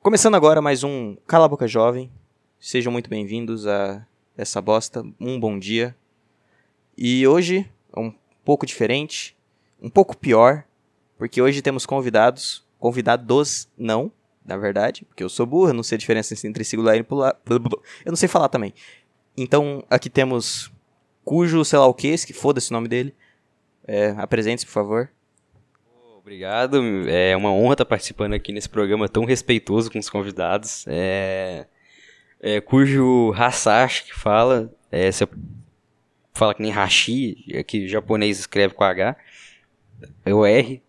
Começando agora mais um Cala a Boca Jovem. Sejam muito bem-vindos a essa bosta. Um bom dia. E hoje é um pouco diferente, um pouco pior, porque hoje temos convidados. Convidados não, na verdade, porque eu sou burro, eu não sei a diferença entre singular e plural. Eu não sei falar também. Então, aqui temos Cujo, sei lá o que, que foda-se o nome dele. É, apresente-se, por favor. Obrigado, é uma honra estar participando aqui nesse programa tão respeitoso com os convidados. É, é, cujo Hasashi que fala, é, se eu- fala que nem Hashi, é que japonês escreve com H, é o R.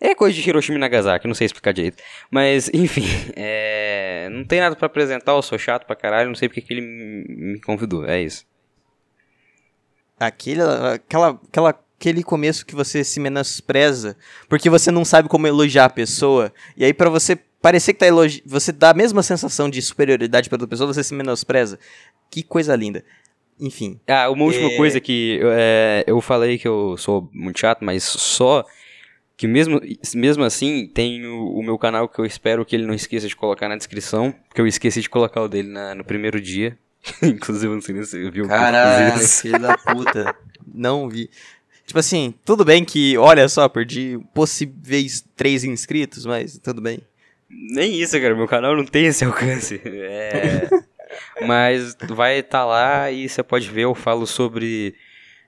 É coisa de Hiroshima e Nagasaki, não sei explicar direito. Mas, enfim, é, não tem nada pra apresentar, eu sou chato pra caralho, não sei porque que ele me me convidou, é isso. Aquele, aquela, aquela, aquele começo que você se menospreza, porque você não sabe como elogiar a pessoa, e aí pra você parecer que tá elogi você dá a mesma sensação de superioridade pra outra pessoa, você se menospreza. Que coisa linda. Enfim, Ah, uma última É. coisa que é, eu falei que eu sou muito chato, mas só que mesmo, mesmo assim tem o, o meu canal que eu espero que ele não esqueça de colocar na descrição, porque eu esqueci de colocar o dele na- no primeiro dia. Inclusive, eu não sei nem se você viu. né? que eu fiz Caralho, isso. filho da puta. Não vi. Tipo assim, tudo bem que, olha só, perdi possíveis três inscritos, mas tudo bem. Nem isso, cara. Meu canal não tem esse alcance. É, Mas vai estar lá e você pode ver. Eu falo sobre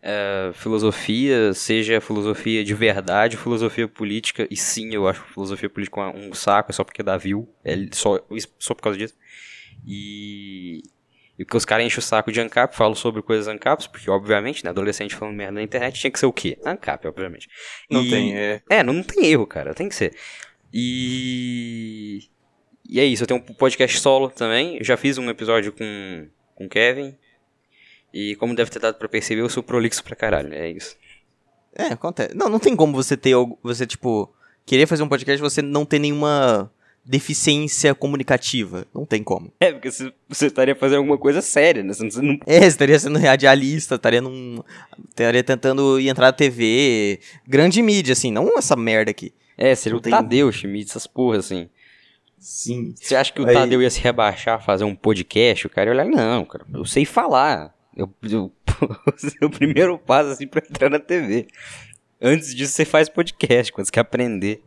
é, filosofia, seja filosofia de verdade, filosofia política. E sim, eu acho filosofia política uma- um saco, é só porque dá view. É só, só por causa disso. E. E que os caras enchem o saco de ANCAP, falam sobre coisas ANCAPs, porque, obviamente, né, adolescente falando merda na internet tinha que ser o quê? ANCAP, obviamente. E- é. é, não, não tem erro, cara. Tem que ser. E. E é isso. Eu tenho um podcast solo também. Eu já fiz um episódio com, com o Kevin. E como deve ter dado pra perceber, eu sou prolixo pra caralho. É isso. É, acontece. Não, não tem como você ter algo. Você, tipo, querer fazer um podcast e você não ter nenhuma deficiência comunicativa. Não tem como. É, porque você, você estaria fazendo alguma coisa séria, né? Você não- você não É, você estaria sendo radialista, estaria num. Estaria tentando ir entrar na TV. Grande mídia, assim, não essa merda aqui. É, seria Não o tem- Tadeu Schmidt, essas porras assim. Sim. Você acha que o Aí- Tadeu ia se rebaixar, fazer um podcast? O cara ia olhar, não, cara, eu sei falar. Eu, eu, o primeiro passo, assim, pra entrar na TV. Antes disso, você faz podcast, quando você quer aprender.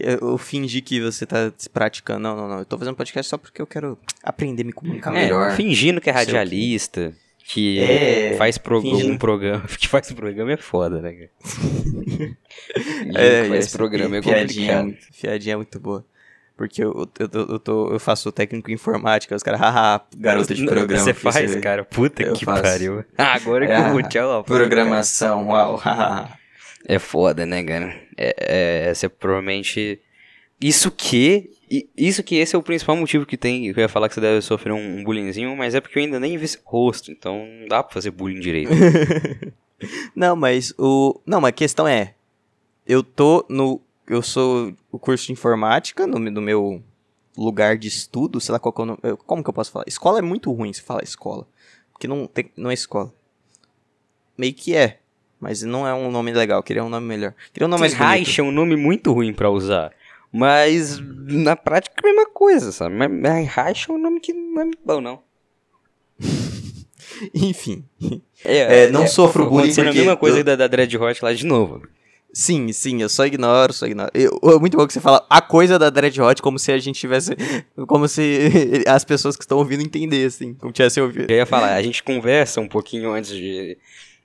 É, Eu fingi que você tá se praticando. Não, não, não. Eu tô fazendo podcast só porque eu quero aprender a me comunicar É, melhor. fingindo que é Sei o quê. radialista, que É, faz pro, fingindo. um programa, que faz programa é foda, né, cara? Fingindo que faz essa É, programa é pi- piadinha, complicado. muito- Piadinha assim, é muito boa. Porque eu, eu, eu, eu tô, eu faço técnico em informática, os caras, haha, garota de Não, programa. Você que faz, vê." cara? Puta Eu que faço. pariu. Ah, agora que Ah, eu vou te falar, Programação, uau, haha. É foda, né, cara? É, é, você provavelmente. Isso que. i- Isso que esse é o principal motivo que tem. Que eu ia falar que você deve sofrer um, um bullyingzinho, mas é porque eu ainda nem vi seu rosto, então não dá pra fazer bullying direito. Não, mas o. Não, mas a questão é. Eu tô no. Eu sou o curso de informática no, me- no meu lugar de estudo, sei lá qual que é o nome. eu- Como que eu posso falar? Escola é muito ruim se falar escola. Porque não, tem, não é escola. Meio que é. Mas não é um nome legal, queria um nome melhor. Queria um nome mais bonito. Reich é um nome muito ruim pra usar. Mas na prática é a mesma coisa, sabe? Mas- Mas Reich é um nome que não é muito bom, não. Enfim. É, não sofro bullying acontecendo porque... a mesma coisa eu- da, da Dread Hot lá de novo. Sim, sim, eu só ignoro, só ignoro. Eu- é muito bom que você fala a coisa da Dread Hot como se a gente tivesse... Como se as pessoas que estão ouvindo entendessem, assim, como tivessem ouvido. É, Eu ia falar, a gente conversa um pouquinho antes de,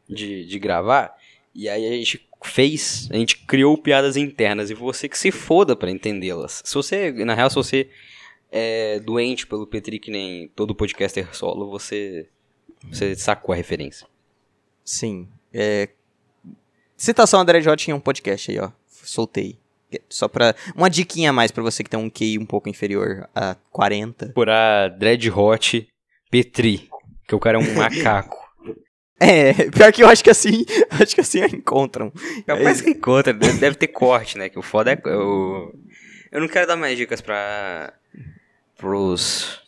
de, de gravar, e aí a gente fez, a gente criou piadas internas, e você que se foda pra entendê-las. Se você, na real, se você é doente pelo Petri, que nem todo podcaster solo, você, você sacou a referência. Sim. É... Citação André Jotti em um podcast aí, ó. Soltei. É, Só pra. Uma diquinha a mais pra você que tem um QI um pouco inferior a 40. Procurar Dread Hot Petri, que o cara é um macaco. É, pior que eu acho que assim. Acho que assim encontram. Capaz que encontra, deve, deve ter corte, né? Que o foda é. Eu, eu não quero dar mais dicas pra. pros.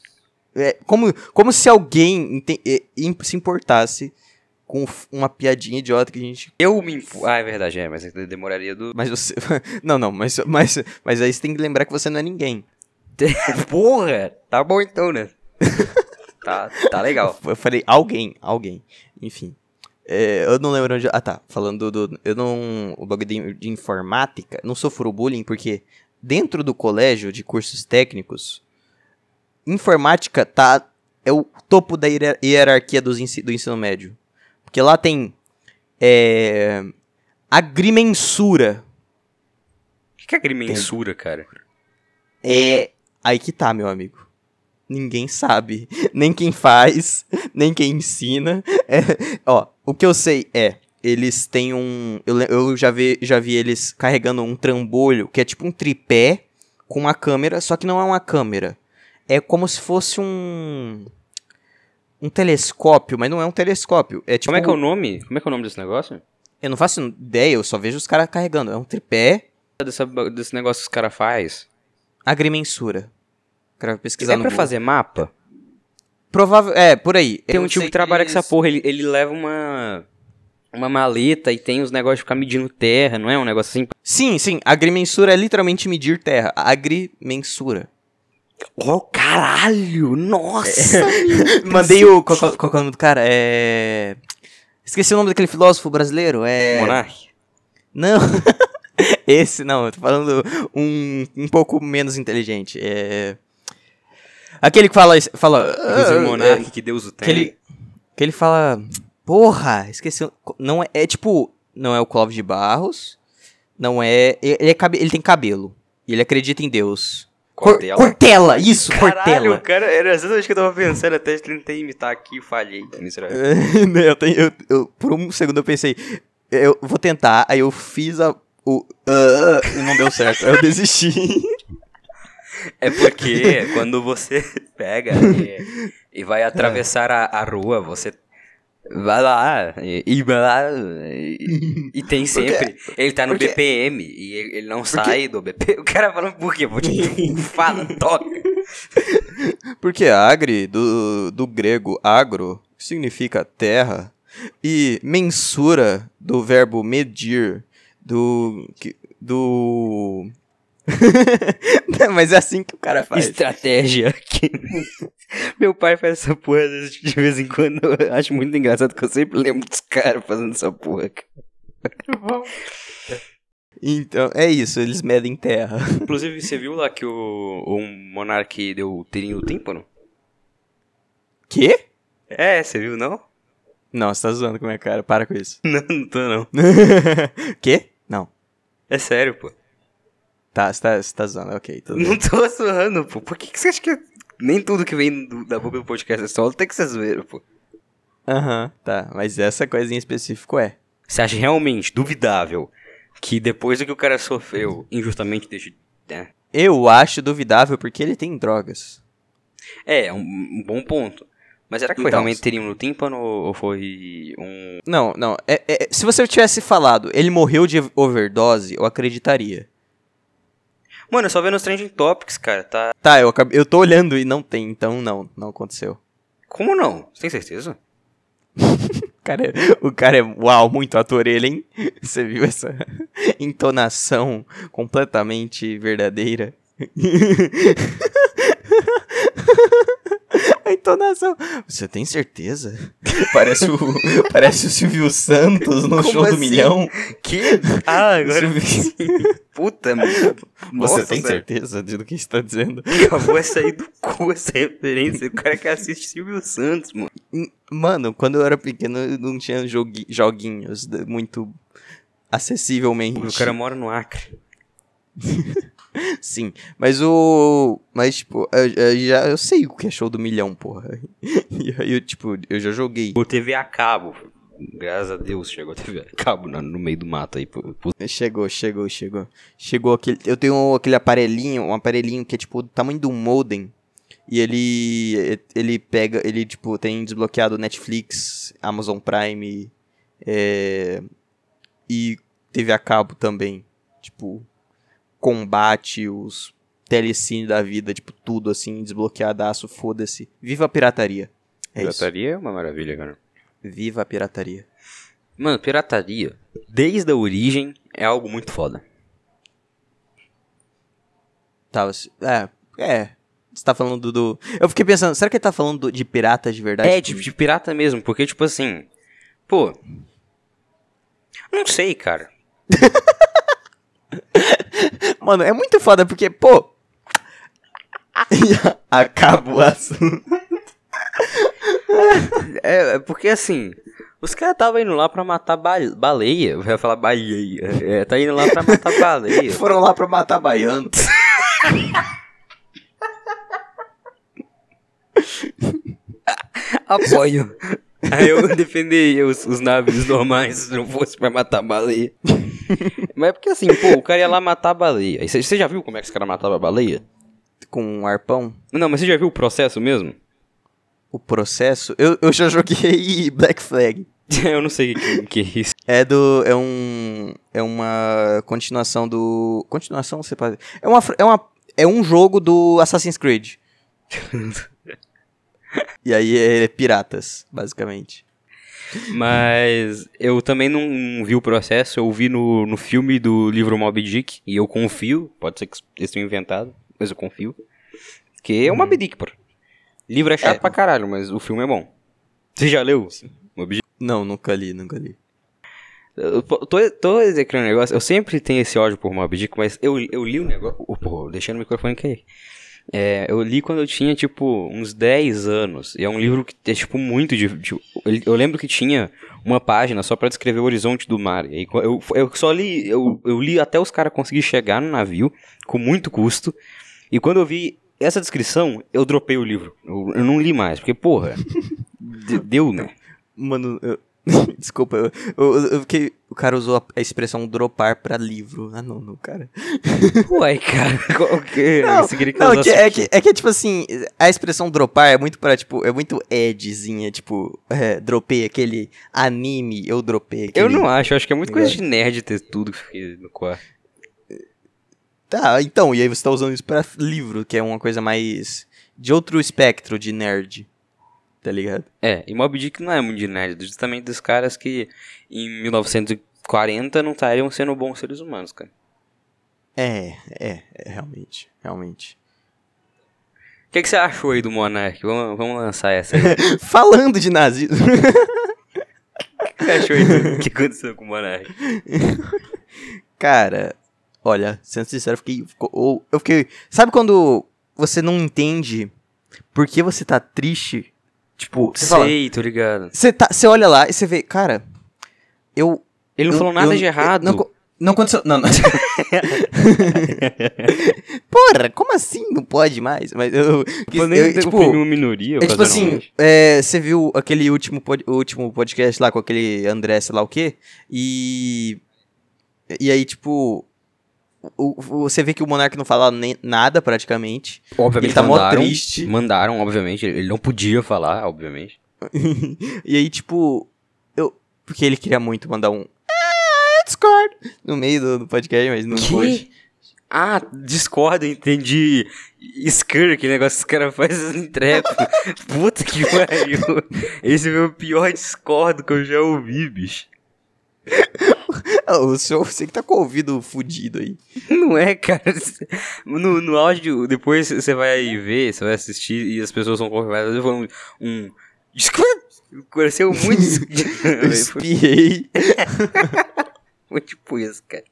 É, como, como se alguém inte- é, im- se importasse com f- uma piadinha idiota que a gente. Eu me. impu- Ah, é verdade, é, mas eu demoraria do. Mas você. Não, não, mas, mas, mas aí você tem que lembrar que você não é ninguém. Porra! Tá bom então, né? tá, tá legal. Eu falei alguém, alguém. Enfim. É, eu não lembro onde. Ah, tá. Falando do. Eu não. O bagulho de, de informática. Não sofro bullying porque dentro do colégio de cursos técnicos, informática tá. É o topo da hierar- hierarquia dos ensi- do ensino médio. Porque lá tem. É, agrimensura. O que que é agrimensura, cara? É. Aí que tá, meu amigo. Ninguém sabe. Nem quem faz, nem quem ensina. É, ó, o que eu sei é. Eles têm um. Eu, le- eu já, vi, já vi eles carregando um trambolho, que é tipo um tripé com uma câmera, só que não é uma câmera. É como se fosse um. Um telescópio, mas não é um telescópio. É tipo. Como é que é o nome? Como é que é o nome desse negócio? Eu não faço ideia, eu só vejo os caras carregando. É um tripé Dessa- desse negócio que os caras fazem? agrimensura. Cara, pesquisar É no pra Google. fazer mapa? Provável. É, por aí. Tem Eu um tipo sei que trabalha com eles- essa porra, ele, ele leva uma. Uma maleta e tem os negócios de ficar medindo terra, não é? Um negócio assim. Sim, sim. Agrimensura é literalmente medir terra. Agrimensura. Oh, caralho! Nossa! Mandei o. Qual, qual- qual que é o nome do cara? É. Esqueci o nome daquele filósofo brasileiro. É. Monark? Não. Esse não. Eu tô falando um, um pouco menos inteligente. É. Aquele que fala. isso- fala É. Inclusive, "Ah, Monark, que Deus o Que tenha. ele, que ele fala. Porra, esqueci. o- Não é, é tipo. Não é o Clóvis de Barros. Não é. Ele, é cabe- ele tem cabelo. E ele acredita em Deus. Cor- Cortella. Cortella, isso, Cortella. cara, era exatamente o que eu tava pensando, até tentei imitar aqui e falhei. Miserável. eu tenho, eu- eu- por um segundo eu pensei, eu vou tentar, aí eu fiz a. O, ah, e não deu certo. aí eu desisti. É porque quando você pega e, e vai atravessar a, a rua, você vai lá e, e vai lá e, e tem sempre. ele tá no porque- BPM e ele, ele não sai do BPM. O cara falando por quê? Porque fala, toca. Porque agri, do, do grego agro, significa terra, e mensura, do verbo medir, do. que- do. Mas é assim que o cara faz. Estratégia. que- Meu pai faz essa porra às vezes, de vez em quando. Eu acho muito engraçado que eu sempre lembro dos caras fazendo essa porra. cara. Então, é isso, eles medem terra. Inclusive, você viu lá que o, o Monark deu o tirinho do tímpano? Quê? É, você viu, não? Não, você tá zoando com a minha cara, para com isso. Não, não tô não. Quê? Não. É sério, pô. Tá, você tá, você tá zoando, ok. Tudo bem. Não tô zoando, pô. Por que, que você acha que é- nem tudo que vem do- da boca do podcast é solo tem que ser zoeiro, pô? Aham, tá, mas essa coisa em específico é. Você acha realmente duvidável que depois do que o cara sofreu, injustamente deixa. né? Eu acho duvidável porque ele tem drogas. É, é um, um bom ponto. Mas será que foi Então, realmente teria no tímpano ou foi um. Não, não. é- é- se você tivesse falado, ele morreu de overdose, eu acreditaria. Mano, eu só vendo os trending topics, cara, tá. Tá, eu, acabei- eu tô olhando e não tem, então não, não aconteceu. Como não? Você tem certeza? O cara, é- o cara é, uau, muito ator ele, hein? Você viu essa entonação completamente verdadeira? A entonação. Você tem certeza? Parece o, parece o Silvio Santos no Como show assim? do milhão. Que? Ah, agora. Você- Puta, mano. Você Nossa, tem sério. certeza do que está dizendo? Acabou essa aí do cu, essa referência. O cara que assiste Silvio Santos, mano. Mano, quando eu era pequeno, eu não tinha jogui- joguinhos da- muito acessivelmente. O cara é mora no Acre. Sim, mas o... Mas, tipo, eu, eu já, eu sei o que é show do milhão, porra. E aí, eu, tipo, eu já joguei. O TV a cabo. Graças a Deus chegou a TV a cabo na- no meio do mato aí. Pro, pro- Chegou, chegou, chegou. Chegou aquele... Eu tenho aquele aparelhinho, um aparelhinho que é, tipo, do tamanho do modem. E ele... Ele pega... Ele, tipo, tem desbloqueado Netflix, Amazon Prime... é, e teve a cabo também. Tipo, combate, os telecine da vida, tipo, tudo assim, desbloqueadaço, foda-se. Viva a pirataria. É isso. pirataria é uma maravilha, cara. Viva a pirataria. Mano, pirataria, desde a origem, é algo muito foda. Tá, você- é, é, Você tá falando do, do- Eu fiquei pensando, será que ele tá falando do- de pirata de verdade? É, tipo, de pirata mesmo, porque, tipo assim. Pô. Não sei, cara. Mano, é muito foda porque, pô. Acaba o assunto. É, é porque assim. Os caras estavam indo lá pra matar ba- baleia. Eu ia falar baleia. É, tá indo lá pra matar baleia. Foram lá pra matar baiano. Apoio. Aí eu defenderia os, os navios normais se não fosse pra matar baleia. Mas é porque assim, pô, o cara ia lá matar a baleia. Aí Você você já viu como é que os caras matavam a baleia? Com um arpão. Não, mas você já viu o processo mesmo? O processo. Eu, eu já joguei Black Flag. Eu não sei o que, que é isso. É do. É um. É uma continuação do. Continuação, você pode. É uma. fr- É, uma, é um jogo do Assassin's Creed. e aí ele é piratas, basicamente. Mas eu também não, não vi o processo. Eu vi no, no filme do livro Moby Dick. E eu confio. Pode ser que eles tenham inventado, mas eu confio. Que é o Moby Dick, pô. Livro é chato pra caralho, mas o filme é bom. Você já leu? Moby Dick? Não, nunca li, nunca li. Eu po- tô, tô execrando um negócio. Eu sempre tenho esse ódio por Moby Dick, mas eu, eu li o negócio. Oh, porra, deixando o microfone cair. É, eu li quando eu tinha, tipo, uns 10 anos. E é um livro que é, tipo, muito. De, de- eu- eu lembro que tinha uma página só pra descrever o horizonte do mar. E aí, co- eu, eu só li. Eu, eu li até os caras conseguir chegar no navio, com muito custo. E quando eu vi essa descrição, eu dropei o livro. Eu, eu não li mais, porque, porra. de- deu, né? Mano, eu- desculpa, eu, eu, eu fiquei. O cara usou a, a expressão dropar pra livro. Ah, não, não, cara. Uai, cara. Qual que, Não, você queria que tá eu Não, que- usasse é, o quê? que, é que, tipo assim, a expressão dropar é muito pra, tipo, é muito edzinha, tipo, é, dropei aquele anime, eu dropei aquele Eu não acho, eu acho que é muito coisa de nerd ter tudo que fica no quarto. Tá, então, e aí você tá usando isso pra livro, que é uma coisa mais. de outro espectro de nerd. Tá ligado? É, e Mob Dick não é muito de nerd, justamente dos caras que em 1940 não estariam sendo bons seres humanos, cara. É, é, é realmente, realmente. O que, que você achou aí do Monark? Vamos, vamos lançar essa aí. O Falando de nazismo. que você achou aí do que aconteceu com o Monark? Cara, olha, sendo sincero, eu fiquei. ficou- ou- Eu fiquei. Sabe quando você não entende por que você tá triste? Tipo, você fala. Sei, tô ligado. Você, tá, você olha lá e você vê, cara, eu. Ele não eu- falou nada eu- de errado. Não, co- não aconteceu. Não, não. Porra, como assim? Não pode mais? Mas eu. Pô, nem eu, eu, tipo, opinião minoria, é tipo assim, ocasionalmente. é, você viu aquele último, pod- o último podcast lá com aquele André, sei lá o quê, e. E aí, tipo. o- o- você vê que o Monark não fala nem nada praticamente. obviamente ele tá mó mandaram, triste. Mandaram, obviamente, ele não podia falar, obviamente. Hum. e aí, tipo. Eu, porque ele queria muito mandar um. "Ah, eu discordo! No meio do, do podcast, mas não Que? pôde. Ah, discorda, entendi. Skur, que negócio que os caras fazem em trap. Puta que pariu. Esse foi o pior discordo que eu já ouvi, bicho. Ah, o senhor, você que tá com o ouvido fudido aí. Não é, cara. No, no áudio, depois você vai ver, você vai assistir e as pessoas são confirmadas. Eu falo um. um Discord! Pareceu muito. Eu Foi espiei. Foi tipo isso, cara.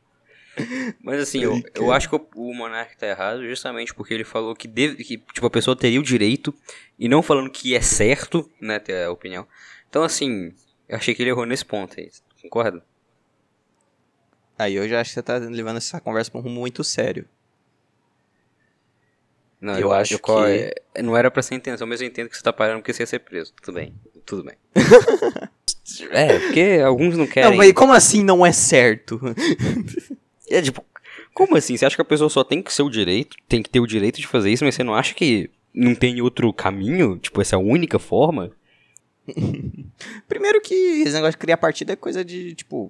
Mas assim, eu, eu acho que o- o Monark tá errado justamente porque ele falou que, deve, que tipo, a pessoa teria o direito, e não falando que é certo, né, ter a opinião. Então assim, eu achei que ele errou nesse ponto aí, concorda? Aí eu já acho que você tá levando essa conversa pra um rumo muito sério. Não, Eu acho eu co- que- é, Não era pra ser a intenção, mas eu entendo que você tá parando porque você ia ser preso. Tudo bem, tudo bem. é, porque alguns não querem... Não, mas como assim não é certo? É tipo, como assim? Você acha que a pessoa só tem que ser o direito, tem que ter o direito de fazer isso, mas você não acha que não tem outro caminho? Tipo, essa é a única forma? Primeiro que esse negócio de criar partido é coisa de, tipo.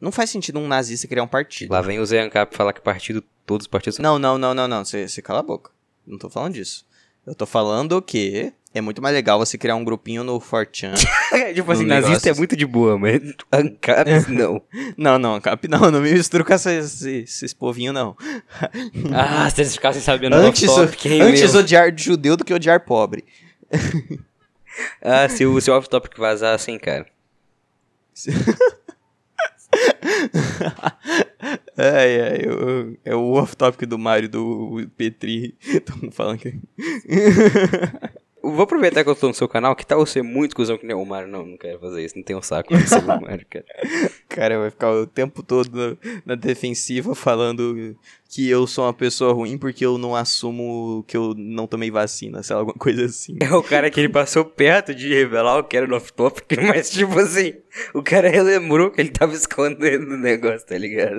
Não faz sentido um nazista criar um partido. Lá vem o Zé Ancap falar que partido, todos os partidos são. Não, não, não, não, não. Você você cala a boca. Não tô falando disso. Eu tô falando que É muito mais legal você criar um grupinho no 4chan. tipo assim, No nazista negócio. é muito de boa, mas ANCAPs não. não, não, Cap, não, não me misturo com essa- esse, esses povinho, não. ah, se eles ficassem sabendo Antes, do off-topic, hein, antes meu? odiar judeu do que odiar pobre. Ah, se o seu off-topic vazar assim, cara. ai, ai, eu- é o off-topic do Mário, do Petri. Tão falando que. Vou aproveitar que eu tô no seu canal, que tal você muito cuzão que nem o Mario? Não, não quero fazer isso, não tenho um saco pra ser o Mario, cara. Cara, vai ficar o tempo todo na, na defensiva falando que eu sou uma pessoa ruim porque eu não assumo que eu não tomei vacina, sei lá, alguma coisa assim. É o cara que ele passou perto de revelar o que era no off-topic, mas tipo assim, o cara relembrou que ele tava escondendo o negócio, tá ligado?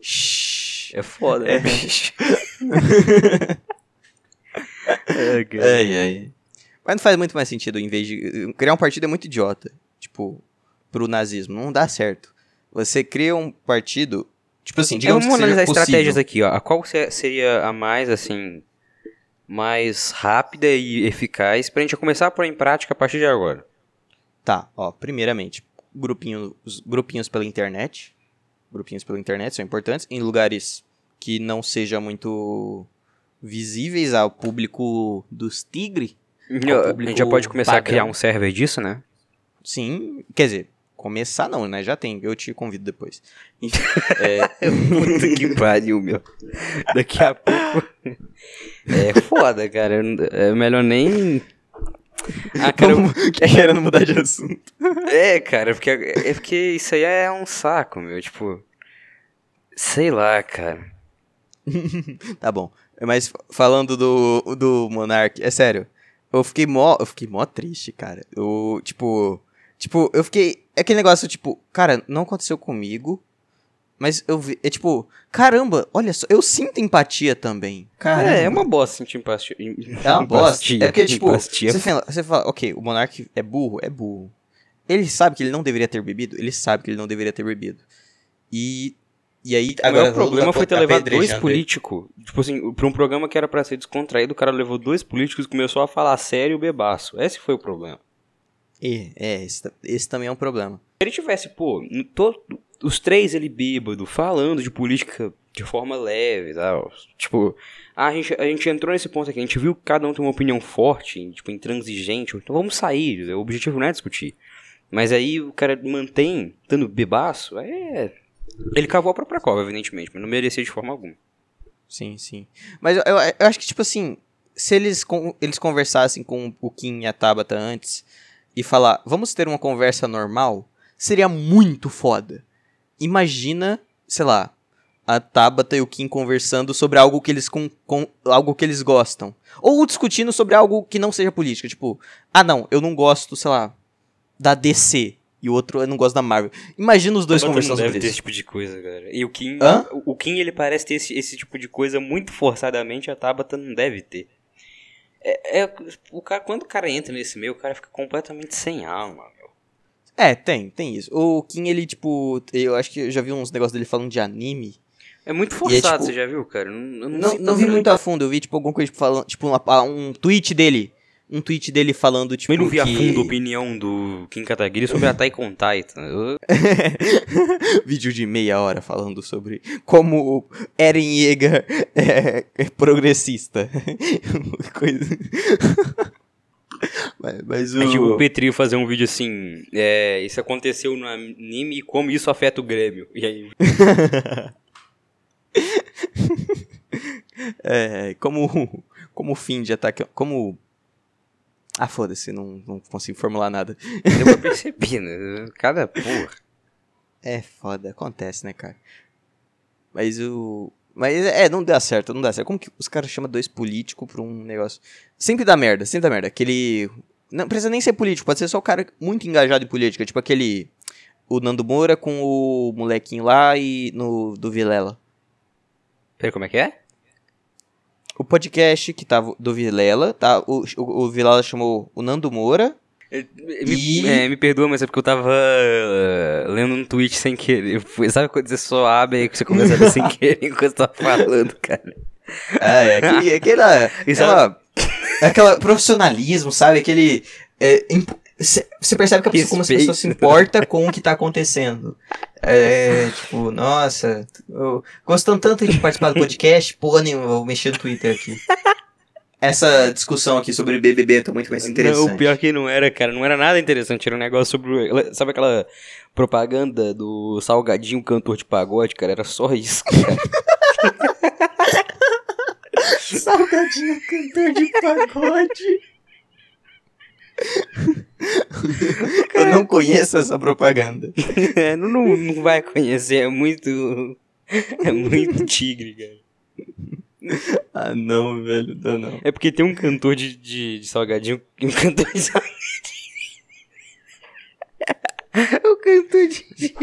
Shhh. É foda, né, bicho? é, cara. Ai, ai. Mas não faz muito mais sentido em vez de. Criar um partido é muito idiota. Tipo, pro nazismo. Não dá certo. Você cria um partido. Tipo assim, digamos Vamos que seja analisar possível. estratégias aqui, ó. A Qual se- seria a mais, assim, mais rápida e eficaz pra gente começar a pôr em prática a partir de agora? Tá, ó, primeiramente, grupinhos, grupinhos pela internet. Grupinhos pela internet são importantes em lugares que não sejam muito visíveis ao público dos tigre. Ao a público gente já pode começar a padrão. criar um server disso, né? Sim, quer dizer, começar não, né? Já tem, eu te convido depois. é, Puta que pariu, meu. Daqui Ah, a pouco. É foda, cara. Eu não- É melhor nem. Ah, cara, eu- Vamos- querendo mudar de assunto. é, cara, porque, é porque isso aí é um saco, meu. Tipo. Sei lá, cara. Tá bom. Mas falando do, do Monark, é sério. Eu fiquei mó. Eu fiquei mó triste, cara. Eu, tipo. Tipo, eu fiquei. É aquele negócio, tipo, cara, não aconteceu comigo. Mas eu vi. É tipo, caramba, olha só, eu sinto empatia também. Cara, É, é uma bosta sentir empatia. é uma bosta. empatia, É porque, tipo, empatia. você fala, você fala, ok, o Monark é burro, é burro. Ele sabe que ele não deveria ter bebido? Ele sabe que ele não deveria ter bebido. E. E aí, O agora meu problema foi ter levado dois políticos. políticos. Tipo assim, pra um programa que era pra ser descontraído, o cara levou dois políticos e começou a falar sério e bebaço. Esse foi o problema. É, é esse, ta- esse também é um problema. Se ele tivesse, pô, no to- os três ele bêbado, falando de política de forma leve, tal. Tipo, a gente, a gente entrou nesse ponto aqui, a gente viu que cada um tem uma opinião forte, tipo, intransigente, então vamos sair, o objetivo não é discutir. Mas aí o cara mantém, dando bebaço, aí é... Ele cavou a própria cova, evidentemente, mas não merecia de forma alguma. Sim, sim. Mas eu, eu, eu acho que, tipo assim, se eles, con- eles conversassem com o Kim e a Tabata antes e falar, vamos ter uma conversa normal, seria muito foda. Imagina, sei lá, a Tabata e o Kim conversando sobre algo que eles com, com- algo que eles gostam. Ou discutindo sobre algo que não seja política, tipo, ah não, eu não gosto, sei lá, da DC. E o outro, eu não gosto da Marvel. Imagina os dois conversando sobre deve ter isso. esse tipo de coisa, galera. E o Kim, Hã? o Kim ele parece ter esse, esse tipo de coisa muito forçadamente, a Tabata não deve ter. É, é- o cara, quando o cara entra nesse meio, o cara fica completamente sem alma. É, tem, tem isso. O Kim, ele, tipo, eu acho que eu já vi uns negócios dele falando de anime. É muito forçado, tipo, você já viu, cara? Eu não, eu Não, sei não vi tanto- muito a fundo, eu vi, tipo, alguma coisa tipo, falando, tipo, uma pa- um tweet dele. Um tweet dele falando, tipo. Eu não vi a que- fundo a opinião do Kim Kataguiri Uhum. sobre a Taikon Titan. Eu- Vídeo de meia hora falando sobre como o Eren Yeager é, é progressista. coisa. mas, mas o. É tipo o Petri fazer um vídeo assim, é, isso aconteceu no anime e como isso afeta o Grêmio. E aí, É, como, como o fim de ataque. Como. Ah, foda-se, não, não consigo formular nada. eu percebi, né? Cada porra. É foda, acontece, né, cara? Mas o. Mas é, não dá certo, não dá certo. Como que os caras chamam dois políticos pra um negócio? Sempre dá merda, sempre dá merda. Aquele. Não precisa nem ser político, pode ser só o cara muito engajado em política, tipo aquele. O Nando Moura com o molequinho lá e. no do Vilela. Peraí, como é que é? tá, O podcast que tava do Vilela, tá? O, o, o Vilela chamou o Nando Moura Me, é, me perdoa, mas é porque eu tava uh, lendo um tweet sem querer. Eu fui- Sabe quando você só abre e você começa a ler sem querer enquanto tá falando, cara? É, aquele, aquela, Isso é aquela, é aquela profissionalismo, sabe? Aquele. é, Você percebe que a pessoa, como as Respeito. pessoas se importa com o que tá acontecendo. É, tipo, nossa, eu- gostando tanto de participar do podcast, porra nenhuma, vou mexer no Twitter aqui. Essa discussão aqui sobre BBB tá muito mais interessante. Não, o pior que não era, cara. Não era nada interessante. Era um negócio sobre. o- Sabe aquela propaganda do Salgadinho cantor de pagode, cara? Era só isso. Salgadinho cantor de pagode. Eu não conheço essa propaganda. É, não, não, não vai conhecer. É muito. É muito tigre, cara. Ah, não, velho, não, não. É porque tem um cantor de, de, de salgadinho e um cantor de salgadinho. o cantor de.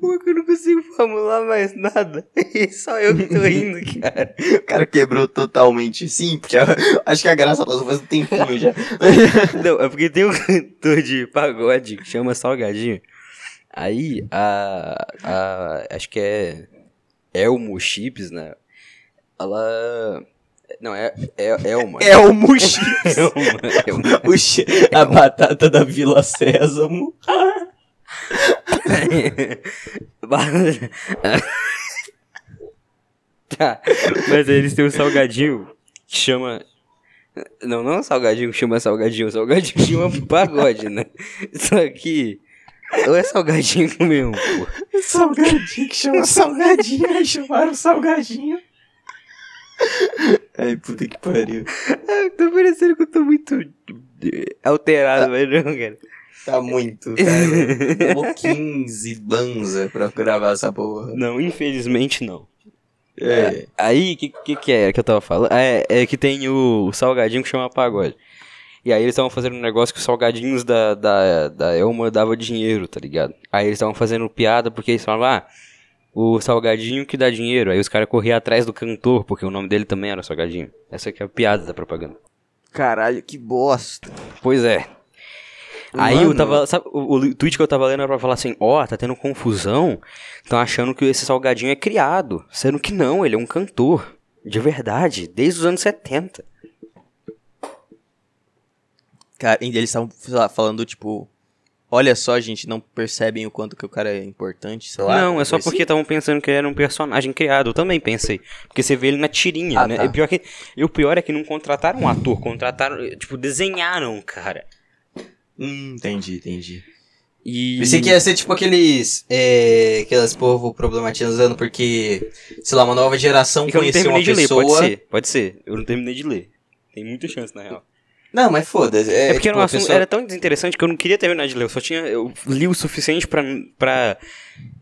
Pô, que eu não consigo formular mais nada. Só eu que tô rindo, cara. O cara quebrou totalmente, sim, porque eu- acho que a graça passou faz um tempinho já. Não, é porque tem um cantor de pagode que chama Salgadinho. Aí, a. a acho que é. Elmo Chips, né? Ela. Não, é. É Elma. É o Muxi, Elma. Elma. É o che- a batata da Vila Sésamo. Barulho. tá, mas aí eles têm um salgadinho que chama. Não, não é um salgadinho que chama salgadinho, é um salgadinho que chama pagode, né? Só que. Ou é salgadinho mesmo, pô. É Salgadinho, que chama Um Salgadinho, aí chamaram Salgadinho. Ai, puta que pariu. Ah, Tô parecendo que eu tô muito eh, alterado, mas não, cara. Tá muito, cara. Tomou 15 banza pra gravar essa porra. Não, infelizmente não. É. Aí, o que, que que é que eu tava falando? Ah, É, é que tem o, o salgadinho que chama pagode. E aí eles estavam fazendo um negócio que os salgadinhos da, da, da Elma dava dinheiro, tá ligado? Aí eles estavam fazendo piada porque eles falavam, ah, o salgadinho que dá dinheiro. Aí os caras corriam atrás do cantor, porque o nome dele também era salgadinho. Essa aqui é a piada da propaganda. Caralho, que bosta. Pois é. Aí eu Mano. tava. Sabe, o, o tweet que eu tava lendo era pra falar assim: ó, tá tendo confusão. Estão achando que esse salgadinho é criado. Sendo que não, ele é um cantor. De verdade, desde os anos 70. Cara, e eles estavam sei lá, falando, tipo, olha só, gente, não percebem o quanto que o cara é importante, sei lá. não, é só coisa porque estavam pensando que era um personagem criado. Eu também pensei. Porque você vê ele na tirinha, Ah, né? tá. E, pior que, e o pior é que não contrataram um ator, contrataram. Tipo, desenharam, cara. assim. Hum, entendi, entendi. E. Pensei que ia ser tipo aqueles. É, aquelas povo problematizando porque, sei lá, uma nova geração É que eu não conheceu terminei uma de ler, pessoa. pode ser, pode ser. Eu não terminei de ler. Tem muita chance, na real. Não, mas foda-se. É, É porque tipo, era, um a assunto, pessoa- era tão desinteressante que eu não queria terminar de ler. Eu só tinha. Eu li o suficiente pra, pra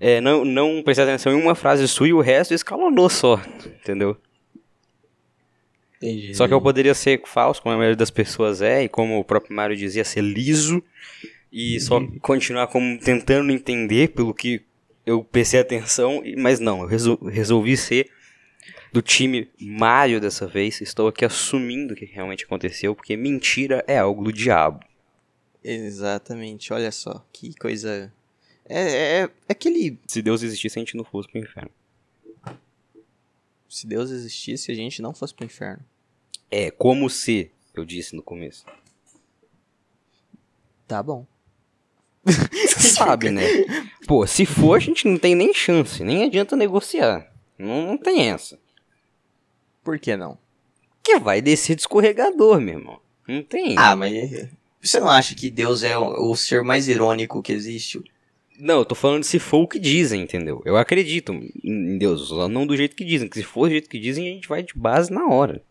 é, não, não prestar atenção em uma frase sua e o resto escalonou só. Entendeu? Entendi. Só que eu poderia ser falso, como a maioria das pessoas é, e como o próprio Mário dizia, ser liso. E só Uhum. continuar como tentando entender pelo que eu prestei atenção. e- Mas não, eu resol- resolvi ser do time Mário dessa vez. Estou aqui assumindo o que realmente aconteceu, porque mentira é algo do diabo. Exatamente, olha só, que coisa. É, é, é aquele. Se Deus existisse, a gente não fosse pro inferno. Se Deus existisse, a gente não fosse pro inferno. É, como se, eu disse no começo. Tá bom. Você sabe, né? Pô, se for, a gente não tem nem chance, nem adianta negociar. Não, não tem essa. Por que não? Que vai descer de escorregador, meu irmão. Não tem. Ah, mas. Você não acha que Deus é o, o ser mais irônico que existe? Não, eu tô falando se for o que dizem, entendeu? Eu acredito em- em Deus, só não do jeito que dizem. Que se for do jeito que dizem, a gente vai de base na hora.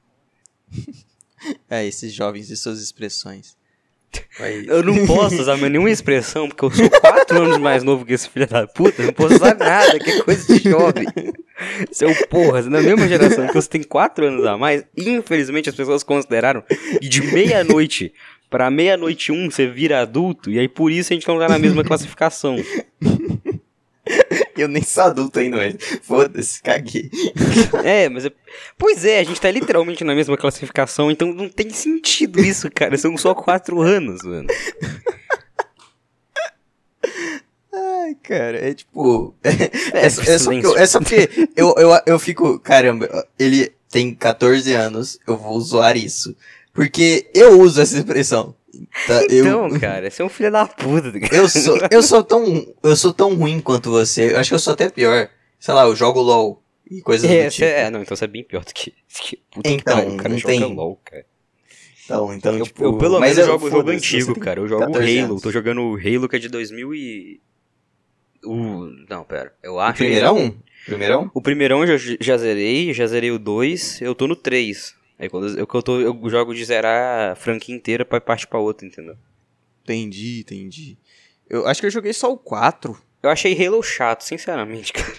É, esses jovens e suas expressões. Mas- Eu não posso usar mais nenhuma expressão, porque eu sou quatro anos mais novo que esse filho da puta. eu Não posso usar nada, que é coisa de jovem. Seu porra, você é da mesma geração que você tem quatro anos a mais. Infelizmente, as pessoas consideraram que de meia-noite pra meia-noite um você vira adulto, e aí por isso a gente não tá na mesma classificação. Eu nem sou adulto ainda, mas foda-se, caguei. É, mas. é- Pois é, a gente tá literalmente na mesma classificação, então não tem sentido isso, cara. São só quatro anos, mano. Ai, cara, é tipo. É, só- é só, silêncio. que eu- é só porque eu, eu, eu fico. Caramba, ele tem 14 anos, eu vou usar isso. Porque eu uso essa expressão. Tá? Eu- Então, cara, você é um filho da puta. cara. Eu sou, eu sou tão, eu sou tão ruim quanto você. Eu acho que eu sou até pior. Sei lá, eu jogo LOL e coisas É, do você tipo. é, não, então você é bem pior do que. do que- puta que Então, pariu, o cara não joga tem. LOL, cara. Então, então, Eu, tipo, eu pelo mas menos eu jogo o jogo foda-se, antigo, você tem cara. Eu jogo o 14 Halo. anos. Tô jogando o Halo que é de 2000 e. O... Não, pera. Eu acho. que- Primeirão? Primeirão? O primeirão eu já, já zerei, já zerei o 2, eu tô no 3. Aí quando eu, eu, que eu tô, eu jogo de zerar a franquia inteira pra parte pra outra, entendeu? Entendi, entendi. Eu acho que eu joguei só o 4. Eu achei Halo chato, sinceramente, cara.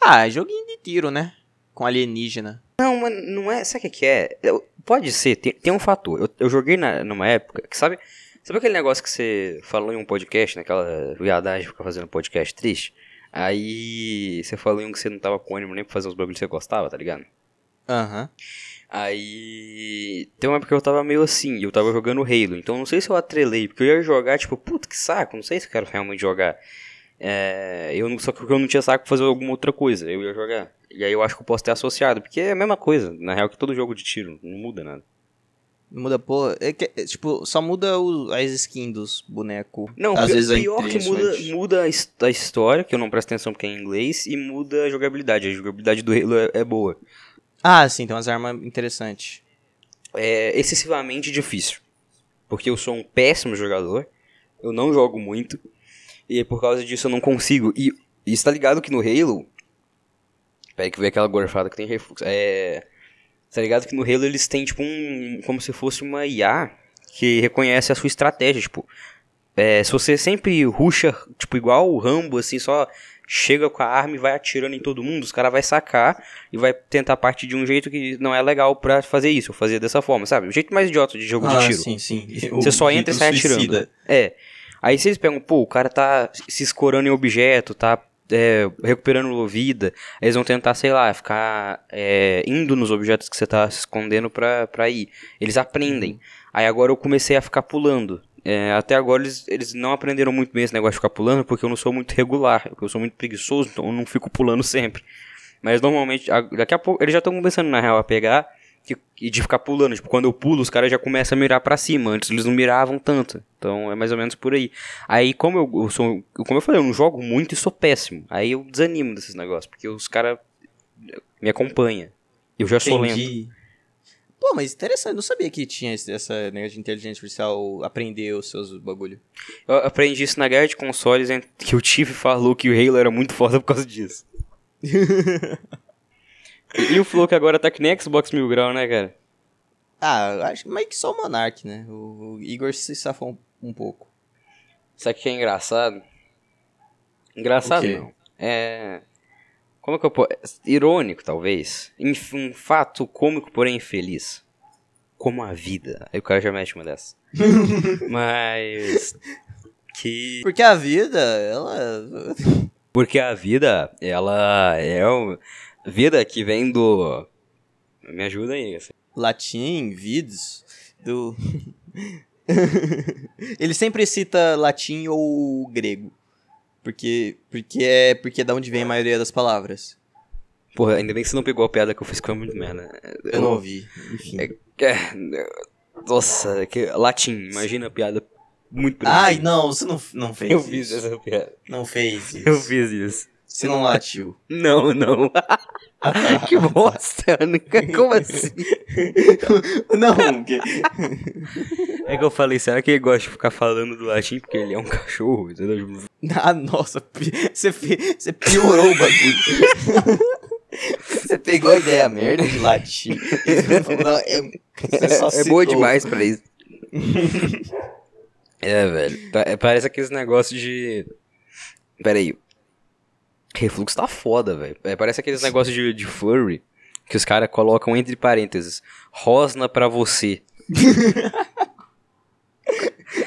Ah, joguinho de tiro, né? Com alienígena. Não, mano, não é. Sabe o que que é? Eu- pode ser, tem, tem um fator. Eu, eu joguei na- numa época que, sabe. Sabe aquele negócio que você falou em um podcast, naquela viadagem ficar fazendo podcast triste? Aí você falou em um que você não tava com ânimo nem pra fazer os bagulhos que você gostava, tá ligado? Aham. Aí. Tem uma época que eu tava meio assim, eu tava jogando Halo, então não sei se eu atrelei, porque eu ia jogar, tipo, puta que saco, não sei se eu quero realmente jogar. É, eu não, só que eu não tinha saco pra fazer alguma outra coisa, eu ia jogar. E aí eu acho que eu posso ter associado, porque é a mesma coisa, na real, que todo jogo de tiro, não muda nada. Não muda, pô. É que- é, tipo, só muda o- as skins dos bonecos. Não, Às pi- vezes é pior que intenso, muda, mas- muda a, his- a história, que eu não presto atenção porque é em inglês, e muda a jogabilidade. A jogabilidade do Halo é, é boa. Ah, sim, tem umas armas interessantes. É excessivamente difícil. Porque eu sou um péssimo jogador, eu não jogo muito, e por causa disso eu não consigo. E e está ligado que no Halo. Peraí que veio aquela gorfada que tem refluxo. É. Tá ligado que no Halo eles têm tipo um. Como se fosse uma IA que reconhece a sua estratégia, tipo. É, se você sempre ruxa, tipo, igual o Rambo, assim, só chega com a arma e vai atirando em todo mundo, os caras vai sacar e vai tentar partir de um jeito que não é legal pra fazer isso, ou fazer dessa forma, sabe? O jeito mais idiota de jogo ah, de tiro. sim, sim. Você só entra e sai né? atirando. É. Aí vocês pegam, pô, o cara tá se escorando em objeto, tá é, recuperando vida. Eles vão tentar, sei lá, ficar é, indo nos objetos que você tá se escondendo pra, pra ir. Eles aprendem. Aí agora eu comecei a ficar pulando. É, até agora eles, eles não aprenderam muito bem esse negócio de ficar pulando, porque eu não sou muito regular, porque eu sou muito preguiçoso, então eu não fico pulando sempre. Mas normalmente, a- daqui a pouco, eles já estão começando, na real, a pegar que- e de ficar pulando. Tipo, quando eu pulo, os caras já começam a mirar pra cima. Antes eles não miravam tanto. Então é mais ou menos por aí. Aí, como eu, eu sou. Como eu falei, eu não jogo muito e sou péssimo. Aí eu desanimo desses negócios, porque os caras me acompanham. Eu já sou lento. Entendi. Pô, mas interessante, eu não sabia que tinha esse- essa negócio de inteligência artificial aprender os seus bagulho. Eu aprendi isso na guerra de consoles em que o Tiff falou que o Halo era muito foda por causa disso. e, e o Flow que agora tá que nem Xbox Mil Grau, né, cara? Ah, eu acho que meio que só o Monark, né? O, o Igor se safou um, um pouco. Sabe o que é engraçado? Engraçado O quê? não. É. Como que eu posso. Irônico, talvez. Inf- Um fato cômico, porém infeliz. Como a vida. Aí o cara já mete uma dessa. Mas. Que. Porque a vida, ela. Porque a vida, ela é. Um... Vida que vem do. Me ajuda aí. assim. Latim, vids, do. Ele sempre cita latim ou grego. Porque, porque é porque é da onde vem a maioria das palavras. Porra, ainda bem que você não pegou a piada que eu fiz, que foi muito merda. Eu não ouvi. Enfim. É, Nossa, que... latim. Imagina a piada muito Ai, não, você não, não fez. Eu isso. fiz essa piada. Não fez isso. Eu fiz isso. Você não latiu. Não, não. Ah, tá. que bosta, Anica. Como assim? não, porque... É que eu falei, será que ele gosta de ficar falando do latim? Porque ele é um cachorro, entendeu? Tipo, Ah, nossa, pi- você, fe- você piorou o bagulho. você pegou a ideia merda de latim. Não, é- você só É, é citou. boa demais pra isso. é, velho. Pa- é, Parece aqueles negócios de. Pera aí. Refluxo tá foda, velho. É, parece aqueles negócios de, de furry que os caras colocam entre parênteses. Rosna pra você.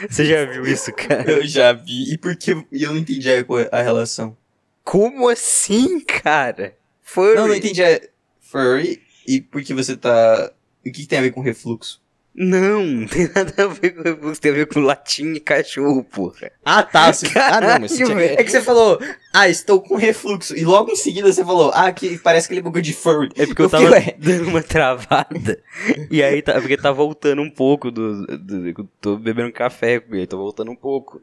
você já viu isso, cara? Eu já vi. E por que e eu não entendi a, co- a relação? Como assim, cara? Furry. Não, não entendi. É furry e por que você tá. O que, que tem a ver com refluxo? Não, não tem nada a ver com refluxo, tem a ver com latim e cachorro, porra. Ah, tá. você- ah, não, mas. você Caralho, tinha- velho. É que você falou, ah, estou com refluxo. E logo em seguida você falou, ah, que parece que ele bugou de furry. É porque eu Eu tava fiquei, ué. dando uma travada. E aí, tá, porque tá voltando um pouco do, do- eu Tô bebendo café com ele, tô voltando um pouco.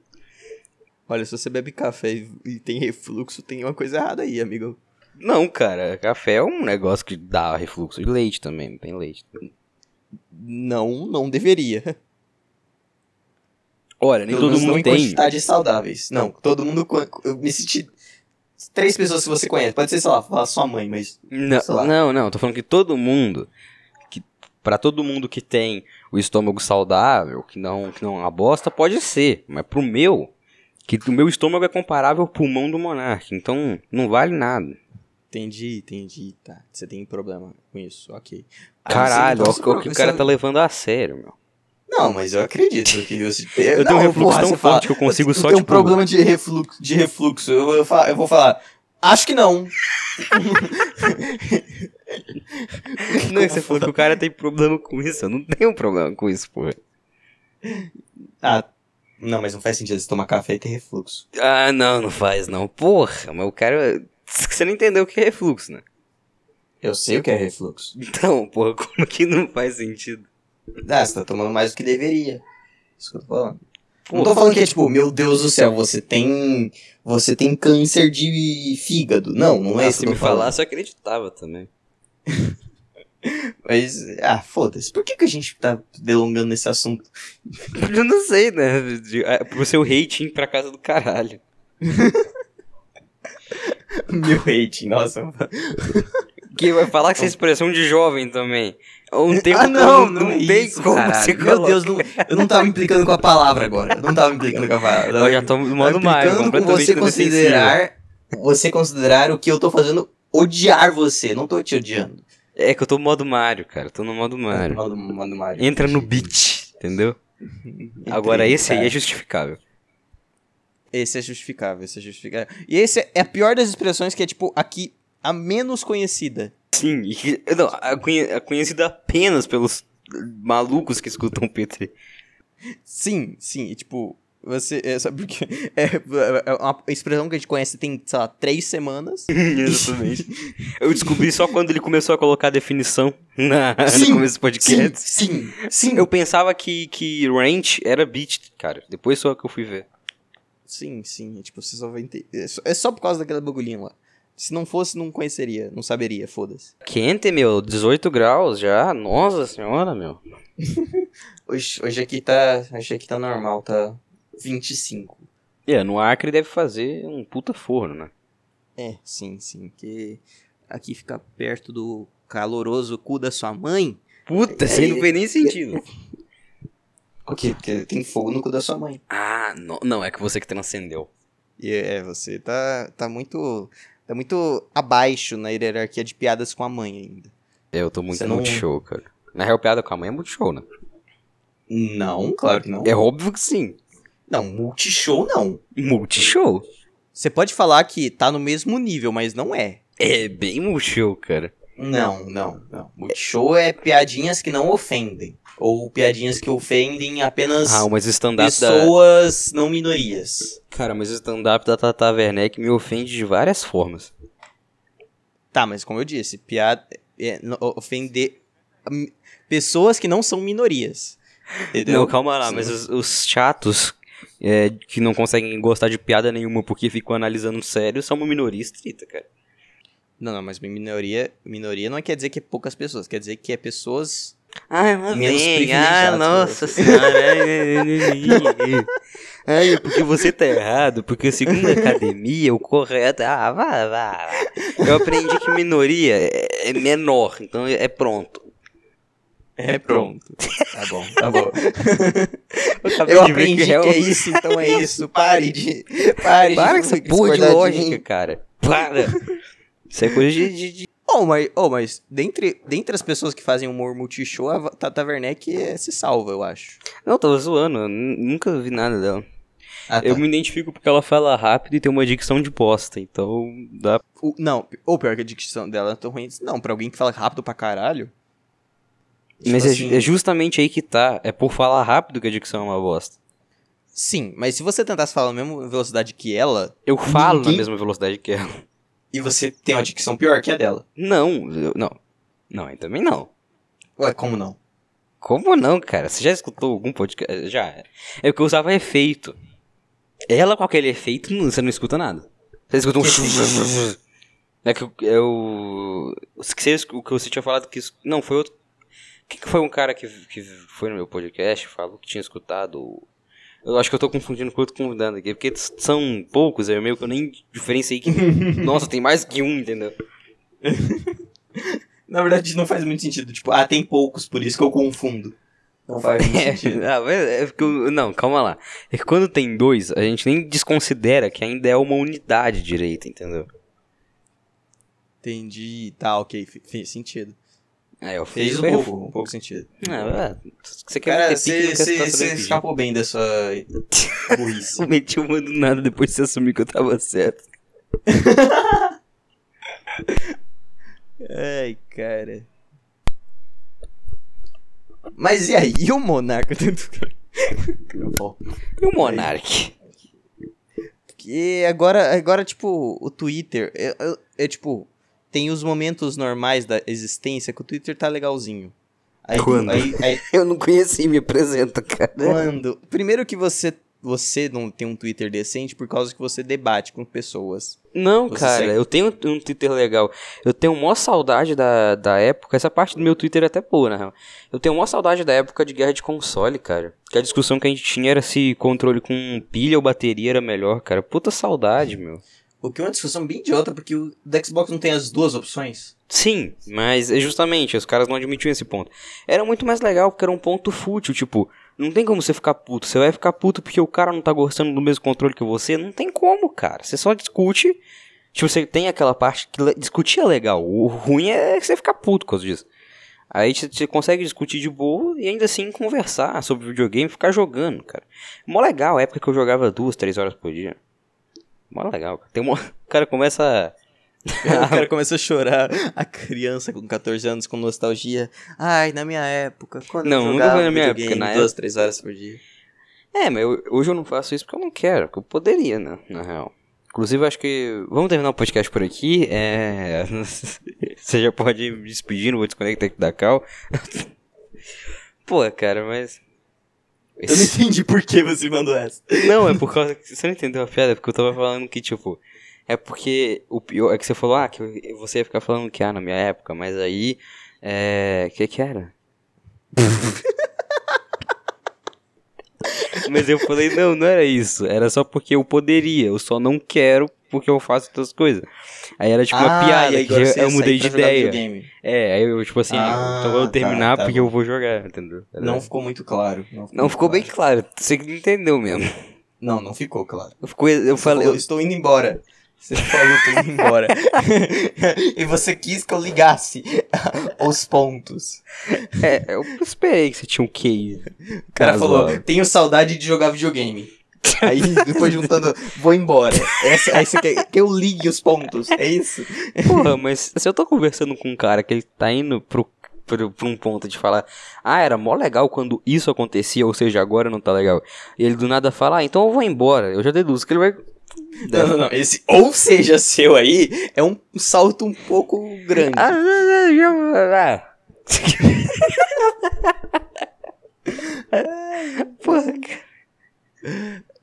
Olha, se você bebe café e, e tem refluxo, tem uma coisa errada aí, amigo. Não, cara, café é um negócio que dá refluxo. E leite também, não tem leite. Não, não deveria. Olha, nem Pelo todo menos não mundo em tem. quantidades saudáveis. Não, todo mundo. co- Eu me senti. Três pessoas que você conhece. Pode ser, sei lá, falar sua mãe, mas. Não, sei lá. não, não, tô falando que todo mundo, que para todo mundo que tem o estômago saudável, que não, que não é uma bosta, pode ser, mas pro meu, que o meu estômago é comparável ao pulmão do monarca, então não vale nada. Entendi, entendi. Tá. Você tem problema com isso, ok. Ah, Caralho, você- ó, então o que o você- cara tá levando a sério, meu. Não, mas eu acredito que você. Eu tenho um refluxo tão forte que eu consigo só, Eu tenho tipo- um problema de refluxo. De refluxo. Eu, eu fa- eu vou falar. Acho que não. Não, você falou que o cara tem problema com isso, eu não tenho problema com isso, porra. Ah, não, mas não faz sentido você tomar café e ter refluxo. Ah, não, não faz não, porra, mas o cara, você não entendeu o que é refluxo, né? Eu sei o que é refluxo. Então, porra, como que não faz sentido? Ah, você tá tomando mais do que deveria. Isso que eu tô falando. Não tô falando que é tipo, meu Deus do céu, você tem. Você tem câncer de fígado. Não, não é Ah, isso. se que eu me tô falando. falasse, eu acreditava também. Mas. Ah, foda-se. Por que, que a gente tá delongando nesse assunto? Eu não sei, né? De- ah, Pro seu rating pra casa do caralho. Meu hate, nossa. Que vai falar que essa expressão de jovem também. um Não tem ah, como, não, não, é tem isso, como caralho. você Meu coloca. Deus, não- eu não tava implicando com a palavra agora. Eu não tava implicando com a palavra. Eu já tô Tava mando mais, implicando com completamente você na defensiva. considerar. Você considerar o que eu tô fazendo odiar você. Não tô te odiando. É que eu tô no modo Mario, cara. Tô no modo Mario. Manda- manda Mário. Entra no beat, entendeu? Agora Entrei, esse aí cara. é justificável. Esse é justificável, esse é justificável. E esse é- é a pior das expressões que é, tipo, aqui, a menos conhecida. Sim, e que- não, a conhe- a conhecida apenas pelos malucos que escutam o Petri. Sim, sim, e, tipo, você, é, sabe por quê? É, é uma expressão que a gente conhece tem, sei lá, três semanas. Exatamente. Eu descobri só quando ele começou a colocar a definição na, no Sim, começo do podcast. é sim, sim. Eu pensava que, que ranch era beat, cara. Depois só que eu fui ver. Sim, sim, é, tipo, você só vai entender. É só, é só por causa daquela bagulhinha lá. Se não fosse, não conheceria, não saberia, foda-se. Quente, meu. 18 graus já. Nossa senhora, meu. Hoje, hoje aqui tá, hoje aqui tá normal, tá 25. É, no Acre deve fazer um puta forno, né? É, sim, sim, que aqui fica perto do caloroso cu da sua mãe. Puta, isso aí não fez nem sentido. O quê? Porque tem fogo no cu da sua mãe. Ah, no- não, é que você que transcendeu. E é, você tá, tá muito. Tá muito abaixo na hierarquia de piadas com a mãe ainda. É, eu tô muito Você no não- show, cara. Na real, piada com a mãe é muito show, né? Não, claro que não. É óbvio que sim. Não, multishow não. Multishow. Você pode falar que tá no mesmo nível, mas não é. É bem multishow, cara. Não, não, não. Multishow é piadinhas que não ofendem. Ou piadinhas que ofendem apenas Ah, mas o stand-up da... pessoas não minorias. Cara, mas o stand-up da Tata Werneck me ofende de várias formas. Tá, mas como eu disse, piada. é, no- ofender hum, pessoas que não são minorias. Entendeu? Não, calma lá, Sim. mas os, os chatos é, que não conseguem gostar de piada nenhuma porque ficam analisando sério são uma minoria estrita, cara. Não, não, mas minoria, minoria não quer dizer que é poucas pessoas, quer dizer que é pessoas. Ai, mas Menos vem, privilegiados, ah, né? nossa senhora. ai, ai, ai, ai, ai. Ai, porque você tá errado, porque segundo a academia, o correto é. Ah, vá, vá, vá. Eu aprendi que minoria é, é menor, então é pronto. É pronto. Tá bom, tá bom. acabei Eu de ver aprendi que real- é isso, então é isso. Pare de. Pare Para com de. essa porra de discordar lógica, mim. cara. Para! Isso é coisa de- de, de Oh, mas, oh, mas dentre, dentre as pessoas que fazem humor multishow, a Va- Tata Werneck é- se salva, eu acho. Não, eu tava zoando, eu nu- nunca vi nada dela. Ah, tá. Eu me identifico porque ela fala rápido e tem uma dicção de bosta, então dá. O- não, ou pior que a dicção dela é tão ruim. Não, pra alguém que fala rápido pra caralho. Tipo Mas é ju- assim, é justamente aí que tá. É por falar rápido que a dicção é uma bosta. Sim, mas se você tentasse falar na mesma velocidade que ela, Eu falo Ninguém- na mesma velocidade que ela. e você tem uma dicção pior que a dela. Não, eu- não. Não, aí também não. Ué, como não? Como não, cara? Você já escutou algum podcast? Já. É porque eu usava efeito. Ela com aquele efeito, não- você não escuta nada. Você escuta um... é que eu... eu esqueci o que você tinha falado que... isso- Não, foi outro... O que, que foi um cara que, que foi no meu podcast, falou que tinha escutado... Eu acho que eu tô confundindo com outro convidado aqui, porque são poucos, é meio que eu nem diferenciei que... Nossa, tem mais que um, entendeu? Na verdade, não faz muito sentido. Tipo, ah, tem poucos, por isso que eu confundo. Não faz muito sentido. Ah, mas é porque eu- não, calma lá. É que quando tem dois, a gente nem desconsidera que ainda é uma unidade direita, entendeu? Entendi, tá, ok, fe- fez sentido. É, eu Fez fiz um pouco, um pouco sentido. Ah, é, você quer Cara, meter pique, você nunca você- você tá sabendo pedir. escapou bem dessa burrice. Eu meti uma do nada depois de você assumir que eu tava certo. Ai, cara. Mas e aí? E o Monarca? Tanto que- E o Monark? Porque agora, agora, tipo, o Twitter é, é- é, tipo, tem os momentos normais da existência que o Twitter tá legalzinho. Aí, Quando? Aí, aí- Eu não conheci, me apresenta, cara. quando? Primeiro que você, você não tem um Twitter decente por causa que você debate com pessoas. Não, Você cara, segue- eu tenho um Twitter legal. Eu tenho maior saudade da, da época. Essa parte do meu Twitter é até boa, na real. Eu tenho maior saudade da época de guerra de console, cara. Que a discussão que a gente tinha era se controle com pilha ou bateria era melhor, cara. Puta saudade, meu. O que é uma discussão bem idiota, porque o do Xbox não tem as duas opções. Sim, mas é justamente, os caras não admitiam esse ponto. Era muito mais legal porque era um ponto fútil, tipo, não tem como você ficar puto. Você vai ficar puto porque o cara não tá gostando do mesmo controle que você? Não tem como, cara. Você só discute. Tipo, você tem aquela parte que le- discutir é legal. O ruim é você ficar puto por causa disso. Aí você- você consegue discutir de boa e ainda assim conversar sobre videogame, ficar jogando, cara. Mó legal, a época que eu jogava duas, três horas por dia. Mó legal, cara. Tem mó- O cara começa. o cara começa a chorar. A criança com 14 anos com nostalgia. Ai, na minha época. Quando Não, eu nunca jogava foi na minha videogame época, na duas, três horas por dia. É, mas eu- hoje eu não faço isso porque eu não quero, porque eu poderia, né? Na real. Inclusive, eu acho que. Vamos terminar o podcast por aqui. É. Você já pode ir me despedindo, vou desconectar aqui da Cal. Pô, cara, mas. Eu não entendi por que você mandou essa. Não, é por causa que. Você não entendeu a piada, é porque eu tava falando que, tipo. É porque o pior. É que você falou, ah, que eu- você ia ficar falando que, ah, na minha época, mas aí. É. O que que era? mas eu falei, não, não era isso. Era só porque eu poderia, eu só não quero porque eu faço outras coisas. Aí era tipo Ah, uma piada que eu, eu mudei de ideia. É, aí eu, tipo assim, Ah, então eu vou tá, terminar tá porque bom. eu vou jogar, entendeu? Era- Não ficou muito claro. não ficou bem claro. claro, você que não entendeu mesmo. Não, não ficou claro. Ficou, eu Você falei, falou, estou indo embora. Você falou, estou indo embora. e você quis que eu ligasse os pontos. É, eu esperei que você tinha um QI. O cara razoável. falou, tenho saudade de jogar videogame. Aí depois juntando, vou embora. Essa, aí você quer que eu ligue os pontos, é isso? Porra, mas se eu tô conversando com um cara que ele tá indo pro, pro, pra um ponto de falar, ah, era mó legal quando isso acontecia, ou seja, agora não tá legal. E ele do nada fala, ah, então eu vou embora. Eu já deduzo que ele vai. Não, não, não. Esse ou seja seu aí é um salto um pouco grande. Ah, não, não, já- ah. Porra, cara.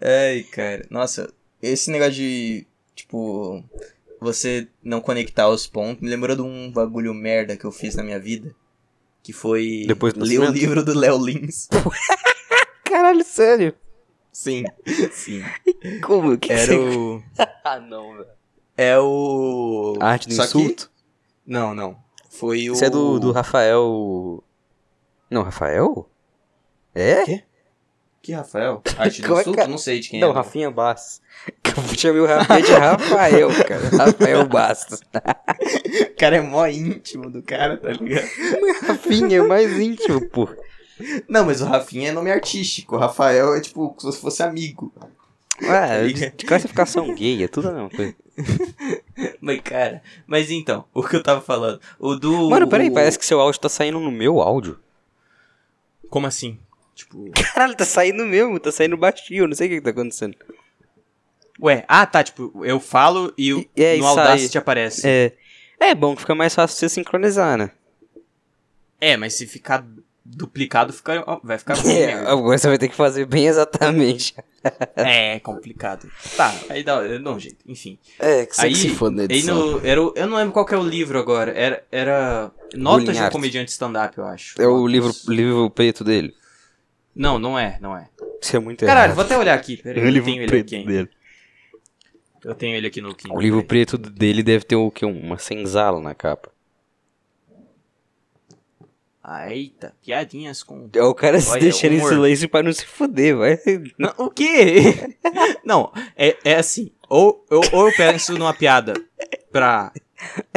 Ai, cara. Nossa, esse negócio de, tipo, você não conectar os pontos me lembrou de um bagulho merda que eu fiz na minha vida. Que foi Depois do ler o nascimento? livro do Léo Lins. Caralho, sério. Sim, sim. Como? Que Era que você- o... Ah, não, velho. É o... A arte do Só que- insulto? Não, não. Foi o... Isso é do, do Rafael. Não, Rafael? É? Que Rafael? Arte do Como é que Sul? é? Não sei de quem Não, é. Rafinha Bastos. Eu chamei o Rafinha de Rafael, cara. Rafael Bastos. O cara é mó íntimo do cara, tá ligado? Rafinha é mais íntimo, pô. Não, mas o Rafinha é nome artístico. O Rafael é tipo, como se fosse amigo. Ah, de de classificação gay, é tudo a mesma coisa. Mas, cara, mas então, o que eu tava falando. O do. Mano, peraí, o- parece que seu áudio tá saindo no meu áudio. Como assim? Tipo. Caralho, tá saindo mesmo, tá saindo baixinho, não sei o que, que tá acontecendo. Ué, ah tá, tipo, eu falo e, o- E- no é, isso aí. Audacity aparece. É, é bom que fica mais fácil você sincronizar, né? É, mas se ficar duplicado, fica, ó, vai ficar bem É, merda. agora você vai ter que fazer bem exatamente. É, complicado. Tá, aí dá, dá um jeito, enfim. É, que você Aí, que se foda aí edição. no, era, o- eu não lembro qual que é o livro agora, era, era Notas Bullying de um Art. Comediante Stand-Up, eu acho. É o Notas. livro, livro preto dele. Não, não é, não é. Isso é muito Caralho, errado. vou até olhar aqui, É peraí, o eu livro tenho ele preto aqui ainda. dele. Eu tenho ele aqui no Kindle. O livro peraí. preto dele deve ter o quê? Uma senzala na capa. Ah, eita, piadinhas com... É o cara se Olha, deixando humor. em silêncio pra não se foder, vai. Não, o quê? Não, é, é assim. Ou, ou, ou eu penso numa piada pra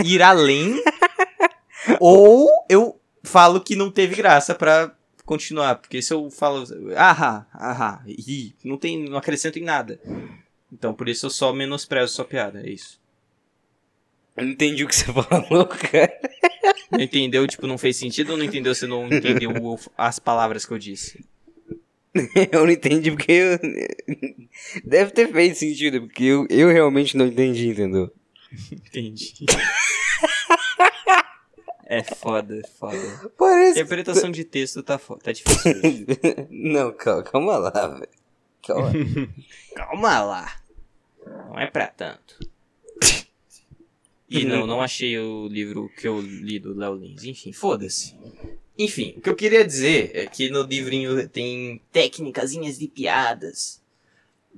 ir além, ou eu falo que não teve graça pra continuar. Porque se eu falo. Ahá, ahá, ri, não, tem, não acrescento em nada. Então por isso eu só menosprezo sua piada, é isso. Eu não entendi o que você falou, cara. Não entendeu, tipo, não fez sentido ou não entendeu se não entendeu o- as palavras que eu disse? Eu não entendi porque eu... Deve ter feito sentido, porque eu, eu realmente não entendi, entendeu? Entendi. É foda, é foda. Parece Interpretação de texto tá, fo- tá difícil. hoje. Não, calma, calma lá, velho. Calma. Calma lá. Não é pra tanto. E não, não achei o livro que eu li do Léo Lins. Enfim, foda-se. Enfim, o que eu queria dizer é que no livrinho tem técnicazinhas de piadas.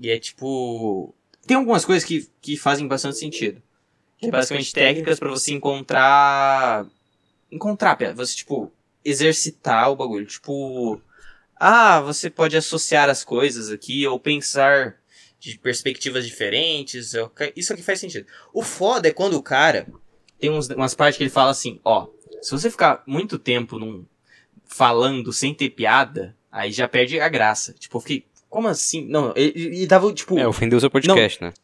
E é tipo. Tem algumas coisas que, que fazem bastante sentido. Que é basicamente técnicas pra você encontrar. Encontrar piada. Você, tipo, exercitar o bagulho. Tipo. Ah, você pode associar as coisas aqui ou pensar de perspectivas diferentes. eu ca- Isso aqui faz sentido. O foda é quando o cara tem uns- umas partes que ele fala assim, ó, se você ficar muito tempo num, falando sem ter piada, aí já perde a graça. Tipo, eu fiquei, como assim? Não, ele, ele dava tipo É, ofendeu seu podcast, né?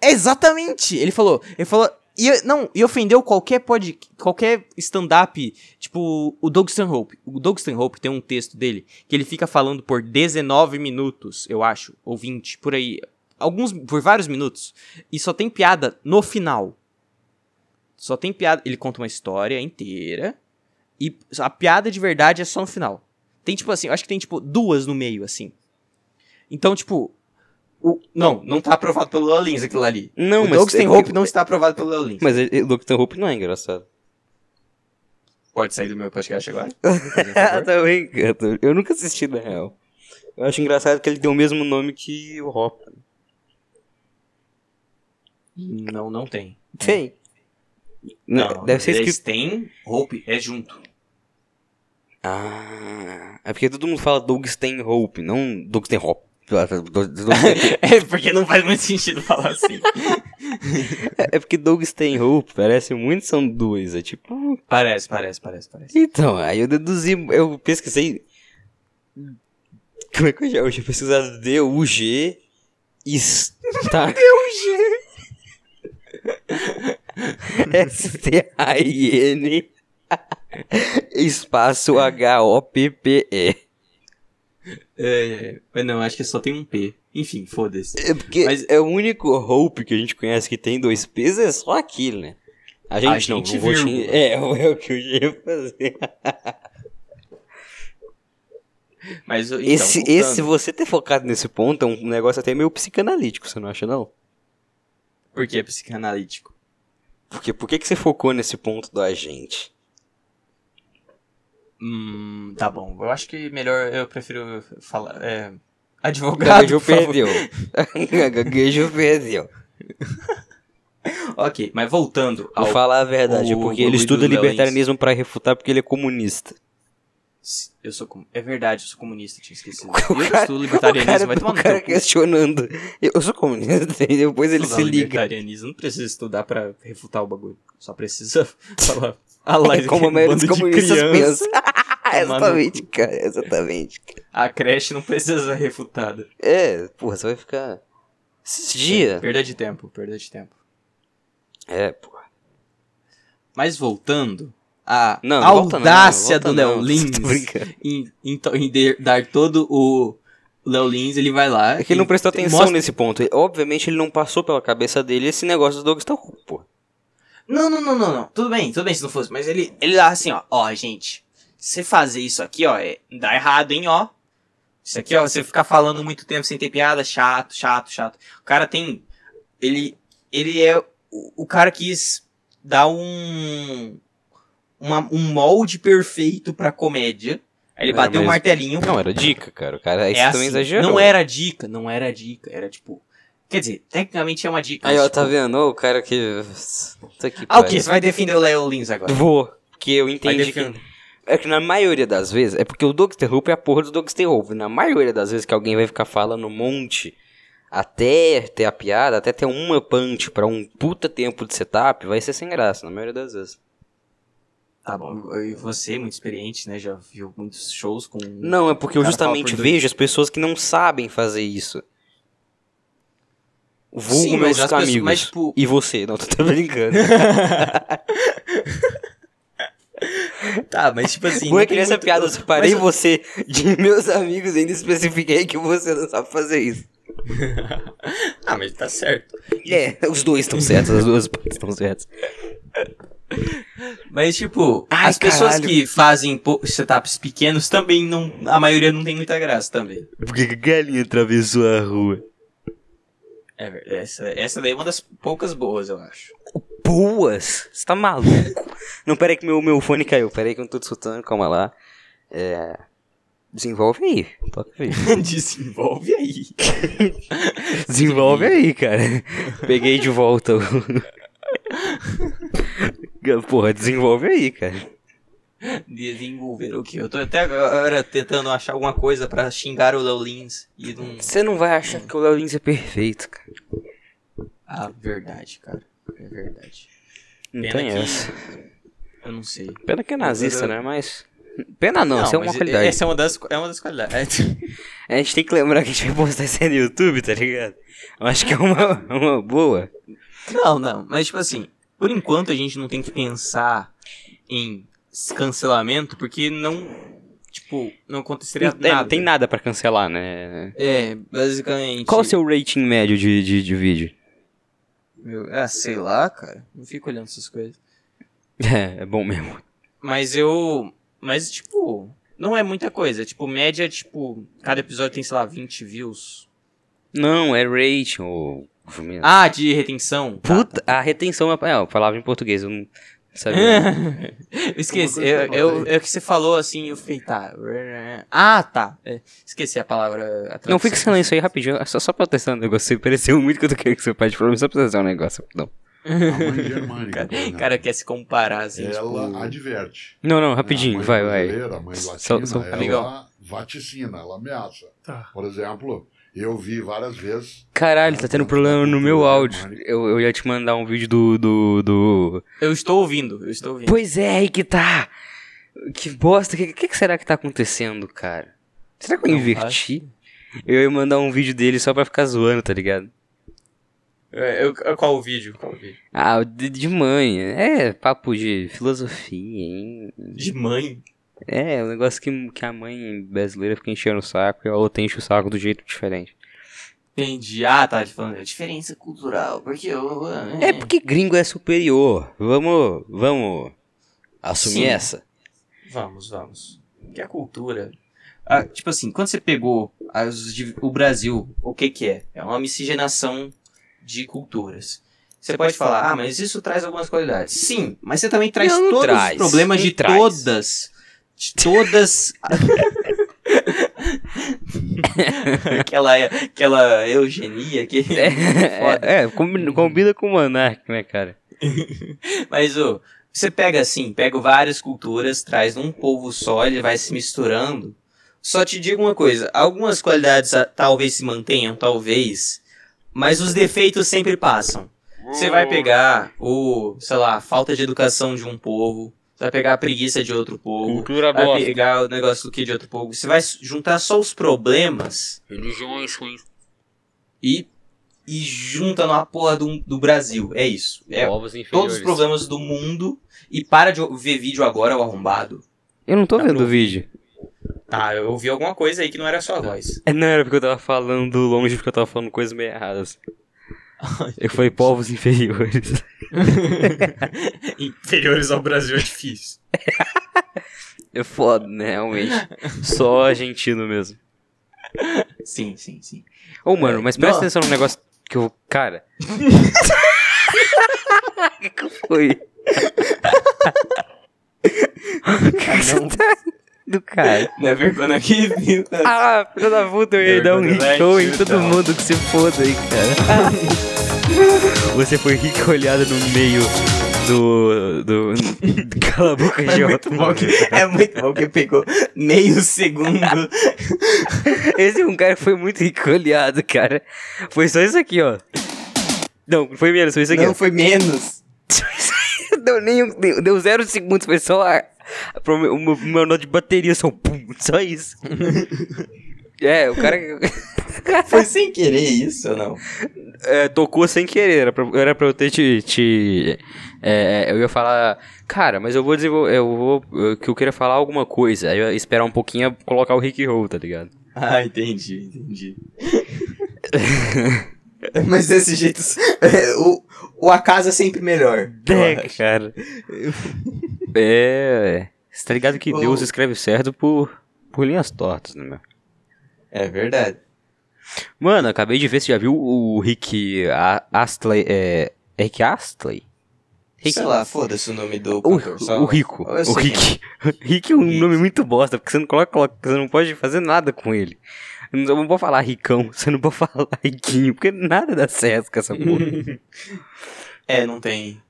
é Exatamente! Ele falou. Ele falou. E, eu- não, e ofendeu qualquer pod, qualquer stand-up, tipo o Doug Stanhope. O Doug Stanhope tem um texto dele que ele fica falando por 19 minutos, eu acho, ou 20, por aí. Alguns, por vários minutos. E só tem piada no final. Só tem piada. Ele conta uma história inteira. E a piada de verdade é só no final. Tem, tipo assim, eu acho que tem, tipo, duas no meio, assim. Então, tipo. o- não, não tá aprovado pelo Lolins aquilo ali Não, é o Dogs tem Hope não está aprovado pelo Léo Lins. Mas ele- ele- o Dr. Hope não é engraçado. Pode sair do meu podcast agora? Ah, tá bem, cara. Eu nunca assisti, na real. Eu acho engraçado que ele tem o mesmo nome que o Hop. não, não tem. Tem. É. Não, é deve ser escrito. tem, Hope é junto. Ah, é porque todo mundo fala Doug Stanhope, não Doug Stanhope. é, porque não faz muito sentido falar assim. é porque Doug Stanhope parece muito são dois, é tipo... parece, parece, parece, parece. Então, aí eu deduzi, eu pesquisei... Como é que eu já... Eu já pesquisado D-U-G... Está... S-T-A-I-N... Espaço H-O-P-P-E. É, é, mas não, acho que só tem um P. Enfim, foda-se. É porque Mas- é o único Hope que a gente conhece que tem dois P's é só aquilo, né? A gente, A não, gente, não vou te... Então, vírgula. É, é o que eu já ia fazer. Mas então, esse, voltando. esse, você ter focado nesse ponto é um negócio até meio psicanalítico, você não acha, não? Por que é psicanalítico? Porque por que, que você focou nesse ponto do agente? Hum, tá bom. Eu acho que melhor, eu prefiro falar... É, advogado, Gaguejou, por favor. perdeu. Gaguejou, perdeu. Ok, mas voltando ao Vou falar a verdade, é o porque bagulho ele estuda do Léo libertarianismo pra refutar porque ele é comunista. Se- Eu sou com- É verdade, eu sou comunista, tinha esquecido. O eu cara- estudo O libertarianismo, cara, vai tomar o no cara teu cu. questionando. Eu sou comunista e depois ele Estudar se liga. libertarianismo, não precisa estudar pra refutar o bagulho. Só precisa falar. Ah, lá, É como a maioria dos bando de comunistas criança. pensa. exatamente, cara, exatamente. A creche não precisa ser refutada. É, porra, você vai ficar Esses dias. Perda de tempo, perda de tempo. É, porra. Mas voltando à Não, não volta não, audácia volta do Léo não. Lins Tô brincando. em, em to- em de- dar todo o Léo Lins, ele vai lá. É que ele não prestou atenção mostra- nesse ponto. Ele- obviamente ele não passou pela cabeça dele esse negócio do Douglas Hugo, pô. Não, não, não, não, não. Tudo bem, tudo bem se não fosse. Mas ele, ele lá assim, ó. Ó, gente, se você fazer isso aqui, ó, é, dá errado, hein, ó. Isso aqui, ó, você ficar falando muito tempo sem ter piada, chato, chato, chato. O cara tem. Ele. Ele é. O, o cara quis dar um. uma- um molde perfeito pra comédia. Aí ele É, bateu o mas- martelinho. Não, era dica, cara. O cara isso é também assim. exagerou. Não era dica, não era dica. Era tipo. Quer dizer, tecnicamente é uma dica. Aí, mas, ó, tipo, tá vendo? Ó, o cara que. Puta que Ah, o pariu. quê? Você vai defender o Léo Lins agora? Vou. Porque eu entendi defender. que. É que na maioria das vezes, é porque o Dr. Hope é a porra do Dr. Hope. Na maioria das vezes que alguém vai ficar falando um monte, até ter a piada, até ter uma punch pra um puta tempo de setup, vai ser sem graça, na maioria das vezes. Tá bom. E você, muito experiente, né? Já viu muitos shows com. um Não, é porque eu Cara, fala justamente por dois. vejo as pessoas que não sabem fazer isso. Vulgo Sim, mas meus as pessoas- amigos. mas, tipo- E você, não, tô brincando. Tá, mas tipo assim. Bom é não que tem nessa muito- piada eu separei Mas- você de meus amigos ainda especifiquei que você não sabe fazer isso. Ah, mas tá certo. É, os dois estão certos, as duas partes estão certas. Mas, tipo, Ai, as pessoas caralho. que fazem pou- setups pequenos também não. A maioria não tem muita graça também. Porque a galinha atravessou a rua. É verdade. Essa, essa daí é uma das poucas boas, eu acho. Boas? Você tá maluco? não, peraí que meu, meu fone caiu. Peraí que eu não tô te escutando, calma lá. É... Desenvolve aí. Toca aí. Desenvolve aí. Desenvolve aí, cara. Peguei de volta. o- Porra, desenvolve aí, cara. Desenvolver o quê? Eu tô até agora tentando achar alguma coisa pra xingar o Léo Lins e não. Você não vai achar que o Léo Lins é perfeito, cara. Ah, verdade, cara. É verdade. Não Pena tem que- Então é essa. Eu não sei. Pena que é nazista, Agora- né? Mas. Pena não, isso é uma mas qualidade. Essa é uma das, é uma das qualidades. A gente tem que lembrar que a gente vai postar isso aí no YouTube, tá ligado? Eu acho que é uma, uma boa. Não, não. Mas, tipo assim, por enquanto a gente não tem que pensar em cancelamento, porque não, tipo, não aconteceria Não, é, nada. não tem nada pra cancelar, né? É, basicamente. Qual o seu rating médio de, de, de vídeo? Meu, ah, sei lá, cara. Não fico olhando essas coisas. É, é bom mesmo. Mas eu... Mas, tipo, não é muita coisa. Tipo, média, tipo, cada episódio tem, sei lá, 20 views. Não, é rating ou. Ah, Ah, de retenção? Tá, puta, a retenção é. É, eu falava em português, eu não sabia. eu esqueci, Uma coisa eu, que eu eu, é que você falou assim, eu fiquei, tá. Ah, tá. É, esqueci a palavra. a Não, fica tradução. sendo isso aí rapidinho, só, só pra testar um negócio. Você pareceu muito que eu tô querendo que seu pai de problema, só pra testar um negócio. Não, A mãe germânica. Cara, né? cara quer se comparar, assim, ela tipo... adverte. não, não né? rapidinho, A mãe vai, vai. brasileira, A mãe latina, Só- só- ela Amigão. vaticina, ela ameaça. Tá. Por exemplo, eu vi várias vezes. Caralho, tá tendo problema no meu áudio. Eu, eu ia te mandar um vídeo do. do. do- Eu estou ouvindo, eu estou ouvindo. Pois é, aí que tá! Que bosta, o que, que, que será que tá acontecendo, cara? Será que eu Não inverti? Eu ia mandar um vídeo dele só pra ficar zoando, tá ligado? É, eu- qual o vídeo? Qual o vídeo? Ah, o de, de mãe. É, papo de filosofia, hein? De mãe? É, um negócio que, que a mãe brasileira fica enchendo o saco e a outra enche o saco do jeito diferente. Entendi. Ah, tá, de falando. Diferença cultural, porque eu... É porque gringo é superior. Vamos. Vamos. Assumir Sim. essa. Vamos, vamos. Que é a cultura... Ah, tipo assim, quando você pegou as de- o Brasil, o que que é? É uma miscigenação de culturas. Você pode falar, ah, mas isso traz algumas qualidades. Sim, mas você também traz Não, não todos traz, os problemas não de traz. todas... De todas aquela, aquela eugenia que. Foda. É, é, combi- combina com o Monark, né, cara? Mas ô, você pega assim, pega várias culturas, traz num povo só, ele vai se misturando. Só te digo uma coisa: algumas qualidades ah, talvez se mantenham, talvez, mas os defeitos sempre passam. Você vai pegar o, sei lá, a falta de educação de um povo, você vai pegar a preguiça de outro povo, Cultura vai pegar o negócio do que de outro povo. Você vai juntar só os problemas Religiões ruins. E, e junta numa porra do, do Brasil. É isso. É Povos inferiores. todos os problemas do mundo e para de ver vídeo agora, o arrombado. Eu não tô Tá vendo o pronto. vídeo. Tá, eu ouvi alguma coisa aí que não era só a voz. É, não, era porque eu tava falando longe, porque eu tava falando coisas meio erradas. Eu falei povos inferiores. Inferiores ao Brasil é difícil. É foda, né? Realmente. Só argentino mesmo. Sim, sim, sim. Ô, mano, mas presta Não. atenção no negócio que eu. Cara. O que foi? O que que você tá do cara? Não é vergonha aqui, viu? Ah, filho da puta, eu ia dar um hit show em todo mundo que se foda aí, cara. Você foi ricolhada no meio do. do. do cala a boca, É muito, Jota. bom que, é muito bom que pegou meio segundo. Esse é um cara que foi muito ricolhado, cara. Foi só isso aqui, ó. Não, foi menos, foi isso aqui. ó. Não foi menos. deu, nem, um- deu, deu zero segundos, foi só a, a- pro meu, o meu- meu nó de bateria, só um pum, só isso. é, o cara Foi sem querer isso ou não? é, tocou sem querer, era pra, era pra eu ter te... te- é, é, eu ia falar, cara, mas eu vou desenvolver, eu vou, eu- que eu queria falar alguma coisa, aí eu ia esperar um pouquinho e colocar o Rick Roll, tá ligado? Ah, entendi, entendi. Mas desse jeito, é, o, o acaso é sempre melhor. eu acho. cara. é, você tá ligado que Ô. Deus escreve certo por, por linhas tortas, né, meu? É verdade. Mano, acabei de ver, você já viu o Rick A- Astley, é... é Rick Astley? Rick- Sei lá, foda-se o nome do O, cantor, só- o Rico, Eu o sei quem Rick. Rick é um Rick. nome muito bosta, porque você não coloca, coloca- você não pode fazer nada com ele. Não, você não pode falar Ricão, você não pode falar Riquinho, porque nada dá certo com essa porra. É, não tem.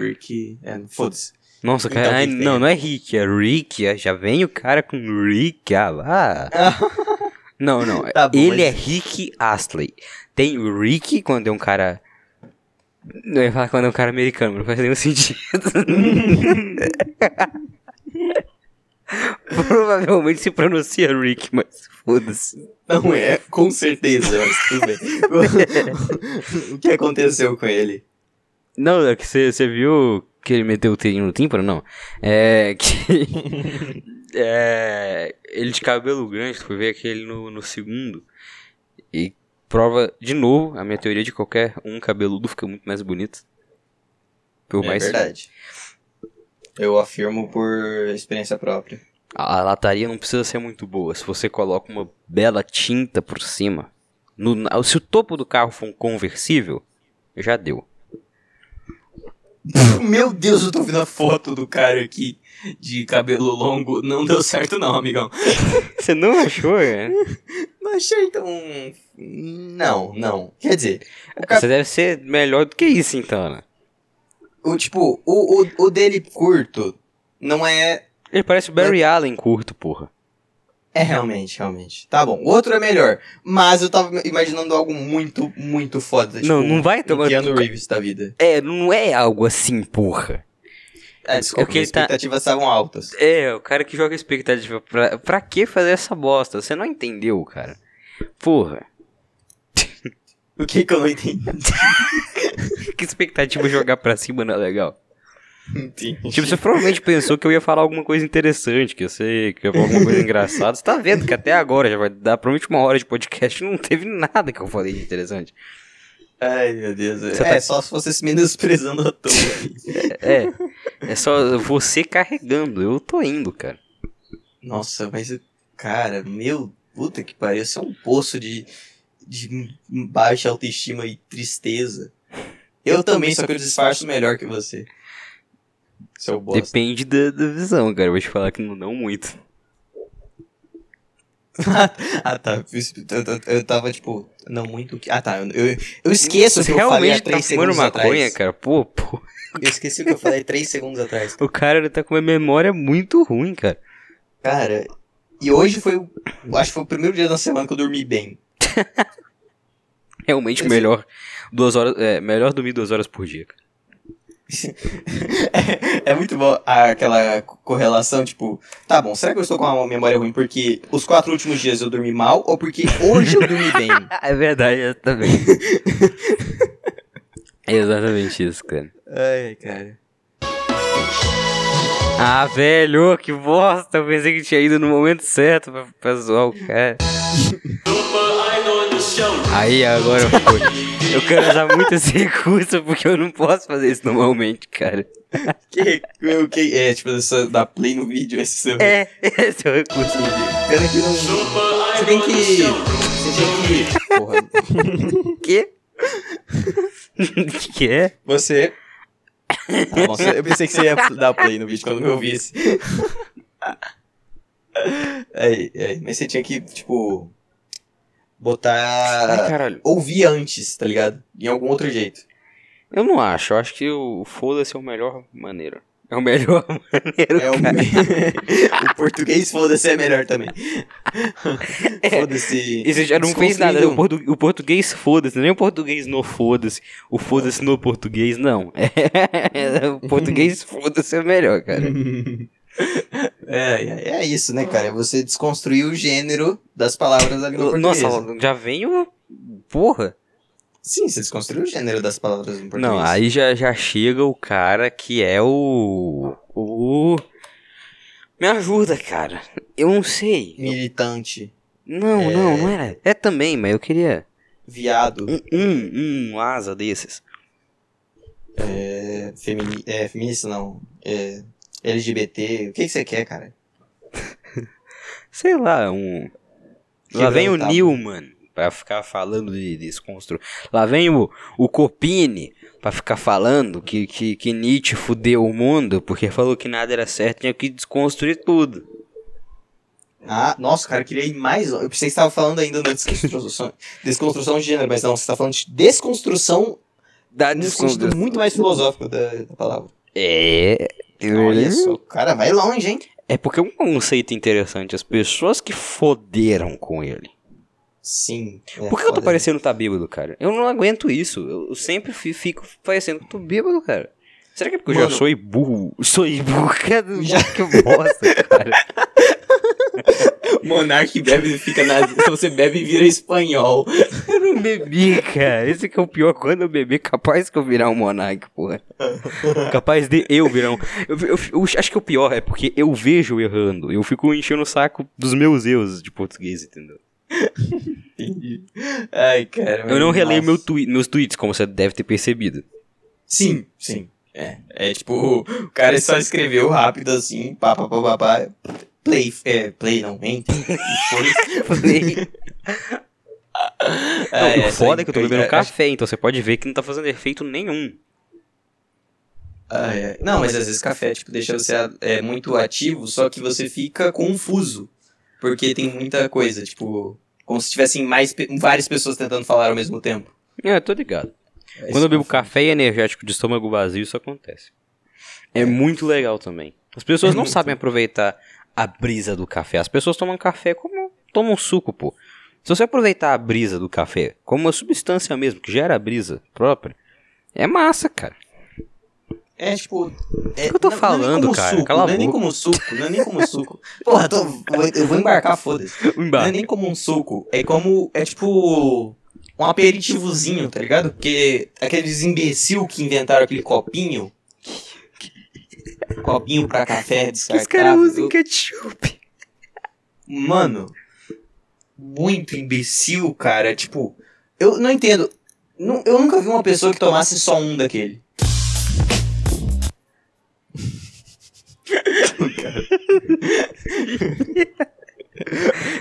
Rick. É, foda-se. Nossa, cara, Então, ai, quem que tem? não, não é Rick, é Rick, é- já vem o cara com Rick, ah lá. Não, não, Tá bom, ele mas- é Rick Astley. Tem o Rick quando é um cara... Não eu ia falar quando é um cara americano, mas não faz nenhum sentido. Provavelmente se pronuncia Rick, mas foda-se. Não é, com certeza, mas tudo bem. o que aconteceu com ele? Não, é que você viu que ele meteu o teirinho no tímpano? Não. É que... é, ele de cabelo grande, tu foi ver aquele no, no segundo. E prova, de novo, a minha teoria de qualquer um cabeludo fica muito mais bonito. Por é mais... verdade. Eu afirmo por experiência própria. A a lataria não precisa ser muito boa. Se você coloca uma bela tinta por cima. no- na- se o topo do carro for um conversível, já deu. Meu Deus, eu tô vendo a foto do cara aqui de cabelo longo. Não deu certo, não, amigão. Você não achou, é? Não achei então. Não, não. Quer dizer, o, ca- Você deve ser melhor do que isso, então, Ana. o tipo, o, o, o dele curto não é Ele parece o Barry Allen curto, porra. É, realmente, realmente. Tá bom. O outro é melhor. Mas eu tava imaginando algo muito, muito foda. não, tipo, não vai Um tomar. Keanu Reeves da vida. É, não é algo assim, porra. É, desculpa, É que ele minhas tá- expectativas estavam altas. É, o cara que joga expectativa. tipo, Pra, pra que fazer essa bosta? Você não entendeu, cara. Porra. O que que eu não entendi? Que expectativa jogar pra cima não é legal? Entendi. Tipo, você provavelmente pensou que eu ia falar alguma coisa interessante, que eu sei, que eu ia falar alguma coisa engraçada. Você tá vendo que até agora já vai dar provavelmente uma hora de podcast e não teve nada que eu falei de interessante. Ai, meu Deus. É, Você tá- é, só se você se menosprezando à toa. É, é só você carregando, eu tô indo, cara. Nossa, mas... eu- Cara, meu... Puta que pariu. Isso é um poço de, de baixa autoestima e tristeza. Eu também, só que eu disfarço melhor que você. Seu bosta. Depende da, da visão, cara. Eu vou te falar que não, não muito. Ah, tá. Eu, eu- eu tava, tipo, não muito... o que- Ah, tá. Eu, eu- eu esqueço o que Você eu falei há realmente tá três fumando segundos maconha, atrás. cara? Pô, pô. Eu esqueci o que eu falei três segundos atrás. O cara ele tá com uma memória muito ruim, cara. Cara, e hoje foi... o- eu Acho que foi o primeiro dia da semana que eu dormi bem. Realmente Esse- melhor duas horas. É, melhor dormir duas horas por dia, cara. É muito bom a- aquela correlação, tipo, tá bom, será que eu estou com uma memória ruim porque os quatro últimos dias eu dormi mal ou porque hoje eu dormi bem? É verdade, eu também. é exatamente isso, cara. Ai, cara. Ah, velho, que bosta. Eu pensei que tinha ido no momento certo pra pra zoar o cara. Aí, agora foi. Eu quero usar muito esse recurso porque eu não posso fazer isso normalmente, cara. Que, o que, é, tipo, essa, da play no vídeo, esse seu. É, esse é o recurso. Pena que não. Você tem que. Você tem que. Porra. Quê? que é? Você. Tá bom, você- eu pensei que você ia dar play no vídeo quando eu visse. Aí, aí, mas você tinha que, tipo. Botar. caralho. Ouvir antes, tá ligado? Em algum outro jeito. Eu não acho. Eu acho que o foda-se é o melhor maneira. É o melhor maneiro. É o, o português, foda-se, é melhor também. Foda-se. Isso já não fez nada. Desconstruído. O, portu- o português foda-se. Nem o português no foda-se. O foda-se no português, não. É, o português foda-se é o melhor, cara. É, é, é isso, né, cara? É Você desconstruir o gênero das palavras da língua portuguesa. Nossa, já vem o. Porra. Sim, você desconstruiu o gênero das palavras em português. Não, aí já, já chega o cara que é o. O. Me ajuda, cara. Eu não sei. Militante, Não, É. não, não era. É também, mas eu queria. viado, Um, um, um asa desses. é, femini- é, feminista não, é, LGBT, o que, que você quer, cara? Sei lá, um. Lá Quebrando vem o tabu. Newman pra ficar falando de desconstru. Lá vem o, o Copini pra ficar falando que, que, que Nietzsche fudeu o mundo porque falou que nada era certo, tinha que desconstruir tudo. Ah, nossa, cara, eu queria ir mais longe. Eu pensei que você estava falando ainda da desconstrução, desconstrução de gênero, mas não, você está falando de desconstrução Dá num sentido desconstrução. muito mais filosófico da, da palavra. É. Olha só, o cara vai longe, hein? É porque é um conceito interessante. As pessoas que foderam com ele. Sim. é, Por que eu tô foda. parecendo que tá bêbado, cara? Eu não aguento isso. Eu eu sempre fi- fico parecendo que tô bêbado, cara. Será que é porque eu já Mano. sou burro? Sou burro, cara. Já- Que bosta, cara. Monarque bebe e fica na... Se você bebe, vira espanhol. Eu não bebi, cara. Esse que é o pior. Quando eu bebi, capaz que eu virar um monarca, porra. capaz de eu virar um... Eu, eu- eu acho que o pior é porque eu vejo errando. Eu fico enchendo o saco dos meus erros de português, entendeu? Entendi. Ai, cara. Eu não releio nossa. meu twi- meus tweets, como você deve ter percebido. Sim, sim. É, é tipo, o cara só escreveu rápido assim, pá, pá, pá, pá, pá. Play, é, play não, enter. E foi. Falei... Não, É, o essa foda é aí- que eu tô bebendo é, café, então você pode ver que não tá fazendo efeito nenhum. Ah, é. Não, mas às vezes café, tipo, deixa você é, muito ativo, só que você fica confuso. Porque tem muita coisa, tipo, como se tivessem mais, pe- várias pessoas tentando falar ao mesmo tempo. É É, eu tô ligado. Quando eu bebo café e energético de estômago vazio, isso acontece. É muito legal também. As pessoas É não muito. sabem aproveitar a brisa do café. As pessoas tomam café como tomam suco, pô. Se você aproveitar a brisa do café como uma substância mesmo, que gera a brisa própria, é massa, cara. É tipo. É, que eu tô não- Não é falando, nem como cara? Suco, Cala a não é nem boca. como suco, não é nem como suco. Porra, tô- vou- eu vou embarcar, foda-se. Não é nem como um suco, é como. É tipo. Um aperitivozinho, tá ligado? Porque aqueles imbecil que inventaram aquele copinho. copinho pra café descartável. eu- ketchup. Mano, muito imbecil, cara. Tipo, eu não entendo. Nu- Eu nunca vi uma pessoa que tomasse só um daquele.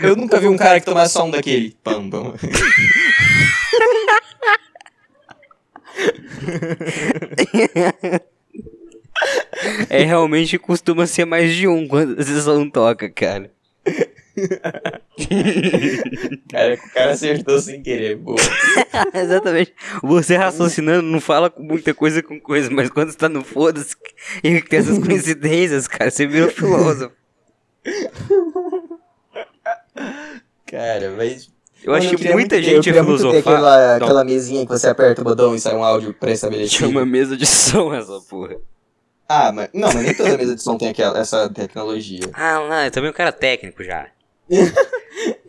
Eu nunca vi um cara que tomasse só um daquele. Pam, pam. É realmente costuma ser mais de um quando a sessão toca, cara. Cara, o cara acertou sem querer. Boa. Exatamente. Você raciocinando não fala com muita coisa com coisa, mas quando você tá no foda-se e tem essas coincidências, cara, você vira um filósofo. Cara, mas. Eu Mano, acho que queria muita muito ter- eu gente queria muito ter filosofar. Aquela, Não. aquela mesinha que você aperta o botão e sai um áudio pré-estabelecido. Chama mesa de som essa porra. Ah, mas não, mas nem toda mesa de som tem aquela, essa tecnologia. Ah, não, eu também um cara técnico já.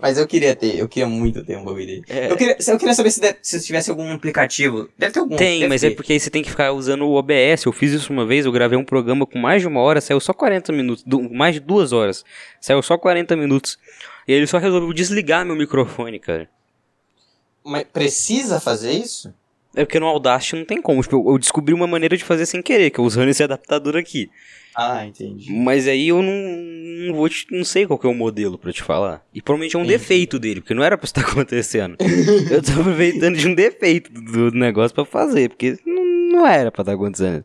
Mas eu queria ter, eu queria muito ter um bagulho dele. É. Eu, queria, eu queria saber se, deve- se tivesse algum aplicativo. Deve ter algum. Tem, deve mas ter. é porque aí você tem que ficar usando o OBS. Eu fiz isso uma vez, eu gravei um programa com mais de uma hora, saiu só 40 minutos, du- mais de duas horas. Saiu só 40 minutos. E ele só resolveu desligar meu microfone, cara. Mas precisa fazer isso? É porque no Audacity não tem como. Tipo, eu- eu descobri uma maneira de fazer sem querer, que é usando esse adaptador aqui. Ah, entendi. Mas aí eu não, não vou te, não sei qual que é o modelo pra te falar. E provavelmente é um Entendi. defeito dele, porque não era pra estar acontecendo. eu tô aproveitando de um defeito do, do negócio pra fazer, porque não, não era pra estar acontecendo.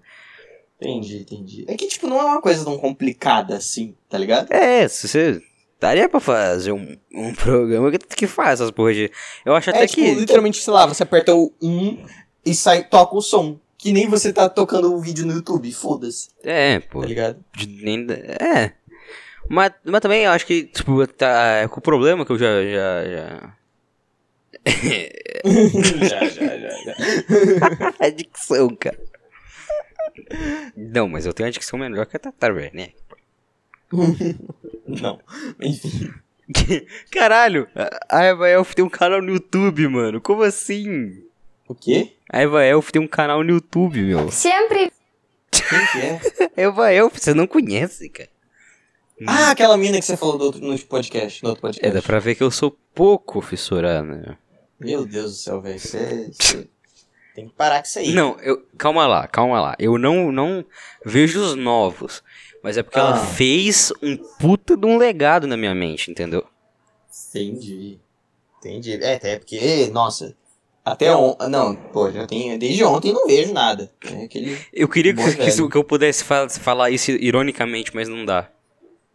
Entendi, entendi. É que, tipo, não é uma coisa tão complicada assim, tá ligado? É, se você daria pra fazer um, um programa que, que faz essas porra de... Eu acho até é, tipo, que... literalmente, sei lá, você aperta o 1 e sai, toca o som. Que nem você tá tocando o vídeo no YouTube, foda-se, É, pô. tá ligado? de- nem- É. Mas, mas também eu acho que, tipo, tá, o problema que eu já... já, já... já, já, já, já. A é dicção, cara. Não, mas eu tenho a dicção melhor que a né? Tata Werneck. Não. Enfim. Caralho, a- a Eva Elf tem um canal no YouTube, mano. Como assim? O quê? A Eva Elf tem um canal no YouTube, meu. Siempre Quem que é? Eva Elf, você não conhece, cara. ah, aquela mina que você falou do outro, no podcast. No outro É, podcast. dá pra ver que eu sou pouco fissurado, né? Meu Deus do céu, velho. Você. você Tem que parar com isso aí. Não, eu, calma lá, calma lá. Eu não, não vejo os novos. Mas é porque ela Ah. fez um puta de um legado na minha mente, entendeu? Entendi. Entendi. É, até porque, um nossa. Até ontem. Não, pô, já tem. Desde ontem não vejo nada. É aquele. Eu queria Boa, que, que isso- velho. que eu pudesse fa- falar isso ironicamente, mas não dá.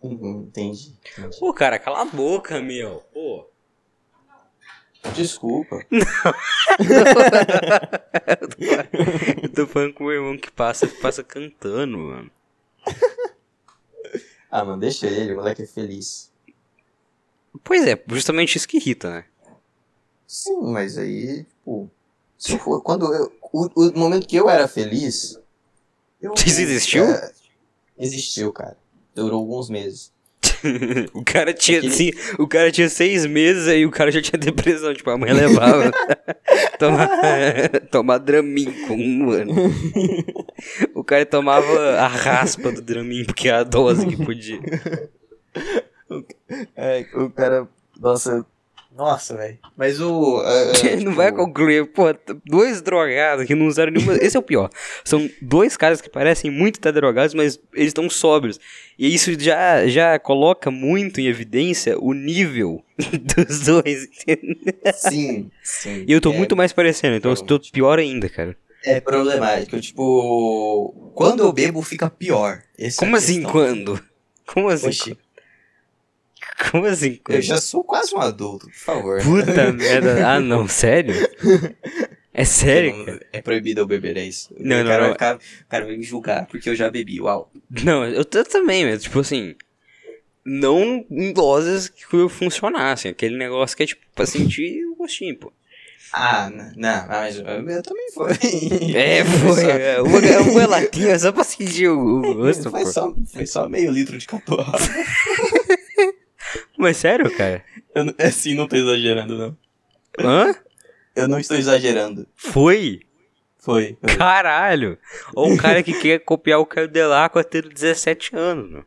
Uhum, entendi. entendi. Pô, cara, cala a boca, meu. Pô. Desculpa. Eu tô falando com o meu irmão que passa, que passa cantando, mano. Ah, mano, deixa ele, o moleque é feliz. Pois é, justamente isso que irrita, né? Sim, mas aí, tipo. Se for, quando eu. O, o momento que eu era feliz. Eu, Isso existiu? É, existiu, cara. Durou alguns meses. o cara tinha, Aquele- assim, o cara tinha seis meses aí o cara já tinha depressão, tipo, a mãe levava. tomar, tomar Dramin com um ano. o cara tomava a raspa do Dramin, porque era a dose que podia. É, o cara. Nossa. Nossa, velho. Mas o. é, é, Não vai tipo, concluir, pô, t- dois drogados que não usaram nenhuma. Esse é o pior. São dois caras que parecem muito estar drogados, mas eles estão sóbrios. E isso já, já coloca muito em evidência o nível dos dois. entendeu? Sim, sim. E eu tô É, muito mais parecendo, então eu tô pior ainda, cara. É problemático. Tipo, quando eu bebo fica pior. Essa é Como a assim questão. quando? Como assim? Oxi, Como assim é, eu quando? já sou quase um adulto, por favor. Puta merda. Ah, não, sério? É sério? cara? Não- É proibido eu beber, é isso. Não, o não, cara não. Vai ficar, o cara vai me julgar, porque eu já bebi, uau. Não, eu, t- eu também, mas tipo assim. Não em doses que funcionassem. Aquele negócio que é tipo pra sentir o gostinho, pô. Ah, n- não, mas eu, eu também fui. É, Foi só- foi. é, Uma, é uma latinha só pra sentir o, o gosto, foi, pô. só, foi só meio litro de catorra. Mas sério, cara? Eu não- Assim, não tô exagerando, não. Hã? Eu não estou exagerando. Foi? Foi. foi. Caralho! Ou um cara que quer copiar o Caio Delacqua tendo 17 anos, mano.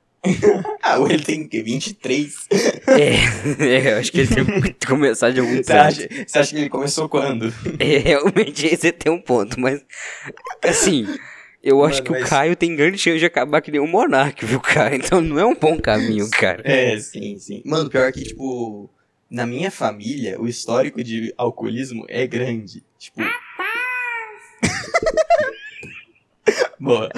Ah, ele tem o quê? 23? É, Tá, é, eu acho que ele tem que começar de algum Você ponto. acha, você acha que ele começou quando? É, realmente, aí você tem um ponto, mas. Assim, eu acho Mano, que o mas- Caio tem grande chance de acabar que nem um monarca, viu, cara? Então não é um bom caminho, cara. É, sim, sim. Mano, pior que, tipo, na minha família, o histórico de alcoolismo é grande. Tipo. Boa.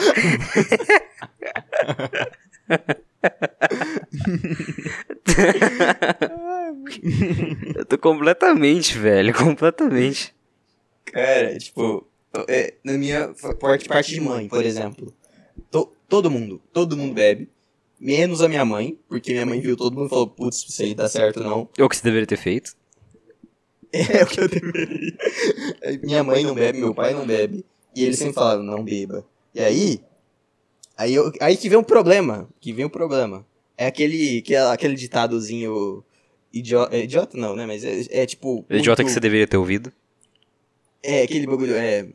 Eu tô completamente, velho, completamente. Cara, tipo, é, na minha fa- parte, parte de mãe, por exemplo. to- todo mundo, todo mundo bebe. Menos a minha mãe, porque minha mãe viu todo mundo e falou, putz, isso aí dá certo não. É o que você deveria ter feito. É o que eu deveria. Aí Minha mãe não bebe, meu pai não bebe. E eles sempre falaram, não beba. E aí. Aí, eu- aí que vem um problema. Que vem um problema. É aquele, que é aquele ditadozinho. Idiota, idiota não, né? Mas é, é tipo. Idiota que muito- você deveria ter ouvido. É aquele bagulho. É.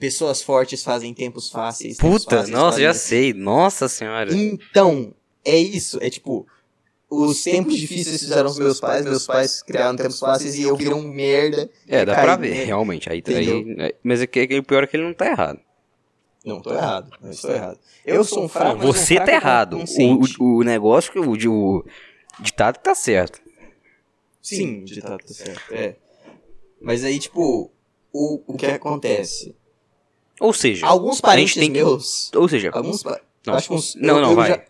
Pessoas fortes fazem tempos fáceis. tempos Puta, fáceis nossa, fazem já sei. Nossa senhora. Então, é isso. É tipo, os tempos difíceis fizeram os meus pais, meus pais criaram tempos fáceis e eu virei um merda. É, dá Aí, pra né? ver, realmente. Aí, Entendeu? aí, mas é que, é que o pior é que ele não tá errado. Não, tô errado. Não estou errado. Eu sou um fraco. mas um Você fraco tá errado. consciente. O, o, o negócio, que o, de- o ditado tá certo. Sim, de tá, tá certo. É. Mas aí, tipo, o, o que acontece? Ou seja, Alguns a gente parentes tem que- meus. ou seja, Alguns pa- Não. acho que uns- Não, eu- não, eu vai. já-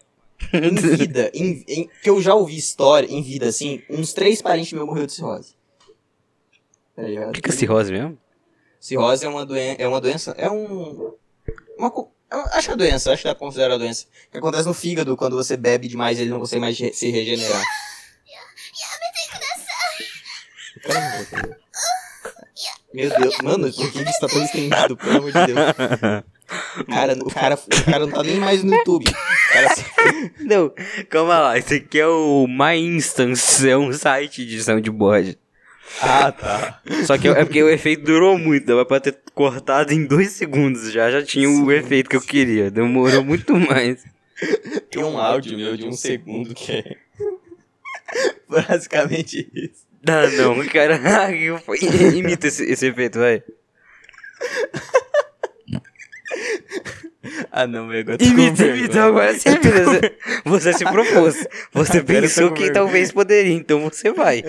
em vida, em, em- que eu já ouvi história, em vida, assim, uns três parentes meus morreram de cirrose. Tá ligado? O que, que é cirrose mesmo? Cirrose é uma, doen é uma doença. É um. Uma, co- é uma- acho que é doença, acho que é considerada doença. Que acontece no fígado, quando você bebe demais ele não consegue mais re- se regenerar. Caramba, cara. Meu Deus, mano, por que que isso tá tão estendido? Pelo amor de Deus. Cara, o cara, o cara não tá nem mais no YouTube. O cara se- Não, calma lá. Esse aqui é o My Instance, é um site de soundboard. Ah, tá. Só que é porque o efeito durou muito, dava pra ter cortado em dois segundos já, já tinha o efeito que eu queria. Demorou muito mais. Tem um áudio meu de um segundo que é. Basicamente isso. Ah, não, cara. Imita esse, esse efeito, vai. Ah, não, meu, agora eu tô com Imita, vergonha. imita, agora você imita. Você- Você se propôs. Então. Agora Você eu tô pensou com que vergonha. talvez poderia, então você vai.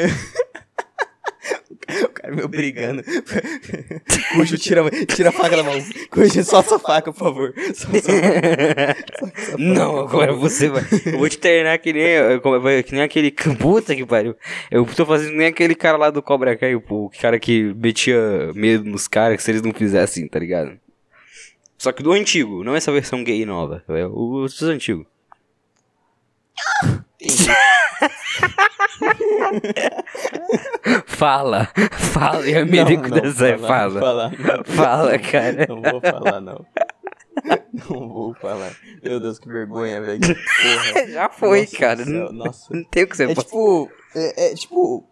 O cara me obrigando. Cujo, tira, tira a faca da mão. Cujo, solta a faca, por favor. Solta a faca. Não, agora você vai. Eu vou te internar que nem, como é- que nem aquele. Puta que pariu. Eu tô fazendo que nem aquele cara lá do Cobra Kai, o- o cara que metia medo nos caras que se eles não fizessem, tá ligado? Só que do antigo, não essa versão gay nova. É o dos antigos. fala, fala, e a Não, Merico não, falar, dessa fala. falar, não. Fala, cara. Não vou falar, não. Não vou falar. Meu Deus, que vergonha, velho. Que Porra. Já foi, Nossa do cara. céu, Não, Nossa. não tem o que você É fazer. tipo, é, é tipo,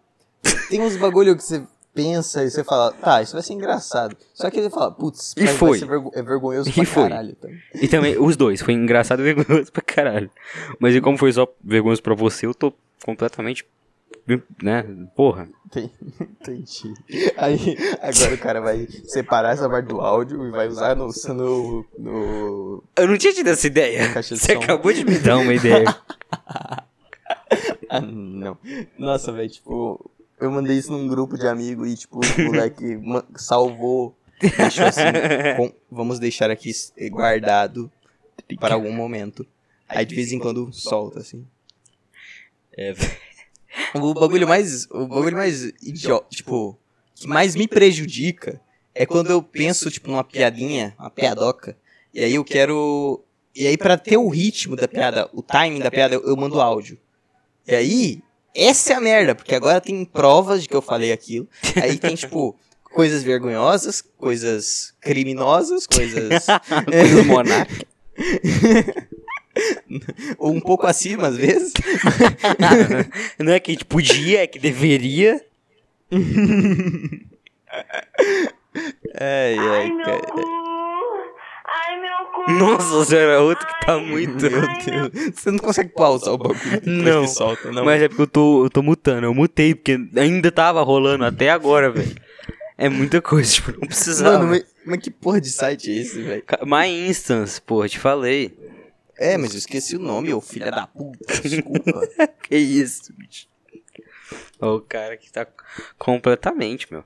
tem uns bagulho que você pensa e você fala, tá, isso vai ser engraçado. Só que ele fala, putz, E mas vai foi. ser vergo- é vergonhoso E pra foi. caralho. tá? também. E também, os dois. Foi engraçado e vergonhoso pra caralho. Mas e como foi só vergonhoso pra você, eu tô completamente. Né? Porra. Tem- Entendi. Aí, agora o cara vai separar essa parte do áudio e vai usar no, no, no Eu não tinha tido essa ideia. caixa de Você som. acabou de me dar uma ideia. Ah, não. Nossa, velho, tipo, eu mandei isso num grupo de amigo e, tipo, o moleque ma- salvou. Deixou assim, com- vamos deixar aqui s- guardado para algum momento. Aí de vez em quando solta, assim. É. O bagulho mais. O bagulho mais idiota. Tipo, que mais me prejudica é quando eu penso, tipo, numa piadinha, uma piadoca. E aí eu quero. E aí, pra ter o ritmo da piada, o timing da piada, eu, eu mando áudio. E aí, essa é a merda, porque agora tem provas de que eu falei aquilo. Aí tem, tipo, coisas vergonhosas, coisas criminosas, coisas. Coisa monarca. ou um pouco acima, às vezes. Não é que a gente podia, é que deveria. Ai, ai, cara. Ai, meu cu. Nossa senhora, outro que tá muito. Meu Deus. Você não consegue pausar o bagulho depois Não. que solta, não. Mas é porque eu tô, eu tô mutando. Eu mutei, porque ainda tava rolando até agora, velho. É muita coisa, tipo, não precisava. Mano, mas, ah, mas que porra de site é esse, velho? Ca- My Instance, pô, te falei. É, mas eu esqueci o nome, ô filha da puta. Desculpa. Que isso, bicho. O cara que tá completamente, meu.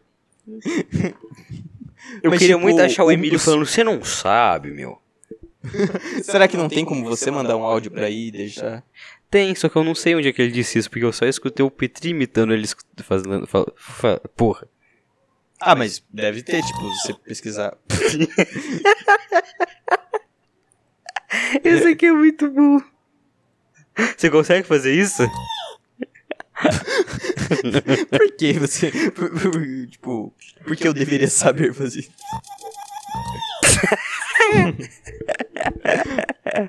Eu Mas, queria tipo, muito achar o o- Emílio os- falando, você não sabe, meu. Será que não tem como você mandar um áudio pra aí e deixar? Tem, só que eu não sei onde é que ele disse isso, porque eu só escutei o Petri imitando ele escu- fazendo. fa- fa- porra. Ah, mas deve ter, tipo, você pesquisar. Esse aqui é muito bom. Você consegue fazer isso? Por que você. por- por- tipo, por que eu deveria saber fazer isso?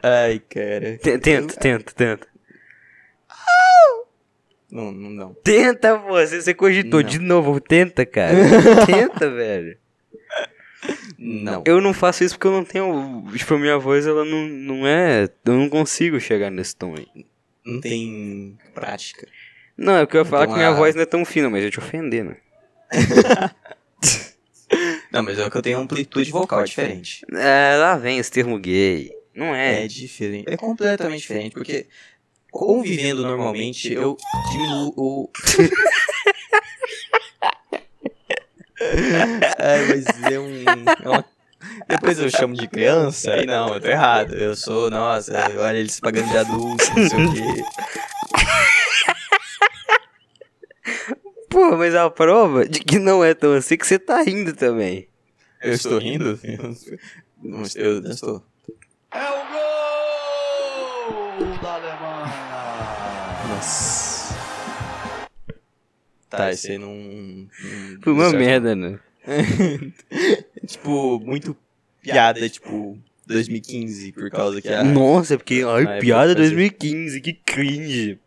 Ai, cara. Te- Tenta, tenta, tenta. Não, não, não. Tenta, pô, você, você cogitou Não. de novo. Tenta, cara. tenta, velho. Não. Eu não faço isso porque eu não tenho. Tipo, a minha voz, ela não, não é. Eu não consigo chegar nesse tom aí. Não tem prática. Não, é porque eu ia falar Então, que minha a- voz não é tão fina, mas eu ia te ofender, né? Não, mas é que eu tenho amplitude vocal diferente. É, lá vem esse termo gay. Não é. É diferente. É completamente diferente, porque convivendo normalmente, eu diminuo o. Ai, mas é um. é uma- Depois eu chamo de criança, aí não, eu tô errado. Eu sou, nossa, olha eles pagando de adulto, não sei o quê. Pô, mas a prova de que não é tão assim que você tá rindo também. Eu estou rindo? Não, eu não estou. É o gol da Alemanha! Nossa. Tá, esse aí não. não- Foi uma não- merda, né? Tipo, muito piada, tipo, 2015, por causa que é a. Nossa, é porque. Ai, Na época piada fazia- 2015, que cringe.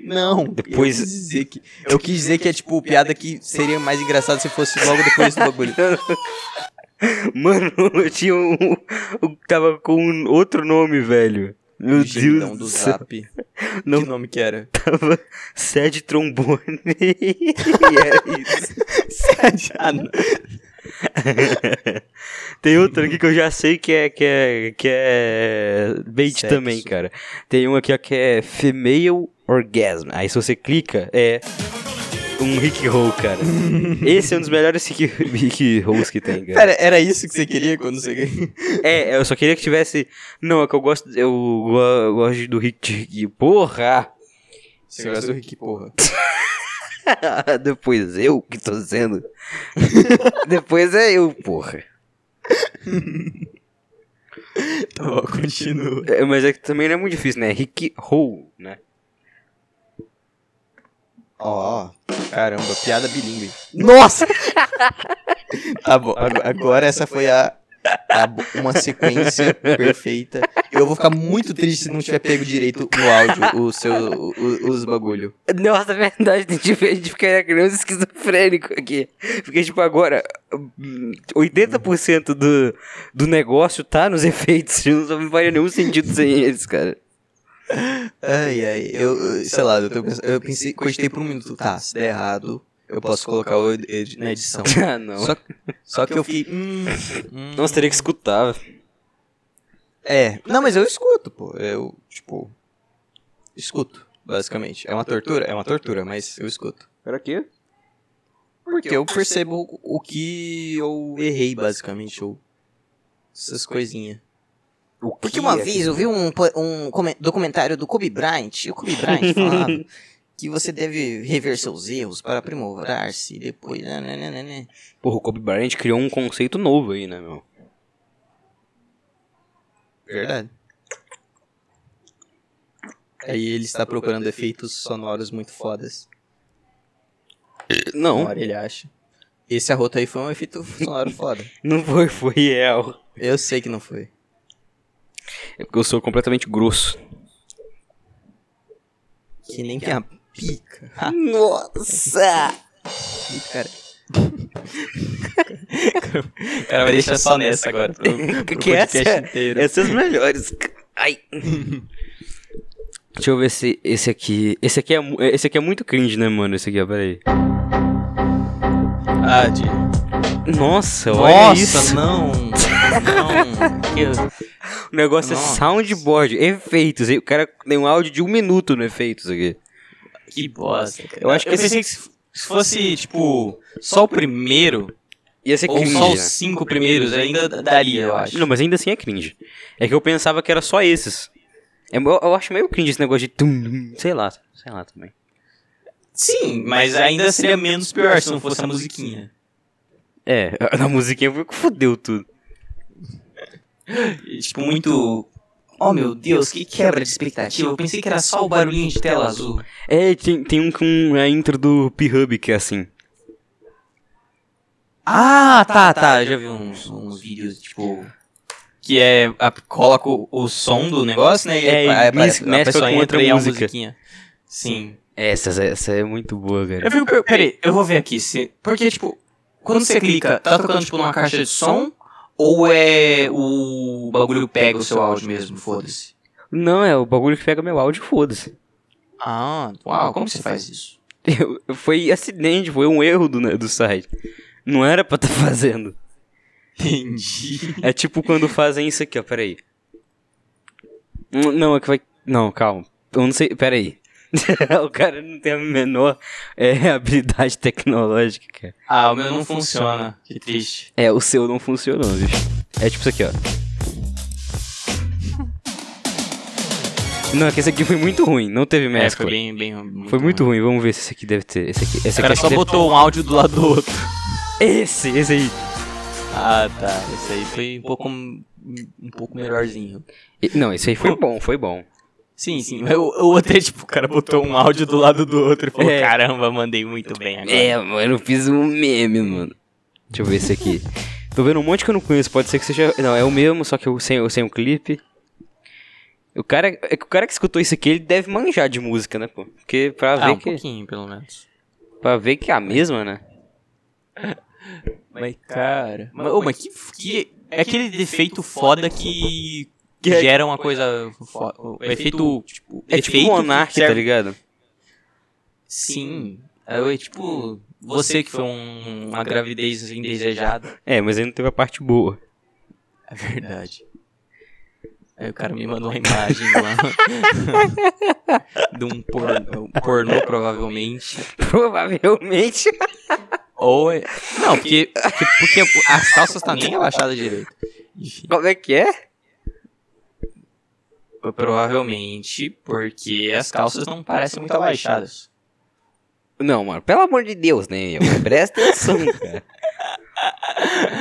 Não, Depois- Eu quis, dizer que, eu quis dizer que é, tipo, piada que seria mais engraçada se fosse logo depois do bagulho. Mano, eu tinha um. Eu tava com um outro nome, velho. Meu O gemidão então, Deus do do céu. Zap. Não. Que nome que era? Tava sede trombone. e era isso. ah, não. Tem outro aqui que eu já sei que é. Que é, que é bait Sexo. também, cara. Tem um aqui ó, que é Female Orgasm. Aí se você clica, é. Um Rick Roll, cara. Esse é um dos melhores Rick, Rick Rolls que tem, cara. Pera, era isso que você queria quando você. É, eu só queria que tivesse. Não, é que eu gosto. Eu, go- gosto do Rick. de- de- Porra! Você gosta do Rick, porra. Depois eu que tô sendo. Depois é eu, porra. Tá bom, continua. É, mas é que também não é muito difícil, né? Rick Roll, né? Ó, caramba, piada bilíngue. Nossa! tá bom, ago- agora essa foi a, a bo- uma sequência perfeita. Eu vou ficar muito triste se não tiver pego direito no áudio o seu, o- o- os bagulho. Nossa, é verdade, a gente, a gente ficaria criança esquizofrênico aqui. Porque, tipo, agora, hum, 80% do, do negócio tá nos efeitos. Não faria nenhum sentido sem eles, cara. Ai, ai, eu, eu- sei lá, eu, tô pens- eu pensei, cogitei por um minuto, tá, se der errado, eu posso colocar o ed- ed- na edição. Ah, não. Só, só que eu fiquei, hum, hum. Nossa, teria que escutar. É. Não, mas eu escuto, pô. Eu, tipo. Escuto, basicamente. É uma tortura? É uma tortura, mas eu escuto. Era quê? Porque eu percebo o que eu errei, basicamente. Ou essas coisinhas. é Porque uma vez eu vi um, po- um come- documentário do Kobe Bryant, e o Kobe Bryant falava que você deve rever seus erros para aprimorar-se e depois. né, né, né, né, né. Porra, o Kobe Bryant criou um conceito novo aí, né, meu? Verdade. Aí ele está procurando efeitos sonoros muito fodas. Na Não, hora ele acha. Esse arroto aí foi um efeito sonoro foda. não foi, foi real. Eu sei que não foi. É porque eu sou completamente grosso. Que nem que a pica. Ah, Nossa! cara. cara vai deixar só nessa agora. Pro, Que que é podcast essa? inteiro. Essas melhores. Ai. Deixa eu ver se esse aqui. Esse aqui é, mu- esse aqui é muito cringe, né, mano? Esse aqui, ó, peraí. Ah, de... Nossa, olha Nossa, isso. não. Não. O negócio é Nossa. soundboard, efeitos. E O cara tem um áudio de um minuto no efeitos aqui. Que, que bosta, cara. Eu acho que esse- pensei que se se fosse, tipo, só o primeiro, Ia ser ou cringe. só né? os cinco primeiros, ainda daria, eu acho. Não, mas ainda assim é cringe. É que eu pensava que era só esses. É, eu, eu acho meio cringe esse negócio de. tum, tum, sei lá, sei lá também. Sim, mas ainda seria menos pior se não fosse a musiquinha. É, a, a musiquinha foi o que fodeu tudo. E, tipo, muito Oh meu Deus, que quebra de expectativa. Eu pensei que era só o barulhinho de tela azul. É, tem, tem um com a intro do P-Hub que é assim. Ah, tá, tá. Eu já vi uns, uns vídeos, tipo. Que é. A, coloca o, o som do negócio, né? E É, e a, a, mis- a mescla pessoa com entra outra e é uma música. musiquinha. Sim. Essa, essa é muito boa, cara. Eu fico. per- Peraí, eu vou ver aqui. Se, porque, tipo, quando você clica, tá tocando, tipo, numa caixa de som? Ou é o bagulho pega o seu áudio mesmo? Foda-se. Não, é o bagulho que pega meu áudio, foda-se. Ah, uau, como você faz isso? Eu- eu- Foi acidente, foi um erro do, do site. Não era pra tá fazendo. Entendi. É tipo quando fazem isso aqui, ó, peraí. Hum, Não, é que vai. Não, calma. Eu não sei. Peraí. o cara não tem a menor é, habilidade tecnológica, cara. Ah, o meu não funciona. Que triste. É, o seu não funcionou, bicho. É tipo isso aqui, ó. Não, é que esse aqui foi muito ruim, não teve É, mescla. foi bem, bem. Muito Foi muito ruim, vamos ver se esse aqui deve ter. Esse aqui, esse O aqui cara acho só que deve- botou um áudio do lado do outro. Esse, esse aí. Ah, tá. Esse aí foi um pouco, um pouco melhorzinho. E- Não, esse aí foi bom, foi bom. Sim, sim. mas O, o outro é tipo, o cara botou um áudio do lado do outro e falou: É. caramba, mandei muito bem agora. É, mano, eu fiz um meme, mano. Deixa eu ver esse aqui. Tô vendo um monte que eu não conheço, pode ser que seja. Não, é o mesmo, só que eu sem, eu sem o clipe. O cara, é que o cara que escutou isso aqui, ele deve manjar de música, né, pô? Porque pra, Ah, ver, um que, pouquinho, pelo menos. pra ver que é a mesma, né? Mas, cara. Mas, ô, mas que, que. É aquele defeito foda que. gera uma coisa. Foda, o efeito. Tipo, É tipo o Monark, tá ligado? Sim. É tipo. Você que foi um- uma gravidez indesejada. É, mas aí não teve a parte boa. É verdade. Aí o cara me mandou uma imagem lá. de um pornô, pornô, provavelmente. Provavelmente. Ou. é- Não, porque, porque, porque as calças tá nem abaixada direito. Enfim, Como é que é? provavelmente porque as calças não parecem muito abaixadas. Não, mano, pelo amor de Deus, né? meu? Presta atenção, cara.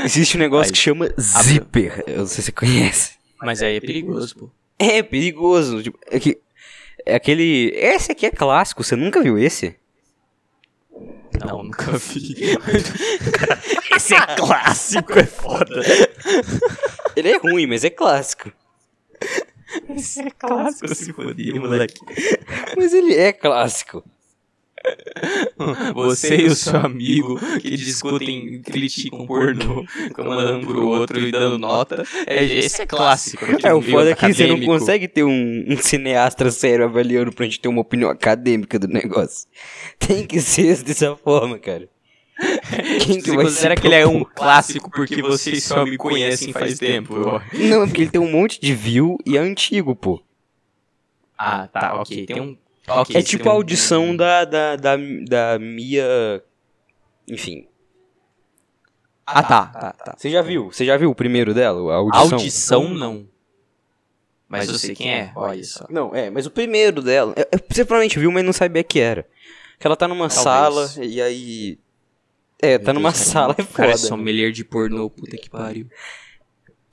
Existe um negócio que chama zíper. Eu não sei se você conhece. Mas aí é perigoso, pô. É perigoso. tipo, é que- é aquele. Esse aqui é clássico, você nunca viu esse? Não, nunca vi. Esse é clássico, é foda. Ele é ruim, mas é clássico. Esse é clássico, se foder, moleque. Mas ele é clássico. Você e o seu amigo que discutem, criticam pornô, mandando pro outro e dando nota. É, esse é clássico. aquele É, o meio foda é que você não acadêmico. consegue ter um, um cineastra sério avaliando pra gente ter uma opinião acadêmica do negócio. Tem que ser dessa forma, cara. Quem Você considera que ele é um clássico porque vocês só me conhecem faz tempo? ó. Não, é porque ele tem um monte de view e é antigo, pô. Ah, tá, ok. Tem um. ok, é você tipo tem a um- audição da, da, da, da Mia. Enfim. Ah, tá, tá, tá. Você já viu? Você já viu o primeiro dela? A audição? Audição não. Mas eu sei quem é, olha só. Não, é, mas o primeiro dela. é- é- Você provavelmente viu, mas não sabia que era. Que ela tá numa Talvez. sala e aí. É, tá numa sala, é Cara, é foda. sommelier de pornô, puta que pariu.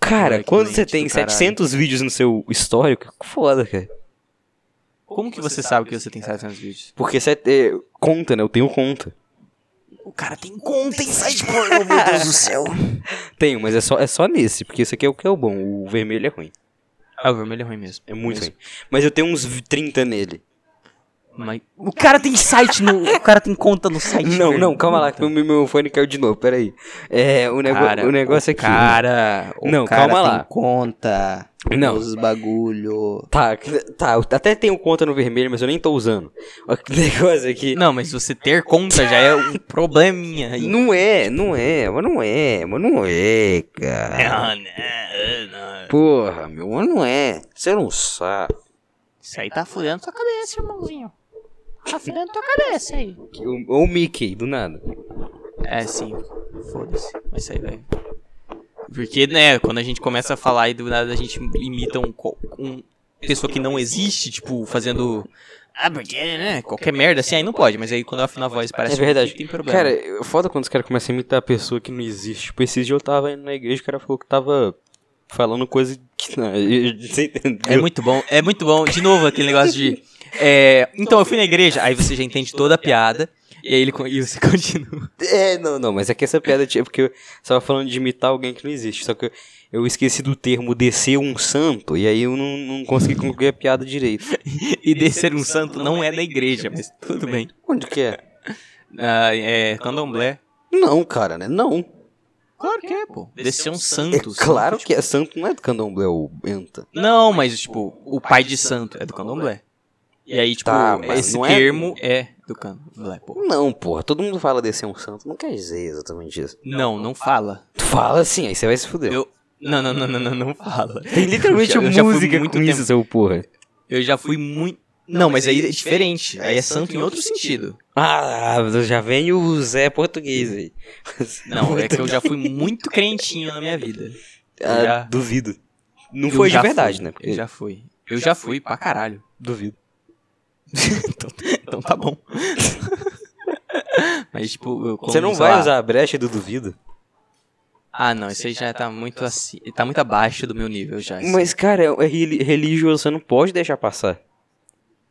Cara, Moleque quando você doente tem do caralho. 700 vídeos no seu histórico, é foda, cara. Como que você sabe que você tem 700 vídeos? Porque você é, conta, né? Eu tenho conta. O cara tem conta. conta, hein? hein? site pornô, meu Deus do céu. Tenho, mas é só, é só nesse, porque esse aqui é o que é o bom. O vermelho é ruim. Ah, o vermelho é ruim mesmo. É muito ruim. Mas eu tenho uns 30 nele. Mas... O cara tem site no. O cara tem conta no site. Não, não, calma lá, que o meu meu fone caiu de novo, peraí. É, o, nego Cara, o negócio é aqui. Cara, o Não, cara calma tem lá. conta. Não. Os bagulho. Tá, tá, eu até tenho conta no vermelho, mas eu nem tô usando. O negócio aqui. Não, mas você ter conta já é um probleminha aí. Não é, não é, mas não é, mas não é, cara. né? Não. Porra, meu, mas não é. Você não sabe. Isso aí tá furando sua cabeça, irmãozinho. Tá furando tua cabeça aí. Ou o Mickey, do nada. É, sim. Foda-se. Mas isso aí, velho. Porque, né, quando a gente começa a falar e do nada a gente imita um, co- um pessoa que não existe, tipo, fazendo. Ah, porque, né? Qualquer merda assim, aí não pode, mas aí quando afina a voz parece É verdade. que tem problema. Cara, eu- foda quando os caras começam a imitar a pessoa que não existe. Tipo, esses dias eu tava indo na igreja e o cara falou que tava falando coisa que. Não, eu- você É entendeu? muito bom, é muito bom. De novo, aquele negócio de. é, então, eu fui na igreja, aí você já entende toda a piada, e aí ele, con- e você continua. É, não, não, mas é que essa piada tinha. Porque eu estava falando de imitar alguém que não existe. Só que eu, eu esqueci do termo descer um santo. E aí eu não, não consegui concluir a piada direito. E descer um santo não é na igreja, mas tudo bem. Onde que é? Ah, é, candomblé. Não, cara, né? Não. Claro que é, pô. Descer um É santo. tipo claro santo, que é. Santo não é do candomblé ou enta. tipo- Não, mas, tipo, o pai de santo é do candomblé. E aí, tipo, Tá, mas esse não é- termo é do candomblé, pô. Não, porra. Todo mundo fala descer um santo. Não quer dizer exatamente isso. Não, não fala. Tu fala assim, aí você vai se fuder. Eu- Não, não, não, não, não, não fala. Tem literalmente Eu já- eu já fui música muito com tempo- isso, seu porra. Eu já fui muito. Não, mas aí é diferente. Aí é santo em outro sentido. Ah, já vem o Zé português aí. Não, é que eu já fui muito crentinho na minha vida. Ah, Já. duvido. Não Eu foi de já verdade, fui. né? Eu já fui. Eu já fui pra caralho. duvido. Então tá bom. Mas, tipo, eu, como, Você não sei vai lá- usar a brecha do duvido? Ah, não, isso aí já tá muito assim. Tá muito abaixo do meu nível já. assim. Mas, cara, é reli- religioso, você não pode deixar passar.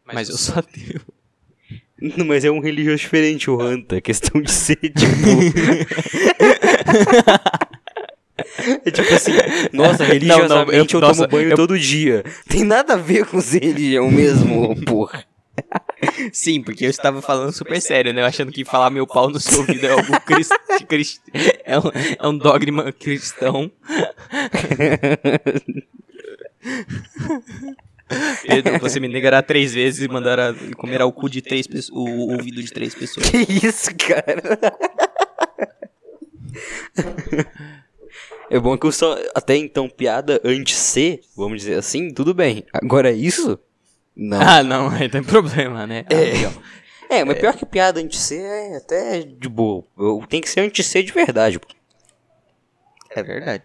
Mas eu sou ateu. Não, Mas é um religioso diferente, o Hanta. É questão de ser, tipo. É tipo assim, nossa, religiosamente Não, não, eu- eu, tomo nossa, banho eu- todo dia. Tem nada a ver com ser religião mesmo, ô porra. Sim, porque eu estava falando super sério, né? Eu Achando que falar meu pau no seu ouvido é algo crist... crist- é, um, é um dogma cristão. Pedro, você me negará três vezes e mandará comer o cu de três pessoas, o ouvido de três pessoas. Que isso, cara? É bom que eu só. Até então, piada anti-C, vamos dizer assim, tudo bem. Agora isso? Não. Ah, não, aí tem problema, né? É. É, mas pior que piada anti-C é até de boa. Eu- Tem que ser anti-C de verdade. pô. É verdade.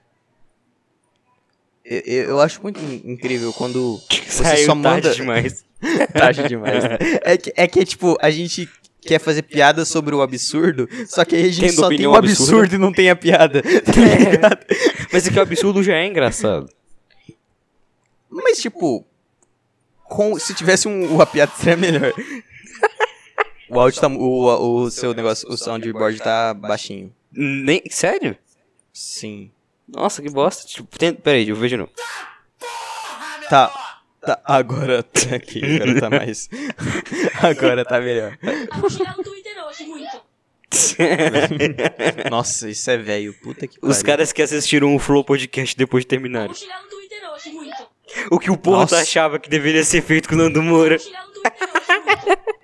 Eu, eu- eu acho muito in- incrível quando você Saiu só tarde manda. demais. Tarde demais. É que, é que, tipo, a gente quer fazer piada sobre o absurdo, só que aí a gente Tendo só tem opinião o um absurdo absurda. e não tem a piada. tá ligado? Mas é que o absurdo já é engraçado. Mas, tipo, com, se tivesse um, uma piada seria melhor. O áudio tá. O, o seu negócio, o soundboard tá baixinho. Nem... Sério? Sim. Nossa, que bosta. Tipo, tem... Peraí, eu vejo de novo. Tá. Tá, agora tá aqui, agora tá mais. Agora tá melhor. Vou tirar no Twitter hoje, muito. Nossa, isso é velho. Puta que Os pariu. caras que assistiram o Flow Podcast depois de terminaram. Vou tirar no Twitter hoje, muito. O que o Porto Nossa. achava que deveria ser feito com o Nando Moura. Vou tirar no Twitter hoje, muito.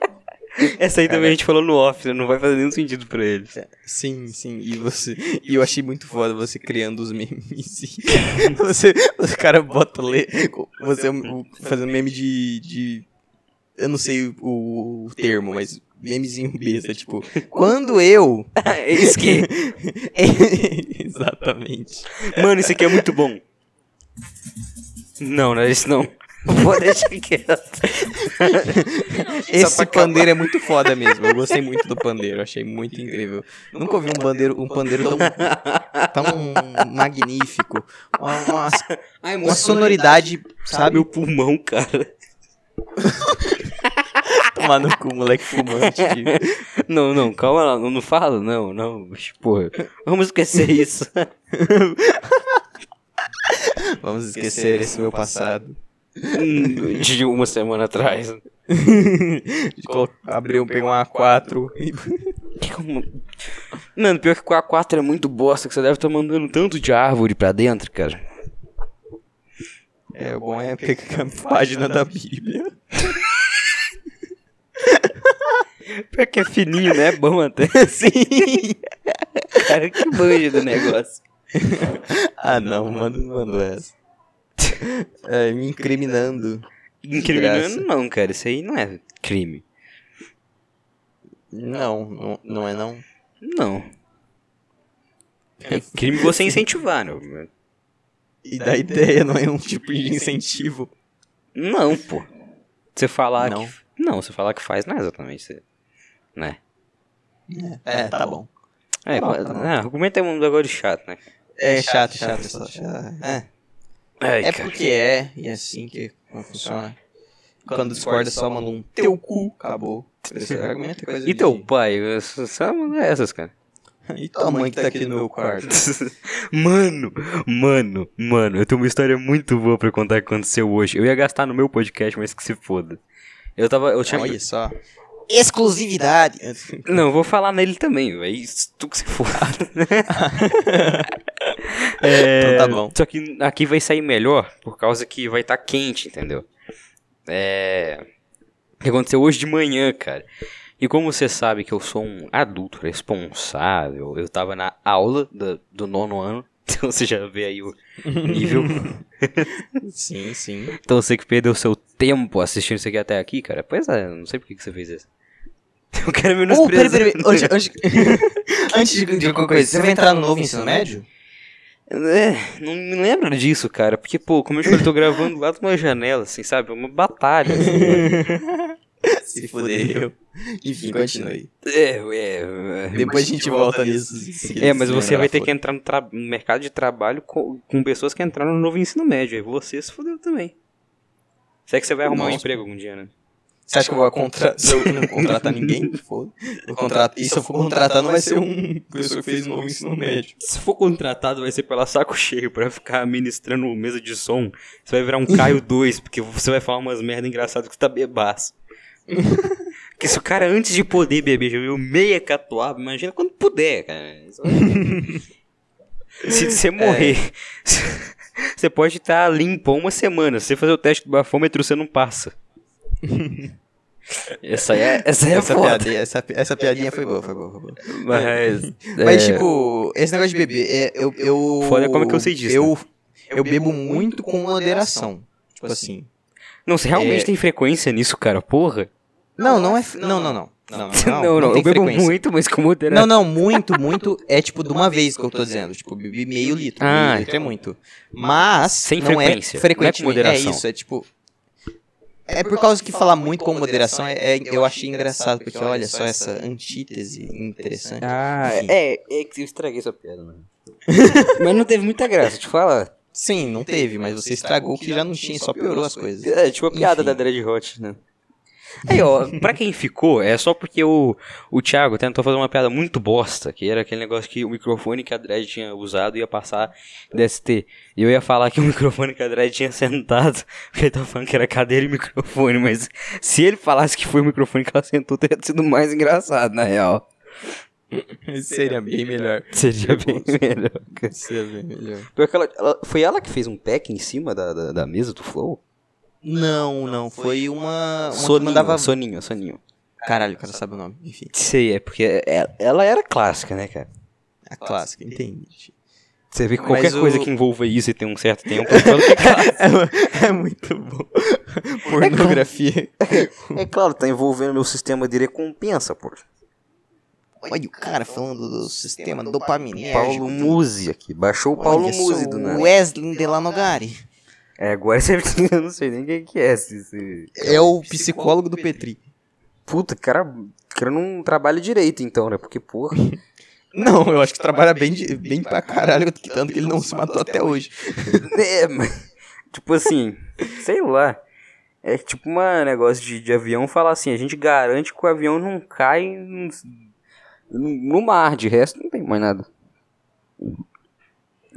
Essa aí também a gente falou no off, né? não vai fazer nenhum sentido pra eles. Sim, sim. E você. E eu achei muito foda você criando os memes. você, os cara bota le, você o- fazendo um meme de, de eu não sei o, o termo, mas memezinho besta, tipo, quando eu É, É Isso que... Exatamente. Mano, isso aqui é muito bom. Não, não é isso não. Vou deixar quieto. Esse pandeiro é muito foda mesmo. Eu gostei muito do pandeiro, achei muito incrível. Nunca ouvi um pandeiro, um pandeiro tão tão magnífico. Uma, uma, Ai, uma sonoridade, Sabe sabe? o pulmão, cara. Tomar no cu, moleque fumante. tio. Não, não, calma lá, não, não fala, não, não. mas, Porra, vamos esquecer isso. Vamos esquecer esse meu passado. Hum, De uma semana atrás. De colo- Abrir um, pegar um A4. e- Como- Mano, pior que com a 4 é muito bosta, que você deve estar mandando tanto de árvore pra dentro, cara. É, o bom é pegar a página da Bíblia. Pior que é fininho, né? É bom até. Sim. Cara, que banjo do negócio. Ah, não, manda, manda essa. É, me incriminando. Incriminando Graça. não, cara. Isso aí não é crime. Não, não, não é não. Não. É crime você incentivar, né? não. E da ideia não é um tipo de incentivo. Não, pô. Você falar Não. que... Não, você falar que faz não é exatamente isso. Né? É, tá bom. É, Tá bom, pô, tá bom. ah, argumento é um negócio chato, né? É chato, chato. chato, chato. É. Ai, É cara. porque é, e é assim que funciona. Quando discorda, só manda um teu cu, acabou. Esse argumento é coisa E de- teu pai? Só manda é essas, cara. E tua mãe que tá aqui no meu quarto. Mano, mano, mano, eu tenho uma história muito boa pra contar que aconteceu hoje. Eu ia gastar no meu podcast, mas que se foda. Eu tava. Eu tinha. Olha só. Exclusividade. Não, vou falar nele também, velho. Tu que se foda. É, Então tá bom. Só que aqui vai sair melhor, por causa que vai estar quente, entendeu? É. O que aconteceu hoje de manhã, cara? E como você sabe que eu sou um adulto responsável, eu tava na aula da- do, nono ano, então você já vê aí o nível. Sim, sim. então você que perdeu seu tempo assistindo isso aqui até aqui, cara, pois é, eu não sei por que que você fez isso. Eu quero Oh, peraí, menosprezar. peraí. peraí. Antes, antes- antes de, de qualquer coisa, você vai entrar no novo ensino médio? É, não me lembro disso, cara. Porque, pô, como eu já tô gravando lá de uma janela, assim, sabe? Uma batalha. Assim. Se fudeu. Enfim, continue. é, é, é. Depois a gente volta né? nisso. É, mas você vai ter que entrar no, tra- no mercado de trabalho com, com pessoas que entraram no novo ensino médio. Aí você se fudeu também. Será que você vai arrumar um Nossa. emprego algum dia, né? Você acha que eu vou contratar? Se eu não contratar ninguém, foda. Vou contratar- E se eu for contratar, não vai ser um É pessoa que fez novo ensino médio. Se for contratado, vai ser pela saco cheio pra ficar ministrando mesa de som. Você vai virar um Caio 2, porque você vai falar umas merda engraçadas que você tá bebaço. Porque se o cara, antes de poder beber, já viu meia catuaba, imagina quando puder, cara. Isso é- se você morrer, você pode estar limpo uma semana. Se você fazer o teste do bafômetro, você não passa. Essa é, essa é essa, foda. piadinha, essa, pi- essa piadinha foi boa, foi boa, foi boa. Mas, Mas, é, tipo, esse negócio de beber, é, eu, eu. Foda como é que eu sei disso, Eu, eu bebo muito com moderação. Tipo assim. não, você realmente é- tem frequência nisso, cara, porra. Não, não é. f- Não, não, não. Não, não, não, Não, não, tem eu bebo frequência. muito, mas com moderação. Não, não, muito, muito é tipo de uma vez que eu tô dizendo. Tipo, bebi meio litro. Ah, meio litro é muito. Mas. Sem não frequência, É não é com frequentemente. moderação. É isso, é tipo. É por causa que falar muito com moderação é, é- eu achei engraçado, porque olha só essa antítese interessante. Ah, Enfim. é, é que eu estraguei essa piada, mano. mas não teve muita graça, te falar. Sim, não teve, mas você estragou o que já não tinha, só piorou as coisas. É, tipo a piada Enfim. da Dread Hot, né? Aí, ó, pra quem ficou, é só porque o, o Thiago tentou fazer uma piada muito bosta, que era aquele negócio que o microfone que a Dread tinha usado ia passar DST. E eu ia falar que o microfone que a Dread tinha sentado, porque ele tava falando que era cadeira e microfone, mas se ele falasse que foi o microfone que ela sentou, teria sido mais engraçado, na real. Seria bem melhor. Seria bem melhor. Seria bem melhor. Pior que ela- ela- foi ela que fez um pack em cima da, da, da mesa do Flow? Não, não, foi uma. uma que Soninho, mandava. Soninho, Soninho. Caralho, o cara sabe o nome. Enfim, Sei, é porque ela, ela era clássica, né, cara? a clássica, entendi. Você vê que Mas qualquer o- coisa que envolva isso e tem um certo tempo. ela é clássica. É muito bom. É Pornografia. é claro, tá envolvendo meu sistema de recompensa, pô. Olha o cara falando do sistema dopaminérgico. Paulo Musi aqui. Baixou o Olha Paulo né? só, Musi do nada. Wesley Delanogari. É, agora você. Eu não sei nem quem que é esse. esse- É o psicólogo do Petri. Puta, cara. cara não trabalha direito então, né? Porque, porra. Não, eu acho que trabalha bem, de- bem pra caralho, tanto que ele não se matou até hoje. É, mas, tipo assim, sei lá. É tipo um negócio de, de avião falar assim, a gente garante que o avião não cai no, no mar, de resto não tem mais nada.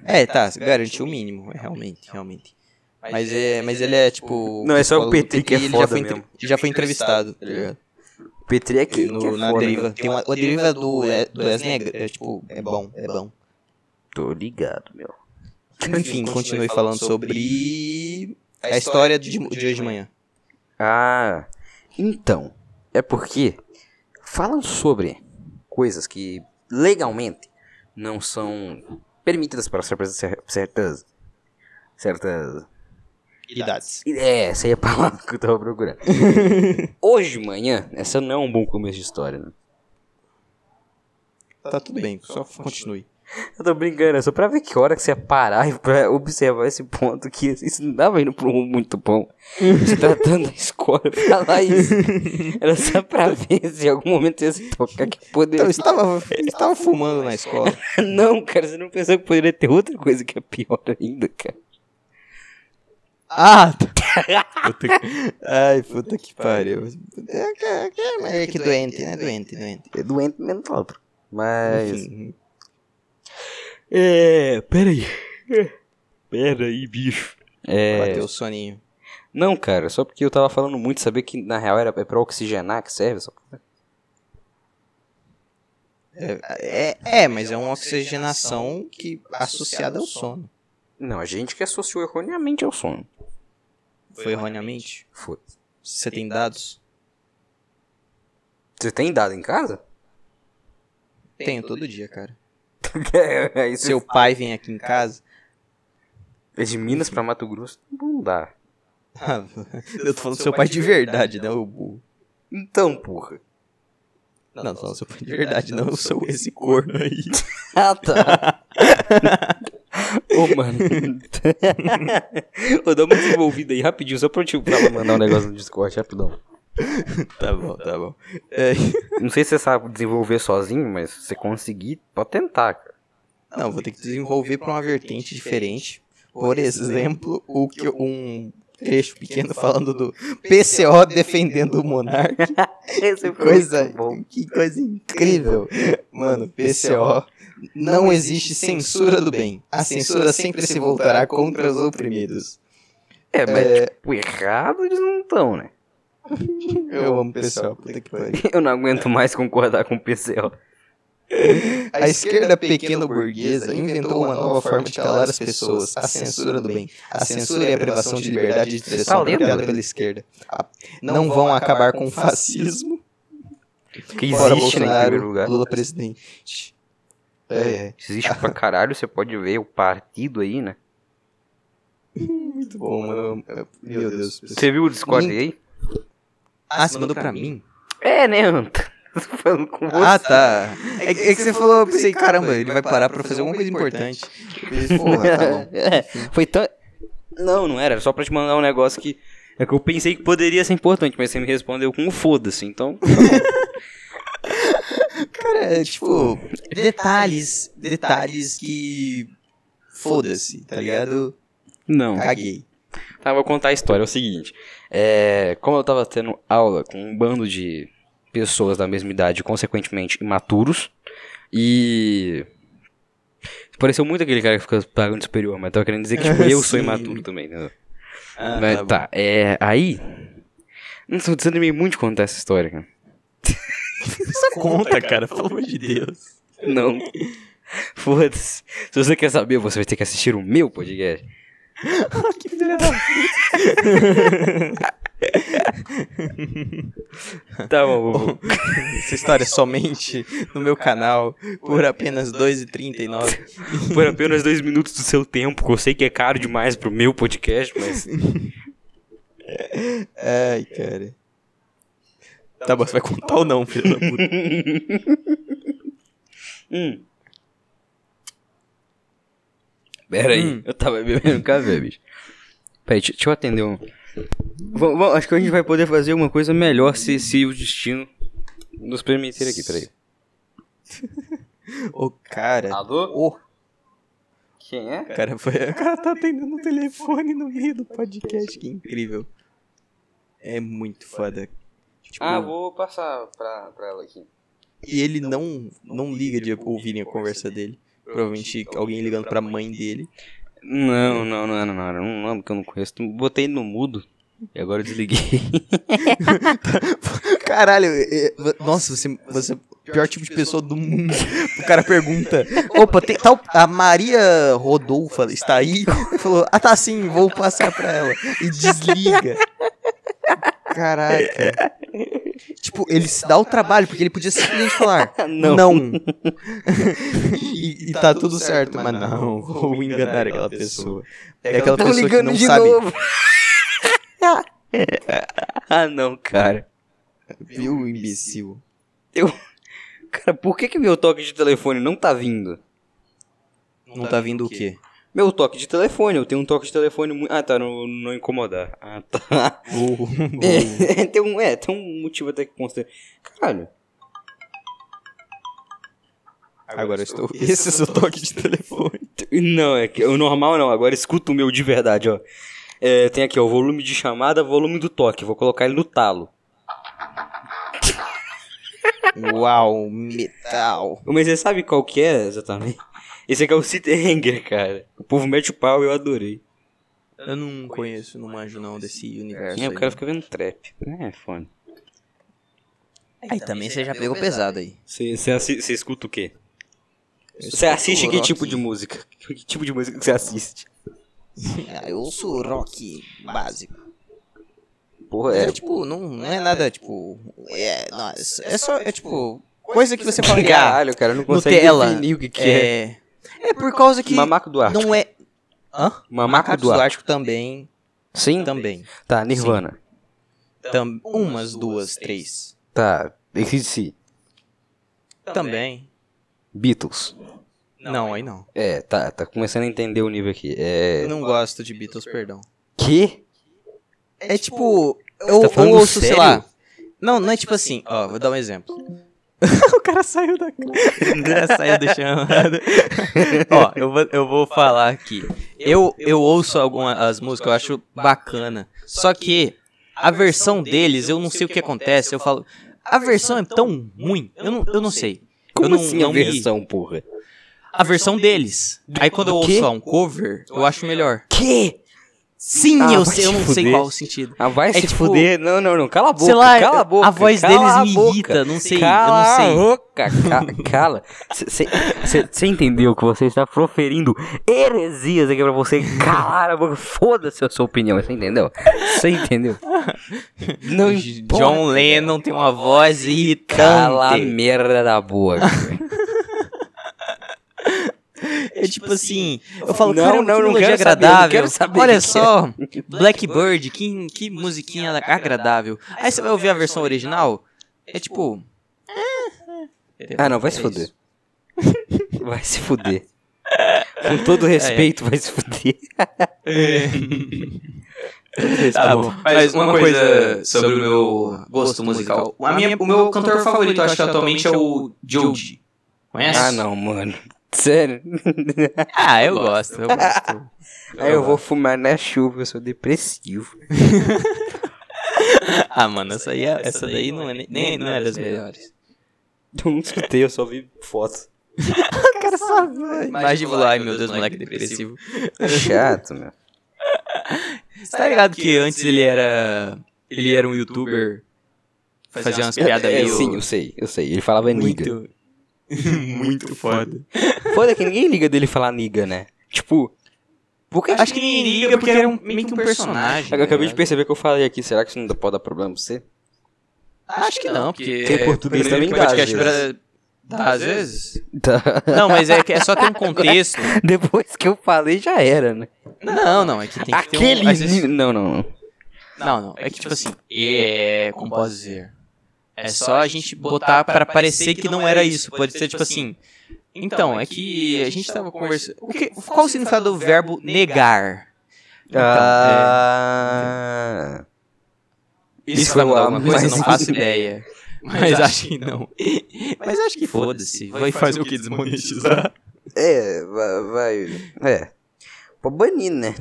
É, tá, garantiu o mínimo, é, realmente, realmente. Mas, é, mas ele é tipo. Não, é só o psicólogo do Petri que é ele foda já foi, entre- mesmo. já foi entrevistado, tá ligado? Petri é que, no- que é na foda. deriva. né? Tem uma, a deriva do, do Wesley é, é tipo, é bom, é bom. Tô ligado, meu. Enfim, continue falando sobre a história de, de hoje de manhã. Ah, então, é porque falam sobre coisas que legalmente não são permitidas para certas certas certas Tá, Idades. É, essa aí é a palavra que eu tava procurando. Hoje de manhã, essa não é um bom começo de história, né? Tá tudo bem, só continue. Eu tô brincando, é só pra ver que hora que você ia parar e pra observar esse ponto que isso não tava indo pra um rumo muito bom. tá Se tratando da escola, falar isso. Era só pra ver se em algum momento você ia se tocar que Então, eu poderia. estava, eu estava fumando na escola. Não, cara, você não pensou que poderia ter outra coisa que é pior ainda, cara. Ah! tá. Puta que- Ai, puta que pariu. É que, é que- é que doente, né? Doente, doente. É doente mental. Mas. Enfim, É. Peraí. Peraí, bicho. É. bateu o soninho. Não, cara, só porque eu tava falando muito, saber que na real era, é pra oxigenar que serve essa porra. É, é, mas é uma oxigenação que associada ao sono. Não, a gente que associou erroneamente ao sono. Foi erroneamente? Foi. Você tem dados? Você tem dado em casa? Tenho todo dia, cara. Aí você- Seu pai vem aqui em casa. É de Minas pra Mato Grosso? Não dá. Ah, eu tô falando seu pai de verdade, não o burro. Então, porra. Não, tô falando seu pai de verdade, não eu sou esse corno aí. Ah, tá. Ô, mano. Ô, dá uma desenvolvida aí rapidinho, só pra eu te pra ela mandar um negócio no Discord, rapidão. Tá bom, tá bom. É, Não sei se você sabe desenvolver sozinho, mas se você conseguir, pode tentar, cara. Não, vou ter que desenvolver pra uma vertente diferente. Por exemplo, o que eu- um trecho pequeno falando do PCO defendendo o Monark. Esse Que coisa, que coisa incrível. Mano, PCO, não existe censura do bem. A censura sempre se voltará contra os oprimidos. É, mas, tipo, errado eles não estão, né? Eu amo PCO, puta que pariu. Eu não aguento mais concordar com o PCO. A esquerda pequeno-burguesa inventou uma nova forma de calar as pessoas, a censura do bem. A censura e a privação de liberdade de Tá expressão lendo? praticada pela esquerda. A- Não vão acabar com o fascismo. Fora Que existe, né, em Bolsonaro, primeiro lugar. Lula presidente. É, é, Existe pra caralho, você pode ver o partido aí, né? muito bom, mano. Eu- eu- Meu Deus. Você viu o Discord aí? Ah, você mandou pra mim? É, né, Anta? Tô falando com você. Ah, tá. É, que- é que você falou, eu pensei, caramba, ele vai parar pra fazer alguma coisa importante. Eu pensei, Porra, tá bom. É, foi tão. Não, não era. Era só pra te mandar um negócio que. É que eu pensei que poderia ser importante, mas você me respondeu com um foda-se, então. Cara, é, tipo, detalhes, detalhes que... Foda-se, tá ligado? É, Não. Caguei. Tá, eu vou contar a história. É o seguinte. É, como eu tava tendo aula com um bando de pessoas da mesma idade, consequentemente imaturos, e. Pareceu muito aquele cara que fica pagando de superior, mas tava querendo dizer que tipo, eu sou É, Sim. imaturo também, entendeu? Ah, Mas bom. tá, é. Aí. Nossa, eu desanimei muito de contar essa história, cara. Conta, cara, pelo amor de Deus. Não. Foda-se. Se você quer saber, você vai ter que assistir o meu podcast. Ah, Tá bom, vovô. Essa história é somente no meu canal por apenas R$2,39. Por apenas dois minutos do seu tempo, que eu sei que é caro demais pro meu podcast, mas. Ai, cara. Tá bom, você vai contar ou não, filho da puta? Hum. Pera aí, eu tava bebendo um café, bicho. Pera aí, deixa deixa eu atender um. Vam- vam- acho que a gente vai poder fazer uma coisa melhor se, se o destino nos permitir aqui, peraí. Ô, cara. Alô? Ô, Quem é? o cara foi. O cara tá atendendo o telefone no meio do podcast, que incrível. É muito foda. Tipo, Ah, vou passar pra, pra ela aqui. E ele não, não liga de ouvirem a conversa dele. Provavelmente alguém ligando pra mãe dele. Não, não, é, não, não, não, não, não, porque eu não conheço. Botei no mudo e agora eu desliguei. Caralho, é, é, vo- nossa, você, você é o pior tipo de pessoa do mundo. O cara pergunta: Opa, tem tal. A Maria Rodolfa está aí? Ele falou: Ah, tá sim, vou passar pra ela. E desliga. Caraca. Tipo, ele se dá o trabalho, porque ele podia simplesmente falar: Ah, Não. e, e tá tudo certo, mas não, vou enganar aquela pessoa. É aquela Tão pessoa que ligando não de sabe. novo. ah, não, cara. Viu, imbecil? Cara, por que que meu toque de telefone não tá vindo? Não tá vindo o quê? Meu toque de telefone, eu tenho um toque de telefone muito... Ah, tá, não, não incomodar. Ah, tá. É, tem um, é, tem um motivo até que considera. Caralho. Agora eu estou. Esse é o seu toque de telefone. Não, é que o normal não, agora escuta o meu de verdade, ó. É, tem aqui, ó, o volume de chamada, volume do toque. Vou colocar ele no talo. Uau, metal. Mas você sabe qual que é exatamente? Esse aqui é o City Hanger, cara. O povo mete o pau e eu adorei. Eu não conheço, não manjo não desse universo. É, Aí, o cara fica vendo trap. É, fone. Aí também você já pegou pesado aí. Você você assi- você escuta o quê? Eu Você escuto assiste que rock. tipo de música? Que tipo de música que você assiste? Ah, Eu sou rock básico. Porra, É, tipo, não, não é nada, tipo. É, nossa, é só, é tipo. Coisa que você fala que, ah, Caralho, cara, eu não consegue Nutella, definir o que, que é. é. É por causa que. Mamaco do Ártico. Não é. Hã? Mamaco Macacos do do Ártico. Ártico também. Sim? Também. Tá, Nirvana. Tam- umas, duas, três. Tá, ACDC. Também. Beatles. Não, aí não. É, tá, tá começando a entender o nível aqui. É. Não gosto de Beatles, perdão. Que? É tipo. Eu, tá falando eu ouço, sério? sei lá. Não, não é tipo assim, ó, vou dar um exemplo. o cara saiu da. o cara saiu do chamado. ó, eu vou, eu vou falar aqui. Eu, eu ouço algumas músicas, eu acho bacana. Só que a versão deles, eu não sei o que acontece. Eu falo. A versão é tão ruim, eu não, eu não sei. Como eu não, assim não a me- versão, porra? a versão deles. Aí quando eu quê? ouço lá um cover, eu acho melhor. Que? Sim, Ah, eu, vai sei, eu te não sei fuder. qual o sentido. Ah, vai É se tipo- fuder. Não, não, não. Cala a boca. Sei lá, cala a boca. a voz cala deles a me boca. irrita, não sei, eu não Cala sei. a boca. ca- cala. Você entendeu que você está proferindo heresias aqui pra você calar a boca. Foda-se a sua opinião. Você entendeu? Você entendeu? Não importa. John Lennon tem uma voz Cala a irritante. merda da boca. É tipo assim, eu falo, Não, cara, não, que não melodia quero saber, agradável. não quero saber o Olha que só, Blackbird, que, que é. musiquinha agradável. Aí você vai ouvir a versão original, é tipo... Ah, não. Vai se fuder. Vai se fuder. Com É, todo respeito, vai se fuder. Tá bom. Mas uma coisa sobre o meu gosto musical. A minha, o meu cantor favorito, eu acho que atualmente é o Jody. Conhece? Ah, não, mano. Sério. Ah, eu gosto, eu gosto. Aí eu vou fumar na chuva, eu sou depressivo. Ah, mano, essa, aí é- essa daí não é, nem- nem, não é das melhores. Eu não escutei, eu só vi foto. Imagina, lá, ai meu Deus, moleque depressivo. é Chato, meu. Você tá ligado que antes ele era. Ele era um youtuber. Fazia umas piadas É, meio. sim, eu sei, eu sei. Ele falava niga. muito. muito foda. Foda que ninguém liga dele falar niga, né? Tipo, por que é. a Acho gente- que ninguém liga porque era um, meio que um personagem. Eu acabei de né? perceber que eu falei aqui, será que isso não pode dar problema pra você? Acho que não, porque. Tem português também primeiro dá, podcast às vezes. bra- dá, às vezes. Tá. Não, mas é, que é só ter um contexto. Depois que eu falei, já era, né? Não, não, é que tem que ter Aquele... um. às vezes- Não, não, não. Não, não, é que tipo assim. É. Como posso dizer? É só a gente botar pra parecer que não era isso. Pode ser tipo assim. Então, é que a gente tava conversando. O que, qual o significado do verbo negar? Então, ah... Isso vai mudar alguma Mas- coisa? Eu não faço ideia. Mas acho que não. Mas acho que foda-se. Vai fazer o que? Desmonetizar? É, vai... vai- É. Pra banir, né?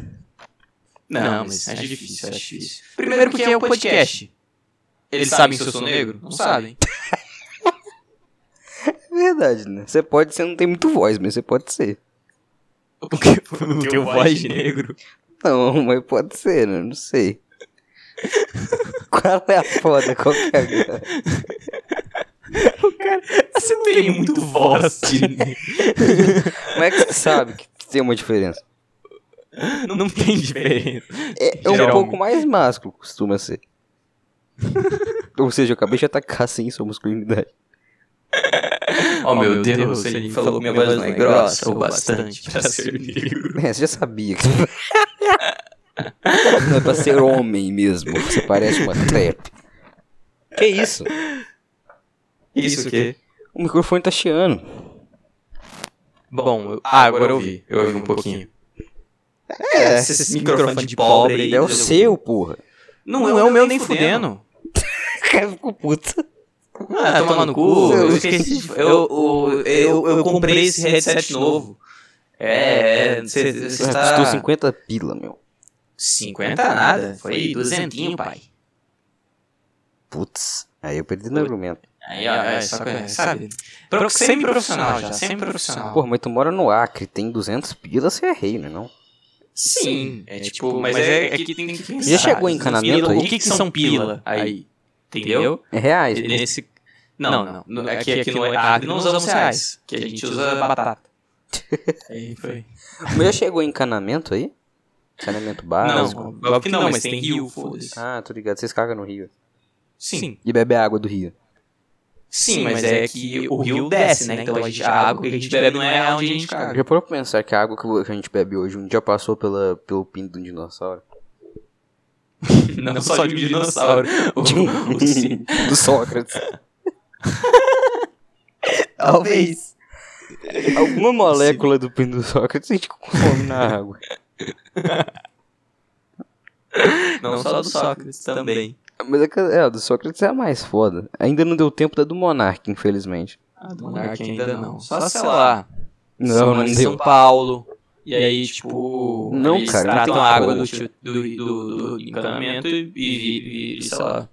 Não, mas acho difícil, acho difícil. Primeiro porque é um podcast. Eles sabem se eu sou negro? Não sabem. Verdade, né? Você pode, você não tem muito voz, mas você pode ser. Porque eu não tenho voz de negro. Não, mas pode ser, né? Não sei. Qual é a foda? Qual que é a... Você não tem muito voz de negro. Como é que você sabe que tem uma diferença? Não tem diferença. É, é um Geralmente. pouco mais másculo, costuma ser. Ou seja, eu acabei de atacar tá sim sua masculinidade. Oh meu Deus, ele falou que minha voz não é grossa o bastante pra ser negro. É, você já sabia que... Não é pra ser homem mesmo, você parece uma trap. Que isso? Isso que. O microfone tá chiando. Bom, eu- ah, agora eu ouvi. Eu ouvi um pouquinho. É, Esse microfone de pobre aí. é o seu, porra. Não, é o meu nem fudendo. O cara ficou puto. Ah, tomar no cu. Eu esqueci de. Eu, eu, eu, eu comprei esse headset novo. É, você tá Ah, Custou está. 50 pila, meu. 50 nada. Foi duzentinho, pai. Putz, aí eu perdi no argumento. Aí, ó, é, só que, sabe? Pro, semi-profissional já, semi-profissional. Pô, mas tu mora no Acre, tem 200 pilas, você é rei, né não? Sim, é tipo, mas é, é que tem que pensar. Já chegou em encanamento Pila, aí? O que que são pila? Aí, entendeu? É reais, né? Nesse... Não, não, não. Aqui, aqui no Acre não usamos reais, que a gente usa batata. Aí foi. Mas já chegou em encanamento aí? Encanamento básico? Não, óbvio que não, mas tem rio, foda-se. Ah, tô ligado, vocês cagam no rio. Sim. E bebe a água do rio. Sim, mas é que o rio desce, né? Então a, gente, a água que a gente bebe não é onde a gente caga. Ah, Já parou pra pensar que a água que a gente bebe hoje um dia passou pela, pelo pinto de um dinossauro? Não, só de um dinossauro. O- o- sim. Do Sócrates. Talvez. Alguma molécula do pinto do Sócrates a gente consome na água. Não só do Sócrates também. Mas é, que- é, a do Sócrates é a mais foda. Ainda não deu tempo da do Monark, infelizmente. Ah, do Monark Monark ainda não. Só, Só sei sei lá. Não, São- não São deu. Paulo. E aí, tipo, Não, eles cara, não tratam tem a água como. do, tio- do, do, do encanamento e, e, e- sei lá.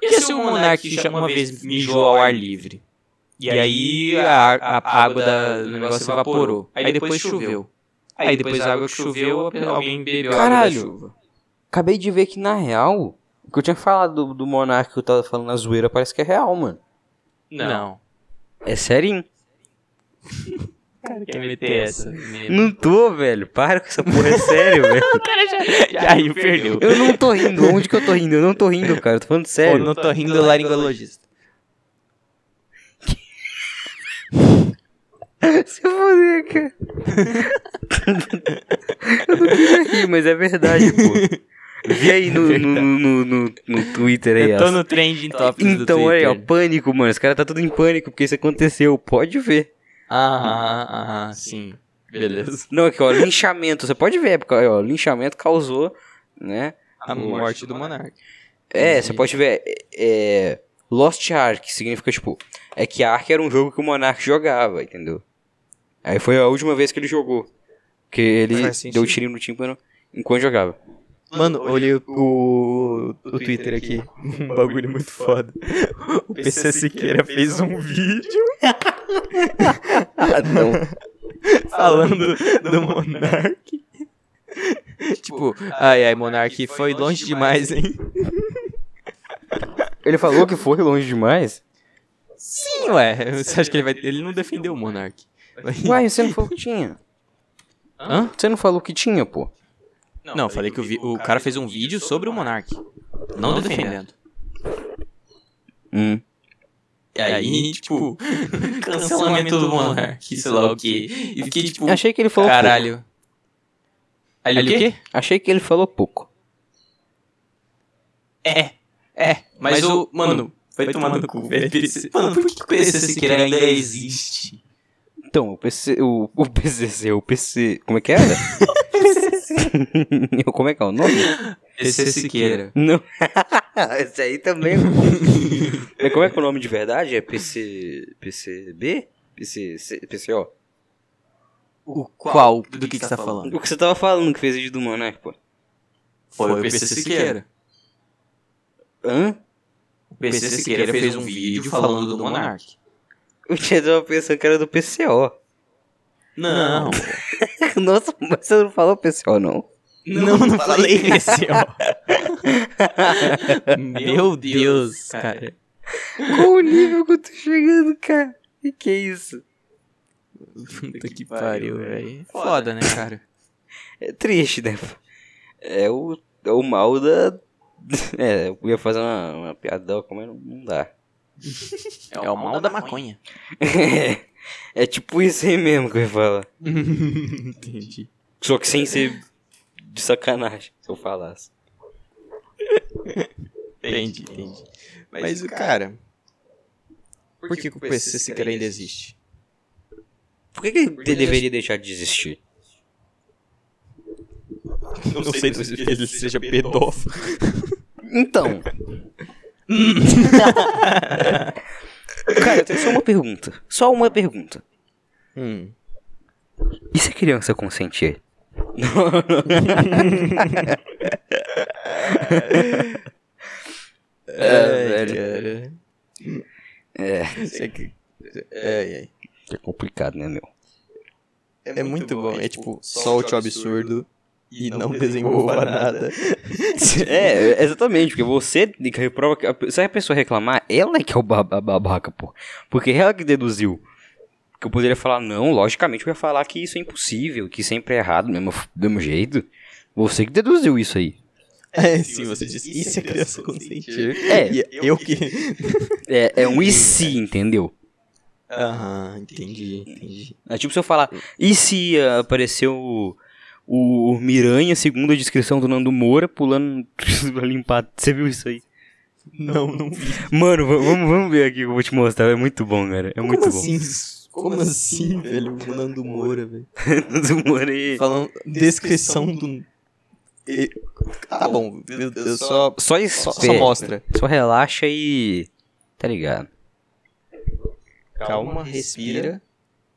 Porque se é o monarca já uma vez mijou ao ar livre, e aí ah, a, a- a água da- do negócio evaporou, aí depois choveu. Aí depois a água que choveu, alguém bebeu a água da Caralho. chuva. Acabei de ver que, na real, o que eu tinha falado do, do Monark que eu tava falando na zoeira parece que é real, mano. Não, É sério? quer meter essa. Não tô, velho. Para com essa porra, é sério, velho. Aí perdeu. Eu não tô rindo. Onde que eu tô rindo? Eu não tô rindo, cara. Eu tô falando É, Pô, sério. não tô rindo do laringologista. Se foder, cara. Eu não queria rir, mas é verdade, pô. Vi aí no, no, no, no, no Twitter aí, Eu tô ó. no trending topics do Então, olha aí, Twitter. ó, pânico, mano. Os caras tá tudo em pânico porque isso aconteceu. Pode ver. Aham, aham, Ah, sim. Beleza. Não, aqui, ó, linchamento. Você pode ver, porque, ó, linchamento causou, né? A morte do monarca. É, você pode ver. é, é, Lost Ark significa, tipo, é que Ark era um jogo que o Monark jogava, entendeu? Aí foi a última vez que ele jogou. Que ele Faz sentido. deu tiro no tímpano enquanto jogava. Mano, olhei o, o, o Twitter aqui. Um bagulho muito foda. O PC Siqueira fez um vídeo Ah, não. falando do Monark. Tipo, ai, ai, Monark foi longe demais, hein? Ele falou que foi longe demais? Sim, ué. Você acha que ele vai. Ele não defendeu o Monark. Uai, você não falou que tinha. Hã? Você não falou que tinha, pô. Não, falei que o, vi- o cara fez um vídeo sobre o Monark. Não defendendo. Hum. E aí, tipo, cancelamento do Monark, sei lá o quê. E fiquei tipo, Achei que ele falou caralho. Ali o quê? pouco. Achei que ele falou pouco. É, é. Mas o. Mano, vai tomar no cu, velho. Mano, por que o PC Siqueira ainda existe? Então, o PC. O, o PCC, o PC. Como é que era? como é que é o nome? PC Siqueira. Não. Esse aí também. um é, como é que é o nome de verdade? É PC. PCB? PC, PCO? O qual? Do que, que você tá falando? O que você tava falando que fez vídeo do Monark, pô? Foi o PC Siqueira. Hã? O PC Siqueira fez um vídeo falando do Monark. Eu tinha tava pensando que era do PCO. Não, Nossa, mas você não falou PCO, não? não, não falei PC, ó. Meu Deus, cara. Qual o nível que eu tô chegando, cara? Que que é isso? Puta que pariu, velho. Foda, né, cara? É triste, né? É o, é o mal da. É, eu ia fazer uma, uma piadão, como é, não dá. É o mal da maconha. é tipo isso aí mesmo que eu ia falar. Entendi. Só que sem ser de sacanagem, se eu falasse. Entendi, entendi. Mas, cara, tipo, por que, que o PC Siqueira ainda existe? Por que, que ele deveria deixar de existir? Não sei se ele seja pedófilo. Então. Cara, eu tenho só uma pergunta. Só uma pergunta. Hum. E se a criança consentir? É, velho. cara. É. Isso aqui- Ai, ai. É complicado, né, meu? É muito bom. É tipo, solte o absurdo e não desenvolva nada. É, exatamente, porque você que reprova. que a pe- Se a pessoa reclamar, ela é que é o ba- ba- babaca, pô. Porque ela que deduziu. Que eu poderia falar, não, logicamente eu ia falar que isso é impossível, que sempre é errado, do mesmo, do mesmo jeito. Você que deduziu isso aí. É, sim, você disse. E se a criança consentir? É. E eu que. É, é um e se, entendeu? Aham, entendi, entendi. É tipo se eu falar, e se ah, apareceu o, o Miranha, segundo a descrição do Nando Moura, pulando pra limpar. Você viu isso aí? Não, não vi. Mano, va- vamos, vamos ver aqui que eu vou te mostrar. É muito bom, cara. É muito Como bom. assim? Como assim, velho? assim? O Nando Moura, velho. Nando Moura aí. Falando. Descrição do. E- Tá bom, eu, eu só. Só Só, espera. só mostra. Só relaxa e. Tá ligado? Calma, respira.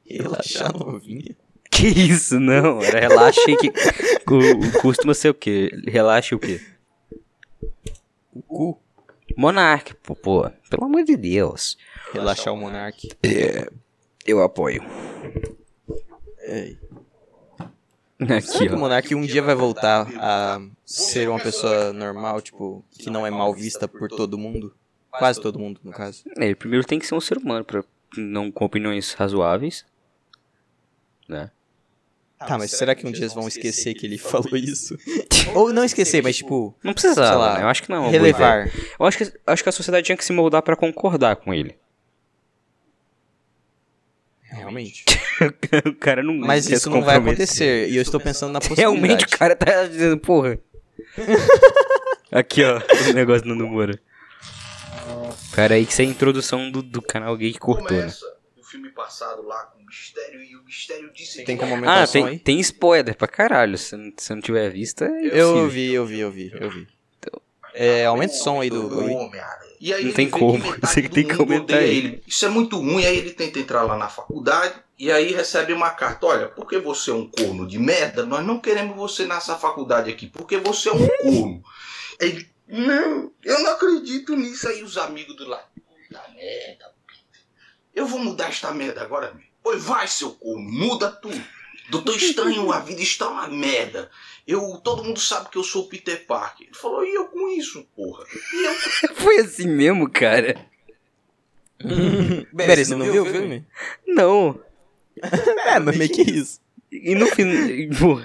Relaxar novinha. Que isso, não. Era relaxa e que. cu- Costuma ser o quê? Relaxa o quê? O cu. Monark, pô, pô. Pelo amor de Deus. Relaxar o monarque. Eu apoio. Aqui, Será que o ó. Monark um dia vai voltar a ser uma pessoa normal, tipo, que não é mal vista por todo mundo? Quase todo mundo, no caso. É, Ele primeiro tem que ser um ser humano pra não com opiniões razoáveis. Né? Tá, mas será que um dia eles vão esquecer que ele falou isso? Ou não esquecer, mas tipo, Não precisa, Sei lá, né? Eu acho que não. é uma boa ideia. relevar. Eu acho que, acho que a sociedade tinha que se moldar pra concordar com ele. Realmente. o cara não. Mas quer se isso não vai comprometer. acontecer, e eu estou pensando na possibilidade. Realmente o cara tá dizendo, porra. Aqui, ó, o negócio do Moura. Cara, aí que isso é a introdução do, do canal gay que cortou, né? o filme passado lá com o mistério e o mistério disse Tem como aumentar Ah, o som tem, aí? tem spoiler pra caralho. Se não, se não tiver visto, é Eu possível. vi, eu vi, eu vi, eu vi. É, aumenta o som aí do... um do- Homem-Aranha. E aí Não ele tem vê que como, metade você que do tem que mundo comentar odeia ele. Isso é muito ruim, aí ele tenta entrar lá na faculdade e aí recebe uma carta, olha, porque você é um corno de merda, nós não queremos você nessa faculdade aqui, porque você é um corno. Aí ele, não, eu não acredito nisso. Aí os amigos do lado, puta merda, eu vou mudar esta merda agora mesmo. Pois vai, seu corno, muda tudo. Doutor Estranho, a vida está uma merda. Eu, todo mundo sabe que eu sou o Peter Parker. Ele falou, e eu com isso, porra? Foi assim mesmo, cara? Pera, você não viu o filme? Não. É, mas meio que isso. E no final.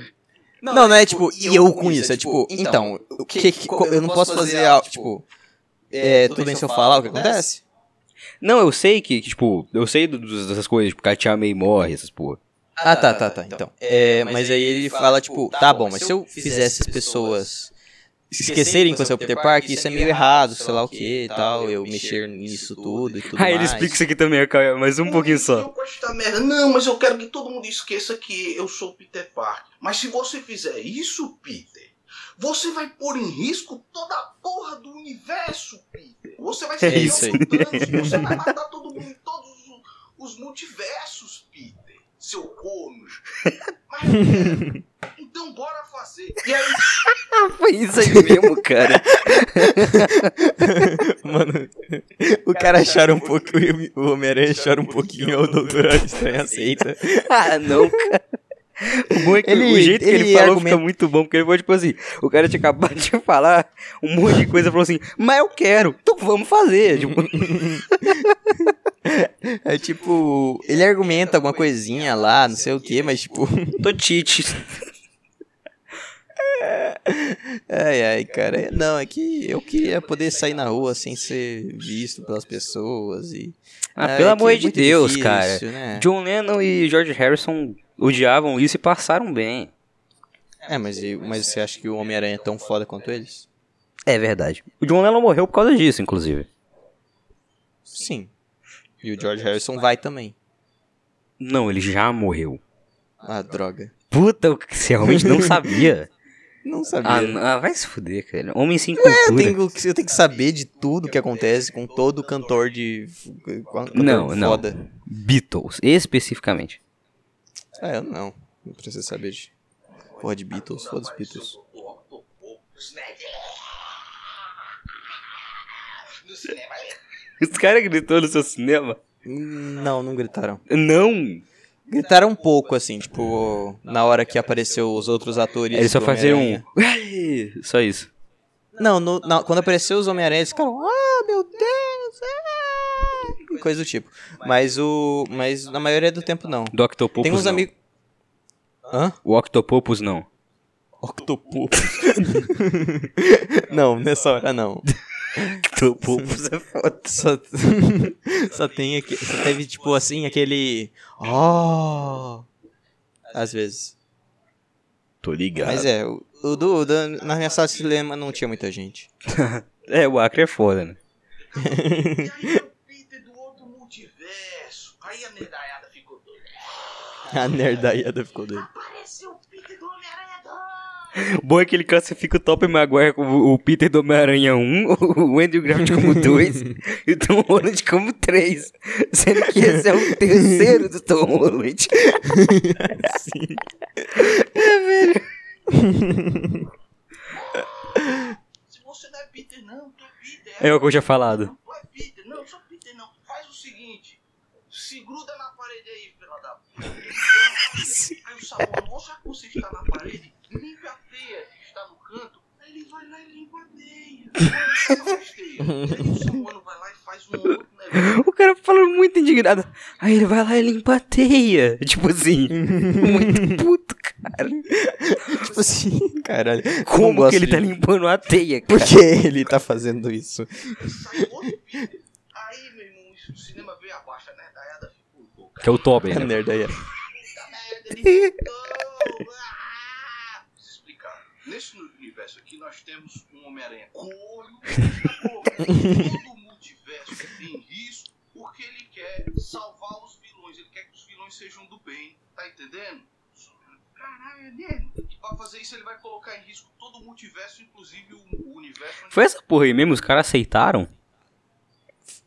Não, não é tipo, e eu com isso, é tipo, então, o que, que- co- eu não posso fazer, al- tipo, é, tudo bem se eu falar o que acontece? Não, eu sei que, que, tipo, eu sei do- dos- dessas coisas, tipo, Katia May morre, essas porra. Ah, tá, tá, tá, então. É, mas aí ele fala, tipo, tá bom, mas se eu fizesse as pessoas esquecerem que você é o Peter Parker, isso é meio errado, sei lá o que e tal, eu mexer nisso tudo e tudo mais. Ah, ele explica isso aqui também, Caio, mas um pouquinho só. Eu gosto da merda. Não, mas eu quero que todo mundo esqueça que eu sou o Peter Parker. Mas se você fizer isso, Peter, você vai pôr em risco toda a porra do universo, Peter. Você vai ser É isso aí. o Thanos, você vai matar todo mundo em todos os, os multiversos, Peter. Seu corno. Mas eu quero. então bora fazer. E aí Foi isso aí mesmo, cara. Mano, o cara chora um pouco, o Homem-Aranha chora um pouquinho, o Doutor Estranho aceita. ah, não, cara. O, bom é que Ele- o jeito que ele, ele falou argumenta- fica muito bom, porque ele foi tipo assim, o cara tinha acabado de falar um monte de coisa, falou assim, mas eu quero, então vamos fazer. Tipo, É tipo, ele argumenta alguma coisinha lá, não sei o que, mas tipo... tô tite. Ai, ai, cara. É, Não, é que eu queria poder sair na rua sem ser visto pelas pessoas e... Ah, É, pelo que amor é de muito Deus, difícil, cara. né? John Lennon e George Harrison odiavam isso e passaram bem. É, mas, e- mas você acha que o Homem-Aranha é tão foda quanto eles? É verdade. O John Lennon morreu por causa disso, inclusive. Sim. E o George Harrison vai também. Não, ele já morreu. Ah, droga. Puta, você realmente não sabia. Não Ah, sabia. n- ah, vai se fuder, cara. Homem sem cultura. Eu tenho, que- eu tenho que saber de tudo que acontece com todo cantor de. com- cantor Não, não. foda. Beatles, especificamente. É, eu não. Não preciso saber de Porra de Beatles, foda-se Beatles. No cinema. Esse cara gritou no seu cinema? Hum, Não, não gritaram. Não! Gritaram um pouco, assim, tipo, na hora que apareceu os outros atores. Ele só do fazia um. Homem-Aranha. "Ué!" Só isso. Não, no- na- quando apareceu os Homem-Aranha, eles ficaram, ah, meu Deus, ah", e coisa do tipo. Mas o. Mas na maioria do tempo não. Do Octopopus. Tem uns não. amigos. Hã? O Octopopus não. Octopus. não, nessa hora não. Octopopus é foda. Só, só tem aqui. Só teve, tipo, assim, aquele. Oh! Às vezes. Tô ligado. Mas é, o, o do, o da- na minha sala de cinema não tinha muita gente. é... o Acre é foda, né? E aí é o Peter do outro multiverso. Aí a medalhada ficou doida. A nerdaiada ficou doida. Apareceu o Peter do Homem-Aranha Bom é que ele classifica o Top Maguire como o Peter do Homem-Aranha 1, o Andrew Grant como 2 e o Tom Holland como 3. Sendo que esse é o terceiro do Tom Holland. Se você não é Peter, não, tu é Peter. É o que eu tinha falado. Não é Peter, não, sou Peter, não. Faz o seguinte. Se gruda na parede aí, filha da puta. Aí o sabão mostra a custa está na parede, limpa a teia que está no canto. Aí ele vai lá e limpa a teia. Aí ele faz teia. Aí o Samuano vai lá e faz um outro negócio. O cara falando muito indignado. Aí ele vai lá e limpa a teia. Tipo assim, muito puto, cara. Tipo assim, caralho. eu não Como gosto que ele de- tá limpando a teia? Por que ele tá fazendo isso? Sai outro Peter. Aí, meu irmão, isso, o cinema veio abaixo, né? Daí ela ficou louca. Que é o Top, A nerdaiada. Preciso explicar. "Ah!" Nesse universo aqui nós temos um Homem-Aranha com olho na boca. Todo multiverso tem risco porque ele quer salvar os vilões. Ele quer que os vilões sejam do bem. Tá entendendo? Caralho, né? E pra fazer isso ele vai colocar em risco todo o multiverso, inclusive o universo. onde Foi essa porra aí mesmo? Os caras aceitaram?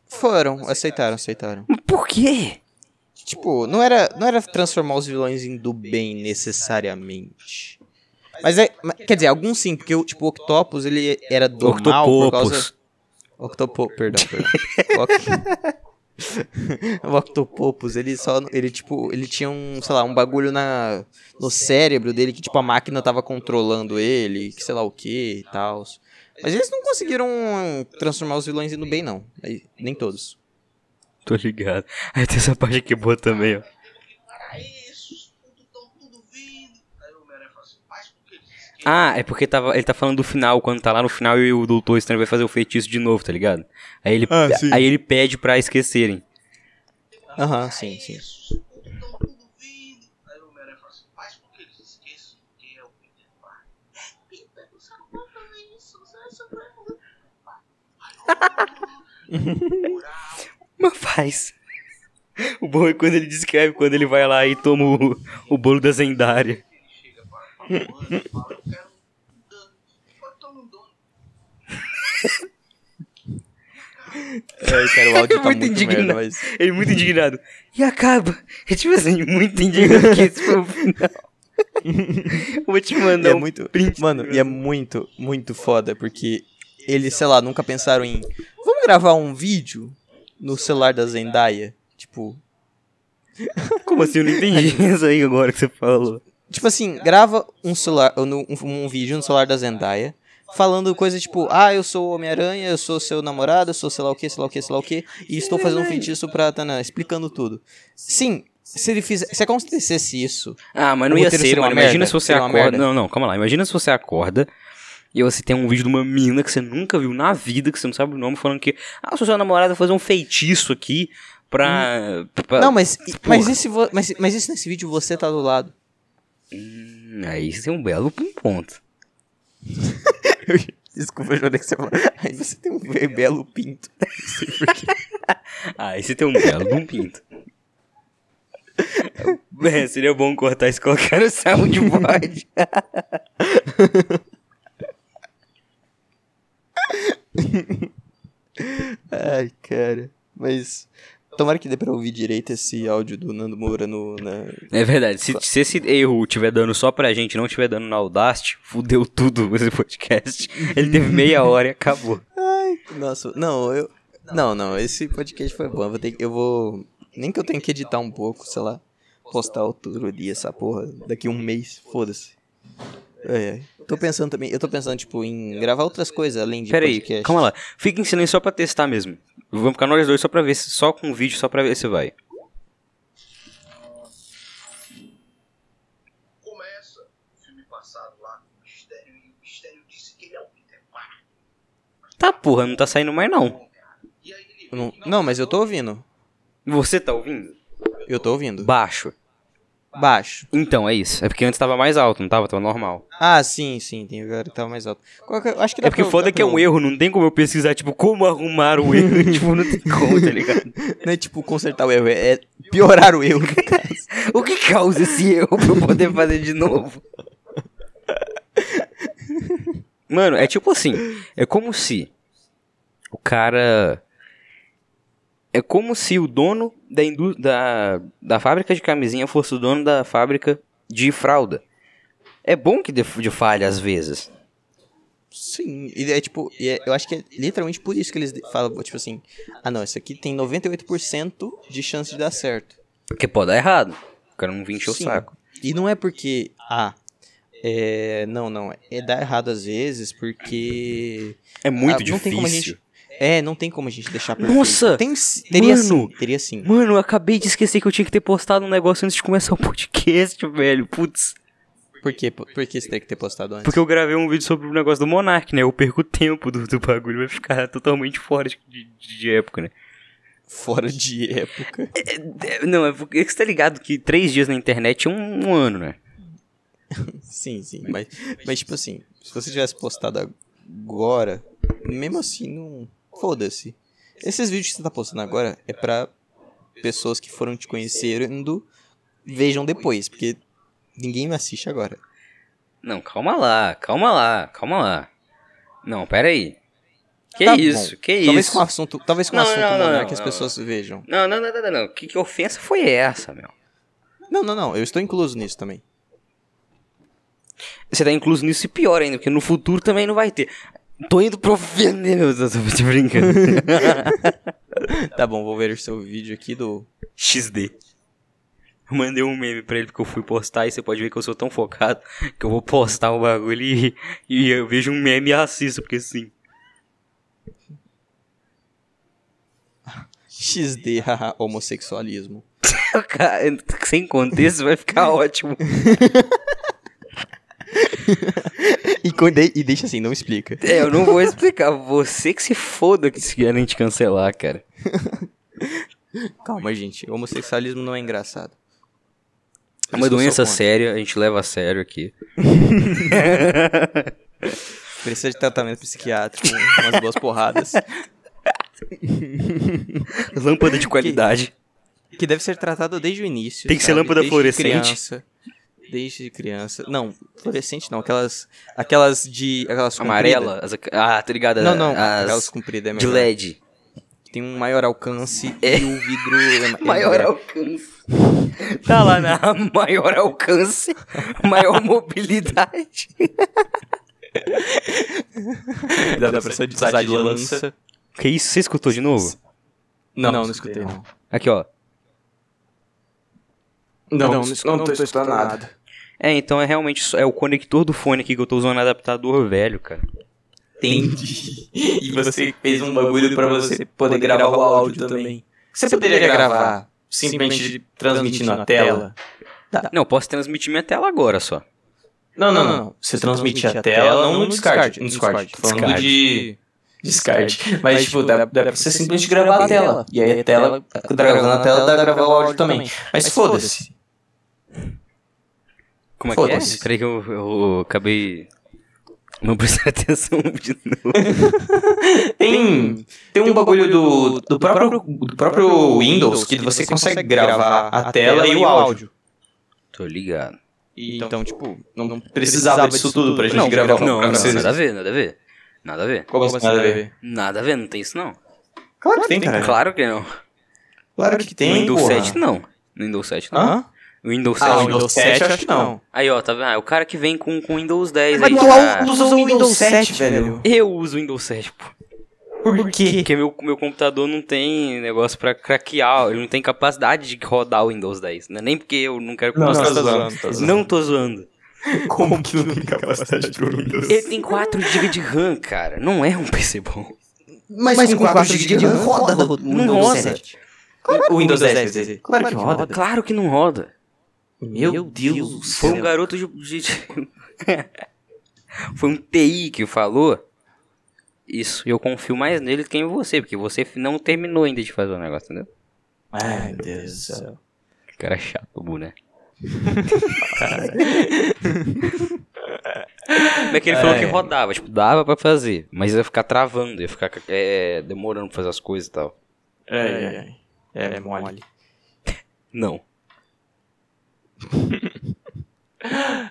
Foram, aceitaram, aceitaram. Mas Por quê? Tipo, não era, não era transformar os vilões em do bem necessariamente. Mas é. mas- Quer dizer, alguns sim, porque o tipo, o Octopus ele era do mal por causa. Octopopus. Octopo... Perdão, perdão. O, oc- o Octopopus, ele só. Ele, tipo, ele tinha um, sei lá, um bagulho na, no cérebro dele que, tipo, a máquina tava controlando ele, que sei lá o que e tal. Mas eles não conseguiram transformar os vilões indo bem, não. Aí, Nem todos. Tô ligado. Aí tem essa parte aqui boa também, ó. Para isso, os putos estão tudo vindo. Aí o Homem-Aranha fala assim, faz com que eles queiram. Ah, é porque tava, ele tá falando do final, quando tá lá no final e o Doutor Estranho vai fazer o feitiço de novo, tá ligado? Aí ele, Ah, aí ele pede pra esquecerem. Aham, sim, sim. Isso, estão tudo vindo. Aí o Homem-Aranha fala assim, faz com que eles esqueçam que é o Peter Parker. Peter, você não vai fazer isso, você não vai fazer Mas faz. O bom é quando ele descreve, quando ele vai lá e toma o, o bolo da Zendária. Ele chega para o Mano e fala, eu quero um dano. Pode tomar um dano. Aí, cara, o áudio tá Muito muito indignado. merda, mas... Ele é muito indignado. E acaba. É tipo assim, muito indignado que esse foi o final. Vou te E mandar é um muito. print. Mano, e é muito, muito foda, porque eles, sei lá, nunca pensaram em. Vamos gravar um vídeo no celular da Zendaya? Tipo. Como assim? Eu não entendi É isso aí agora que você falou. Tipo assim, grava um celular, um, um- um vídeo no celular da Zendaya. Falando coisa tipo, ah, eu sou o Homem-Aranha, eu sou seu namorado, eu sou sei lá o que, sei lá o que, sei lá o que, e estou fazendo um feitiço pra Tanã, explicando tudo. Sim, se ele fizer, se acontecesse isso, Ah, mas não O ia roteiro ser, seria mano. uma Imagina merda, se você seria uma acorda. merda. Não, não, calma lá. Imagina se você acorda e você tem um vídeo de uma mina que você nunca viu na vida, que você não sabe o nome, falando que. Ah, eu sou seu namorado, vou fazer um feitiço aqui pra. pra- não, mas, mas, Porra. e se vo- mas, mas e se nesse vídeo você tá do lado? Hum, Aí você tem um belo ponto. Desculpa, eu jurei que você falou. Aí você tem um be- belo pinto. Aí você tem um belo de um pinto. É, seria bom cortar isso um e colocar no soundboard. Ai, cara. Mas. Tomara que dê pra ouvir direito esse áudio do Nando Moura no. na- É verdade. Se, se esse erro tiver dando só pra gente, não tiver dando na Audacity, fudeu tudo esse podcast. Ele teve meia hora e acabou. Nossa, não, eu. Não, não, esse podcast foi bom. Eu vou ter que- Eu vou. Nem que eu tenha que editar um pouco, sei lá. Postar outro dia essa porra. Daqui um mês, foda-se. Ai, ai. Tô pensando também. Eu tô pensando, tipo, em gravar outras coisas além de Peraí, podcast. calma lá. Fica em silêncio só pra testar mesmo. Vamos ficar nós dois só pra ver, se- só com o vídeo, só pra ver se vai. Começa o filme passado lá com o Mistério e o Mistério disse que ele é o Peter Parker. Tá porra, não tá saindo mais não. E aí ele Eu Não, não, mas eu tô ouvindo. Você tá ouvindo? Eu tô ouvindo. Baixo. Baixo. Então, é isso. É porque antes tava mais alto, não tava? Tava normal. Ah, sim, sim, tem agora que tava mais alto. Qual que- acho que dá É porque pra- o foda dá é que é pra- um erro, não tem como eu pesquisar, tipo, como arrumar o erro. tipo, não tem como, tá ligado? Não é tipo consertar o erro, é é piorar o erro. O que causa esse erro pra eu poder fazer de novo? Mano, é tipo assim, é como se o cara é como se o dono da, indú- da, da fábrica de camisinha fosse o dono da fábrica de fralda. É bom que dê, f- de falha às vezes. Sim, e é tipo, e é- eu acho que é literalmente por isso que eles de- falam, tipo assim, ah não, isso aqui tem 98% de chance de dar certo. Porque pode dar errado. O cara não vim encher o Sim. saco. E não é porque, ah, é, não, não, é dar errado às vezes porque... É muito ah, não tem como a difícil. gente- é, não tem como a gente deixar perfeito. Nossa! Tem s- teria Mano! sim, teria sim. Mano, eu acabei de esquecer que eu tinha que ter postado um negócio antes de começar o podcast, velho. Putz. Por quê? Por, por que você tem que ter postado antes? Porque eu gravei um vídeo sobre o negócio do Monark, né? Eu perco o tempo do, do bagulho, vai ficar totalmente fora de, de- de época, né? Fora de época. É, Não, é porque é que você tá ligado que três dias na internet é um, um ano, né? Sim, sim. Mas, mas, tipo assim, se você tivesse postado agora, mesmo assim, não. Foda-se. Esses vídeos que você tá postando agora é pra pessoas que foram te conhecendo vejam depois, porque ninguém me assiste agora. Não, calma lá, calma lá, calma lá. Não, pera aí. Que Tá bom. isso, que Talvez isso. com assunto, talvez com um Não, assunto não, não, monarca não, as não, pessoas vejam. Não, não, não, não, não, não. Que, que ofensa foi essa, meu? Não, não, não, eu estou incluso nisso também. Você tá incluso nisso e pior ainda, porque no futuro também não vai ter. Tô indo pro fim, meu Deus, eu tô te brincando. Tá bom, vou ver o seu vídeo aqui do XD. Eu mandei um meme pra ele porque eu fui postar e você pode ver que eu sou tão focado que eu vou postar o bagulho e, e eu vejo um meme e assisto, porque sim. XD haha, homossexualismo. Cara, Sem contexto vai ficar ótimo. E, quando- e deixa assim, não explica. É, eu não vou explicar. Você que se foda que se querem te cancelar, cara. Calma, gente, homossexualismo não é engraçado. É uma doença séria. séria, a gente leva a sério aqui. Precisa de tratamento psiquiátrico, umas boas porradas. Lâmpada de qualidade. Que deve ser tratada desde o início. Tem que ser sabe? lâmpada Desde fluorescente. Criança, desde criança. Não, fluorescente não. Aquelas. Aquelas de. Aquelas Amarela? as- ah, tá ligado? compridas. Não, não. Aquelas As, compridas é de melhor. LED. Tem um maior alcance e o vidro. é ma- é Maior alcance. Tá lá na maior alcance, maior mobilidade. Dá, dá pra você usar de lança. Que isso? Você escutou de novo? Não, não, escutei. Não, Aqui, ó. não, não, não, tô escutando nada. É, então é realmente só- é o conector do fone aqui que eu tô usando adaptador velho, cara. Entendi. E você fez um bagulho pra você poder gravar o áudio também. Você poderia gravar, simplesmente transmitir na tela. Não, eu posso transmitir minha tela agora só. Não, não, não. não. Você transmite a tela, não no Discord. No Discord. Tô Falando Discard. de... Discard. Mas, tipo, dá, dá pra você simplesmente gravar a tela. E aí a tela, gravando a tela, dá pra gravar o áudio também. Mas foda-se. Como é que é? Foda-se. Peraí que eu, eu acabei... Não prestei atenção de novo. Tem, tem um bagulho do, do, próprio, do próprio Windows que você consegue gravar a tela e o áudio. Tô ligado. E, então, tipo, não, não Precisava disso tudo pra gente Não, gravar. não, pra não, vocês- nada a ver, nada a ver. Nada a ver. Como assim, nada a ver? Nada a ver, não tem isso não. Claro que tem, cara. Claro que não. Claro que tem, Windows porra. 7 não. Windows 7 não. Hã? Windows 7 Ah, não. o Windows 7 acho que não. Aí, ó, tá vendo? Ah, o cara que vem com, com Windows 10 Mas é um aí. tu tá? usa o Windows 7, velho. Eu uso Windows 7, pô. Por quê? Porque meu, meu computador não tem negócio pra craquear, ele não tem capacidade de rodar o Windows 10. Né? Nem porque eu não quero que o Não, Windows não, tá 10 zoando, tá zoando. Não tô zoando. Como que não tem capacidade pro Windows? Ele tem 4 GB de RAM, cara. Não é um PC bom. Mas, com 4 GB de RAM roda o Windows roda. 7. O Windows 10, quer dizer. Claro que roda. Claro que não roda. Meu Deus do Foi um céu. garoto de. de- de- Foi um TI que falou. Isso, eu confio mais nele do que em você, porque você não terminou ainda de fazer o negócio, entendeu? Ai, meu Deus do céu. Cara chato, Bu, né? Como é que ele falou que rodava? Tipo, dava pra fazer, mas ia ficar travando, ia ficar é, demorando pra fazer as coisas e tal. Ai, ai, ai. É, é mole. Não.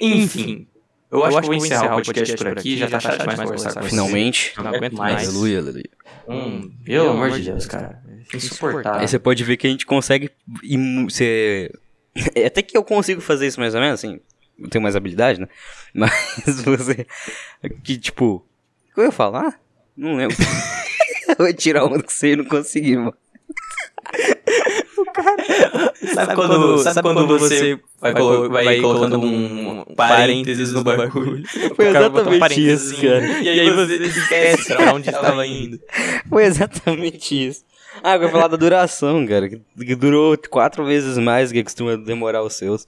Enfim, eu, acho que eu vou encerrar o podcast por aqui. Já tá chato demais conversar com vocês. Finalmente. Não aguento mais. Aleluia, aleluia. Hum, pelo amor de Deus, cara. Insuportável. Aí você pode ver que a gente consegue. ir mu- Você... Até que eu consigo fazer isso mais ou menos, assim. Eu tenho mais habilidade, né? Mas você. Que tipo. O que eu ia falar? Não lembro. eu vou tirar onda que você e não consegui, mano. Sabe quando, sabe quando você vai, colo- vai colocando um parênteses no bagulho? Foi O cara botou um exatamente isso, parênteses, cara. E aí você esquece pra onde estava indo. Foi exatamente isso. Ah, eu ia falar da duração, cara. Que, que durou quatro vezes mais do que costuma demorar os seus.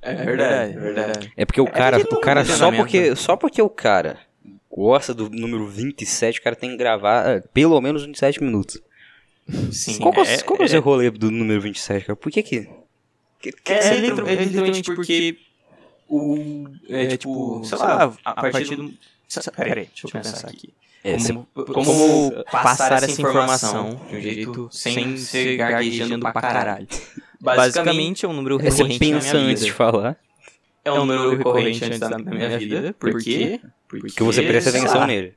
É verdade, é verdade. É porque né, o cara, o cara só funcionamento. porque, só porque o cara gosta do número 27, o cara tem que gravar eh, pelo menos 27 minutos. Sim, qual que é, é, qual que é o seu rolê do número 27, cara? Por que que... que- que- é, literal- é literalmente porque o... É, tipo, sei lá, a partir do... sa- Peraí, deixa eu pensar aqui. é, você- Como, como passar essa informação de um jeito sem ser gaguejando pra caralho. Basicamente, é um número você recorrente na pensa minha antes de vida. falar, É um número recorrente antes da da minha vida. Por quê? porque você presta sei atenção lá, nele.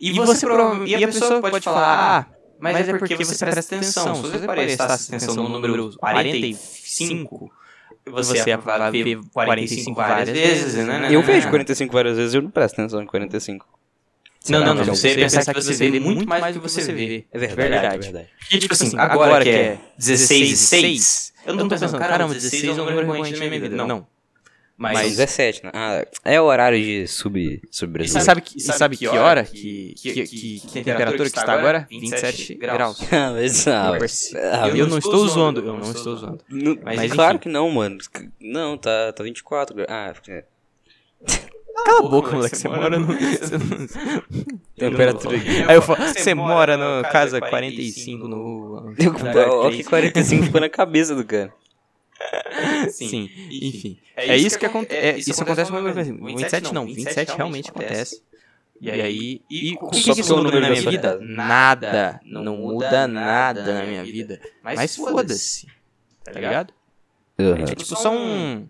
E você prova- e a pessoa pode falar, ah, mas é porque você presta atenção. Se você prestasse atenção no número 45, você vai ver 45 várias vezes, né? né, Eu né, vejo né. 45 várias vezes, eu não presto atenção em 45. Não, não, não. Será que Você eu pensa que você vê muito mais do que você vê. É verdade, Verdade. é verdade. Porque, tipo assim, agora que é 16 e 6, eu não tô pensando, caramba, 16 é um número recorrente na minha vida. Não. Mas, Mas 17, né? Ah, é o horário de sub, sub E Brasil. sabe que, e sabe que hora que, que, que, que- que temperatura que está agora? 27 graus. Ah, mas, ah, Eu perce- Eu não estou zoando, eu não estou zoando. Não, Mas, mas enfim. claro que não, mano. Não, tá, tá 24 graus. Ah, é. Cala a boca, moleque, você mora no... temperatura. Aí eu falo, você mora no casa 45 no... andar Olha tá, que três." 45 ficou na cabeça do cara. Sim, enfim. É isso que acontece. Isso acontece no meu Brasil. 27 não, 27 realmente acontece. E aí, e o que, só que que isso muda na da minha sua vida? casa? Nada. Não muda nada na minha vida. Mas foda-se. Tá ligado? É tipo só um.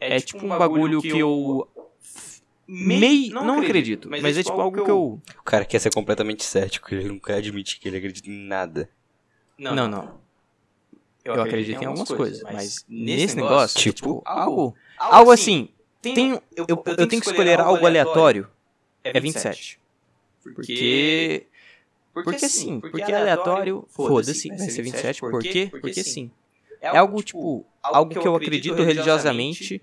É tipo um bagulho que eu. Meio. Não acredito, mas é tipo algo que eu. O cara quer ser completamente cético, ele não quer admitir que ele acredita em nada. Não, não. Eu acredito em algumas coisas, mas nesse negócio, negócio, tipo, tipo, algo. Algo assim. Tem, eu, eu, tenho que escolher algo aleatório. É 27. Porque. Porque sim, porque é aleatório, foda-se, vai ser 27. Por quê? Porque sim. É algo, tipo, algo que eu acredito religiosamente,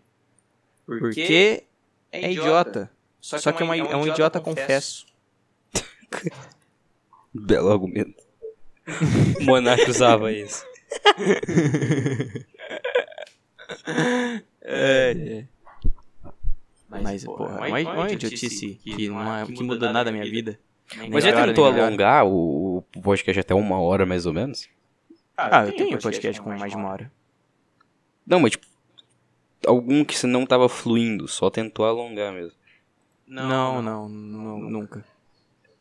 porque é idiota. Só que é, uma- é um idiota, confesso. Belo argumento. O Monarca usava isso. Mas, porra, é uma, uma idiotice que, não é- que muda nada na minha vida. Nem Mas já melhora, tentou nem piora. alongar o, o podcast até uma hora, mais ou menos? Ah, eu tenho podcast com mais de uma hora. Não, mas tipo, algum que você não tava fluindo, só tentou alongar mesmo. Não, não, não, nunca.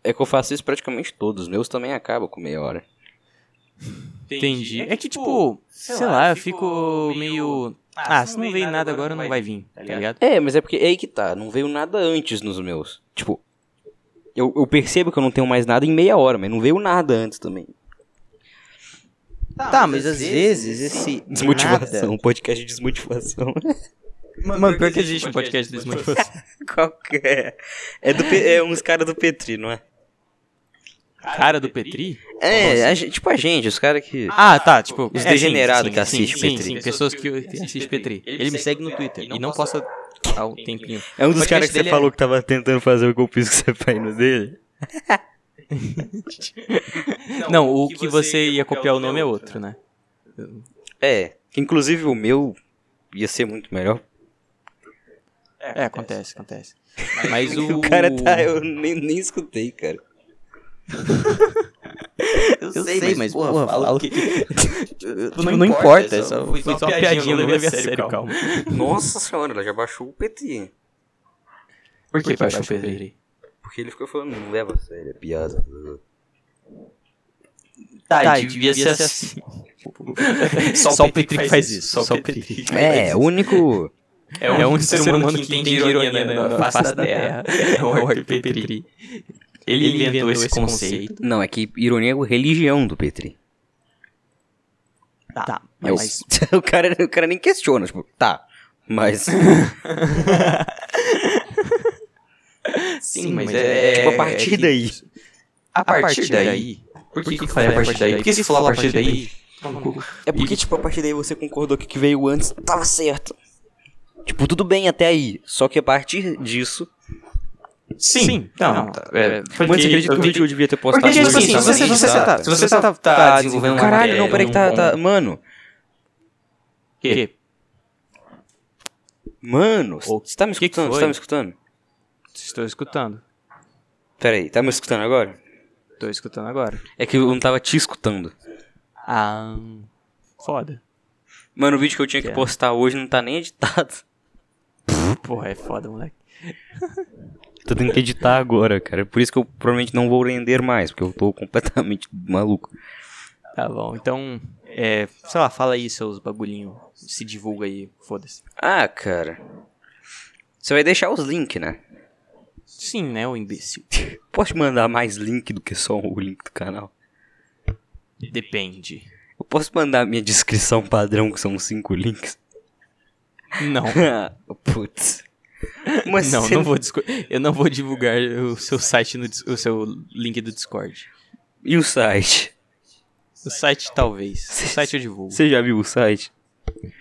É que eu faço isso praticamente todos, os meus também acabam com meia hora. Entendi. É que, tipo, sei lá, eu fico meio. Ah, se não veio nada agora, não vai vir, tá ligado? É, mas é porque é aí que tá, não veio nada antes nos meus. Tipo, eu, eu percebo que eu não tenho mais nada em meia hora, mas não veio nada antes também. Tá, mas às vezes esse. Desmotivação, nada- podcast de desmotivação. Mano, pior que existe um podcast desse motivação. Qual que é? É, do Pe- é uns caras do Petri, não é? Cara do Petri? É, a gente- tipo a gente, os caras que. Ah, tá, tipo... é, Os sim, degenerados sim, que sim, assistem sim, Petri. Sim, pessoas que assistem Petri. Ele me segue no Twitter e não posta há um tempinho. é um o dos podcast caras que você dele é- falou que tava tentando fazer o golpismo que você faz no dele. Não, o que você ia copiar o nome é outro, né? É, que inclusive o meu ia ser muito melhor. É, acontece, acontece. Mas o... O cara tá. Eu nem, nem escutei, cara. Eu, sei, mas, porra, fala o que. tipo, Não, não, importa, importa, é só, foi só uma piadinha, não leve a sério, calma. Nossa senhora, ela já baixou o Petri. Por que baixou o Petri? Porque ele ficou falando, não leva a sério, é piada. Tá, devia ser assim. Só o Petri que faz isso, só o Petri. É, o único. É o único ser humano que entende ironia na, na face da Terra. É o Arthur Petri. Ele inventou esse conceito. Não, é que ironia é a religião do Petri. Tá, É o- mas... o, cara, o cara nem questiona, tipo, tá. Mas. Sim, mas é... é, tipo, a partir daí. A partir daí... Por que que eu falei a partir daí? Por que você falou a partir daí? É porque, tipo, a partir daí você concordou que o que veio antes tava certo. Tipo, tudo bem até aí. Só que a partir disso. Sim, não, tá. é, Mano, você acredita que o vídeo eu devia ter postado Porque, tipo hoje? assim, se você- se você tá- se você tá- tá desenvolvendo uma Caralho, matéria, não, peraí que tá. um- tá- Mano, Que? mano, você tá me que que escutando? Você foi? tá me escutando? Estou escutando. Peraí, tá me escutando agora? Estou escutando agora. É que eu não tava te escutando. Ah, foda. Mano, o vídeo que eu tinha que Que é? postar hoje não tá nem editado. Porra, é foda, moleque. Tô tendo que editar agora, cara. Por isso que eu provavelmente não vou render mais, porque eu tô completamente maluco. Tá bom, então, é, sei lá, fala aí seus bagulhinho, se divulga aí, foda-se. Ah, cara. Você vai deixar os links, né? Sim, né, o imbecil. Posso te mandar mais link do que só o link do canal? Depende. Eu posso mandar a minha descrição padrão, que são cinco links? Não, Putz. Mas não, você não vou discu- eu não vou divulgar o seu site, no, dis- o seu link do Discord. E o site? O site talvez, o site eu divulgo. Você já viu o site?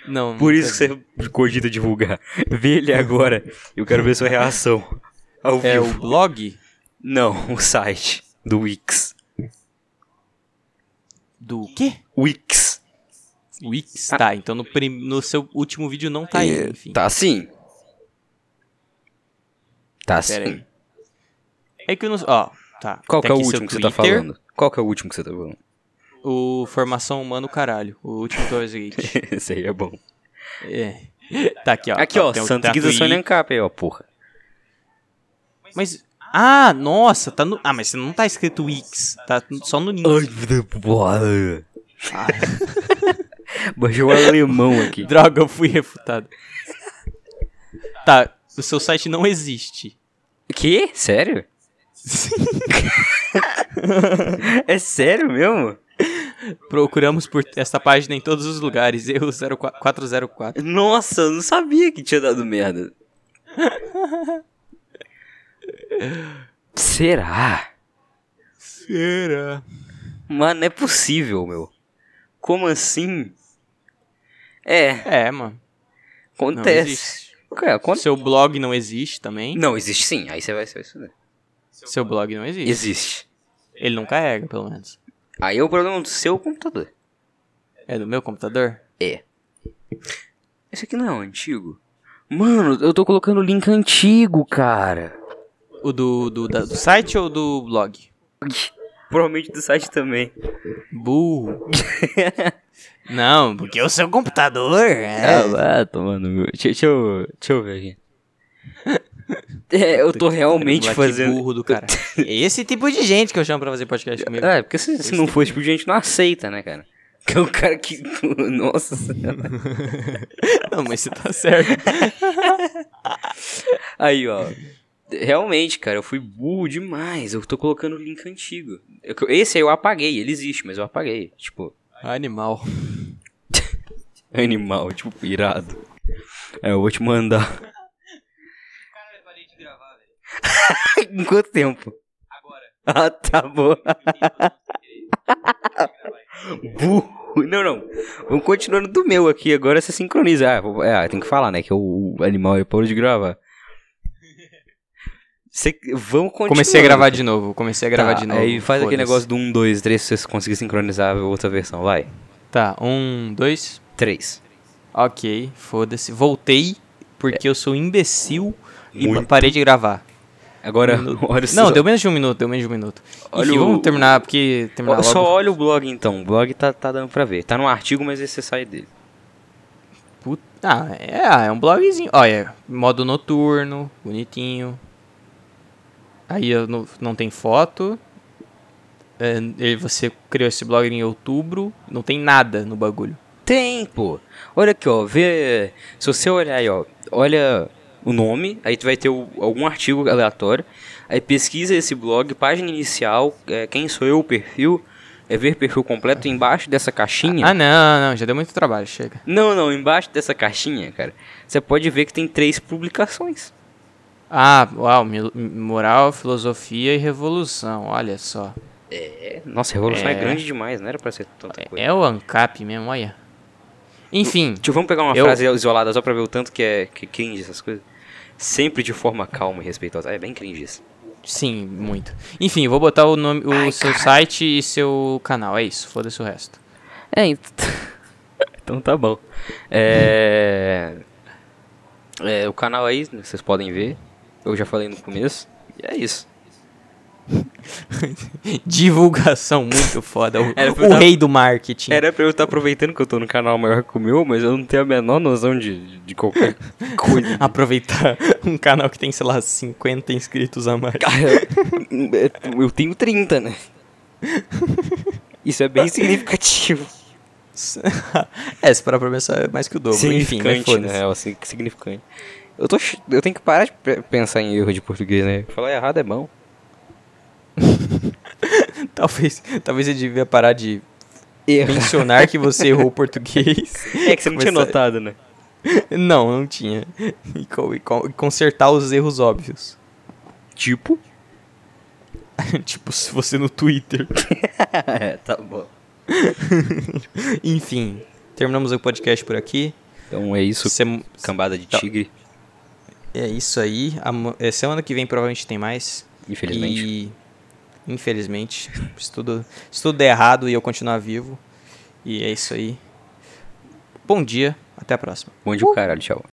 Não, Por nunca isso que você cogita divulgar. Vê ele agora. Eu quero ver sua reação. Ao vi. É vivo. o blog Não, o site do Wix. do quê? Wix. Wix, tá, então no, prim- no seu último vídeo não tá aí, enfim. Tá sim. Tá Pera sim. É que eu não, ó, tá. Qual que Tem é o aqui seu último que você tá Twitter, falando? Qual que é o último que você tá falando? O Formação Humano Caralho, o último Torresgate. Esse aí é bom. É. Tá aqui, ó. Aqui, ó, né? tem o Santos Guisa Tatuí. Sônia Ancap aí, ó, porra. Mas. Ah, nossa, tá no. Ah, mas não tá escrito Wix. Tá só no link. porra. Baixou o um alemão aqui. Droga, eu fui refutado. Tá, o seu site não existe. Que? Sério? é sério mesmo? Procuramos por essa página em todos os lugares. Erro 0404. Nossa, eu não sabia que tinha dado merda. Será? Será? Mano, não é possível, meu. Como assim? É, É, mano. Não acontece. existe. Não, acontece. Seu blog não existe também. não existe sim, aí você vai, você vai estudar. Seu blog não existe. Existe. Ele não carrega, pelo menos. Aí é o problema do seu computador. É do meu computador? Esse aqui não é um antigo? Mano, eu tô colocando o link antigo, cara. O do, do, da- do site ou do blog? Provavelmente do site também. Burro. não, porque o seu computador. É... Ah, vai tomando meu. Deixa, deixa eu, deixa eu ver aqui. É, eu tô realmente Moleque fazendo. burro do cara. É esse tipo de gente que eu chamo pra fazer podcast comigo. Ah, É, porque se, se não for tipo, a gente não aceita, né, cara? Que é o cara que. Nossa senhora. Não, mas você tá certo. Aí, ó. Realmente, cara, eu fui burro demais. Eu tô colocando o link antigo. Eu- Esse aí eu apaguei, ele existe, mas eu apaguei. Tipo, Animal. Animal, tipo, irado. É, eu vou te mandar. Em quanto tempo? Agora. Ah, tá bom. Burro. Não, não. Vamos continuando do meu aqui. Agora você sincroniza. Ah, vou- é, ah, tem que falar, né? Que o o animal ele parou de gravar. Você, vamos continuar. Comecei a gravar de novo, comecei a gravar Tá, de novo. Aí faz aquele foda-se. negócio do 1, 2, 3 se você conseguir sincronizar a outra versão. Vai. Tá, um, dois. 3. Ok, foda-se. Voltei, porque eu sou imbecil e parei de gravar. Agora, olha só. Não, deu menos de um minuto, deu menos de um minuto. Olha Enfim, o- vamos terminar, porque terminar Ó, logo. Só olha o blog então. O blog tá, tá dando pra ver. Tá no artigo, mas esse você sai dele. Put- Ah, é, ah, é um blogzinho. Olha, modo noturno, bonitinho. Aí eu não, não tem foto. É, e você criou esse blog em outubro, não tem nada no bagulho. Tem, pô. Olha aqui, ó. Vê. Se você olhar aí, ó. Olha o nome. Aí tu vai ter o- algum artigo aleatório. Aí pesquisa esse blog, página inicial, é, quem sou eu, perfil. É ver perfil completo embaixo dessa caixinha. Ah, não, não, já deu muito trabalho, chega. Não, não, embaixo dessa caixinha, cara, você pode ver que tem três publicações. Ah, uau, mil- moral, filosofia e revolução, olha só. É, nossa, a revolução é, É. grande demais, não era pra ser tanta coisa. É o ANCAP mesmo, olha. Enfim, Tipo, vamos pegar uma Eu- frase isolada só pra ver o tanto que é que é cringe essas coisas. Sempre de forma calma e respeitosa. É bem cringe isso. sim, muito. Enfim, vou botar o nome, o seu site e seu canal, é isso, foda-se o resto. É, ent- então tá bom. É... é, O canal aí, né, vocês podem ver. Eu já falei no começo. E é isso. Divulgação muito foda. O, Era pra o eu dar- rei do marketing. Era pra eu estar aproveitando que eu tô no canal maior que o meu, mas eu não tenho a menor noção de, de qualquer coisa. Aproveitar um canal que tem, sei lá, 50 inscritos a mais. eu tenho 30, né? Isso é bem significativo. é, se parar pra pensar, é mais que o dobro. Enfim, mas Significante, foda-se. né? É, o sig- significante. Eu, tô, ch- eu tenho que parar de pe- pensar em erro de português, né? Falar errado é bom. Talvez, talvez eu devia parar de Erro. mencionar que você errou o português. É que você não tinha Começar- notado, né? Não, não tinha. E, co- e co- e consertar os erros óbvios. Tipo? tipo, se você no Twitter. é, tá bom. Enfim, terminamos o podcast por aqui. Então é isso, Sem- cambada de Tá. tigre, É isso aí. Ama- é, semana que vem provavelmente tem mais. infelizmente. E, infelizmente, se tudo, se tudo der errado e eu continuar vivo. E é isso aí. Bom dia, até a próxima. Onde o caralho, tchau.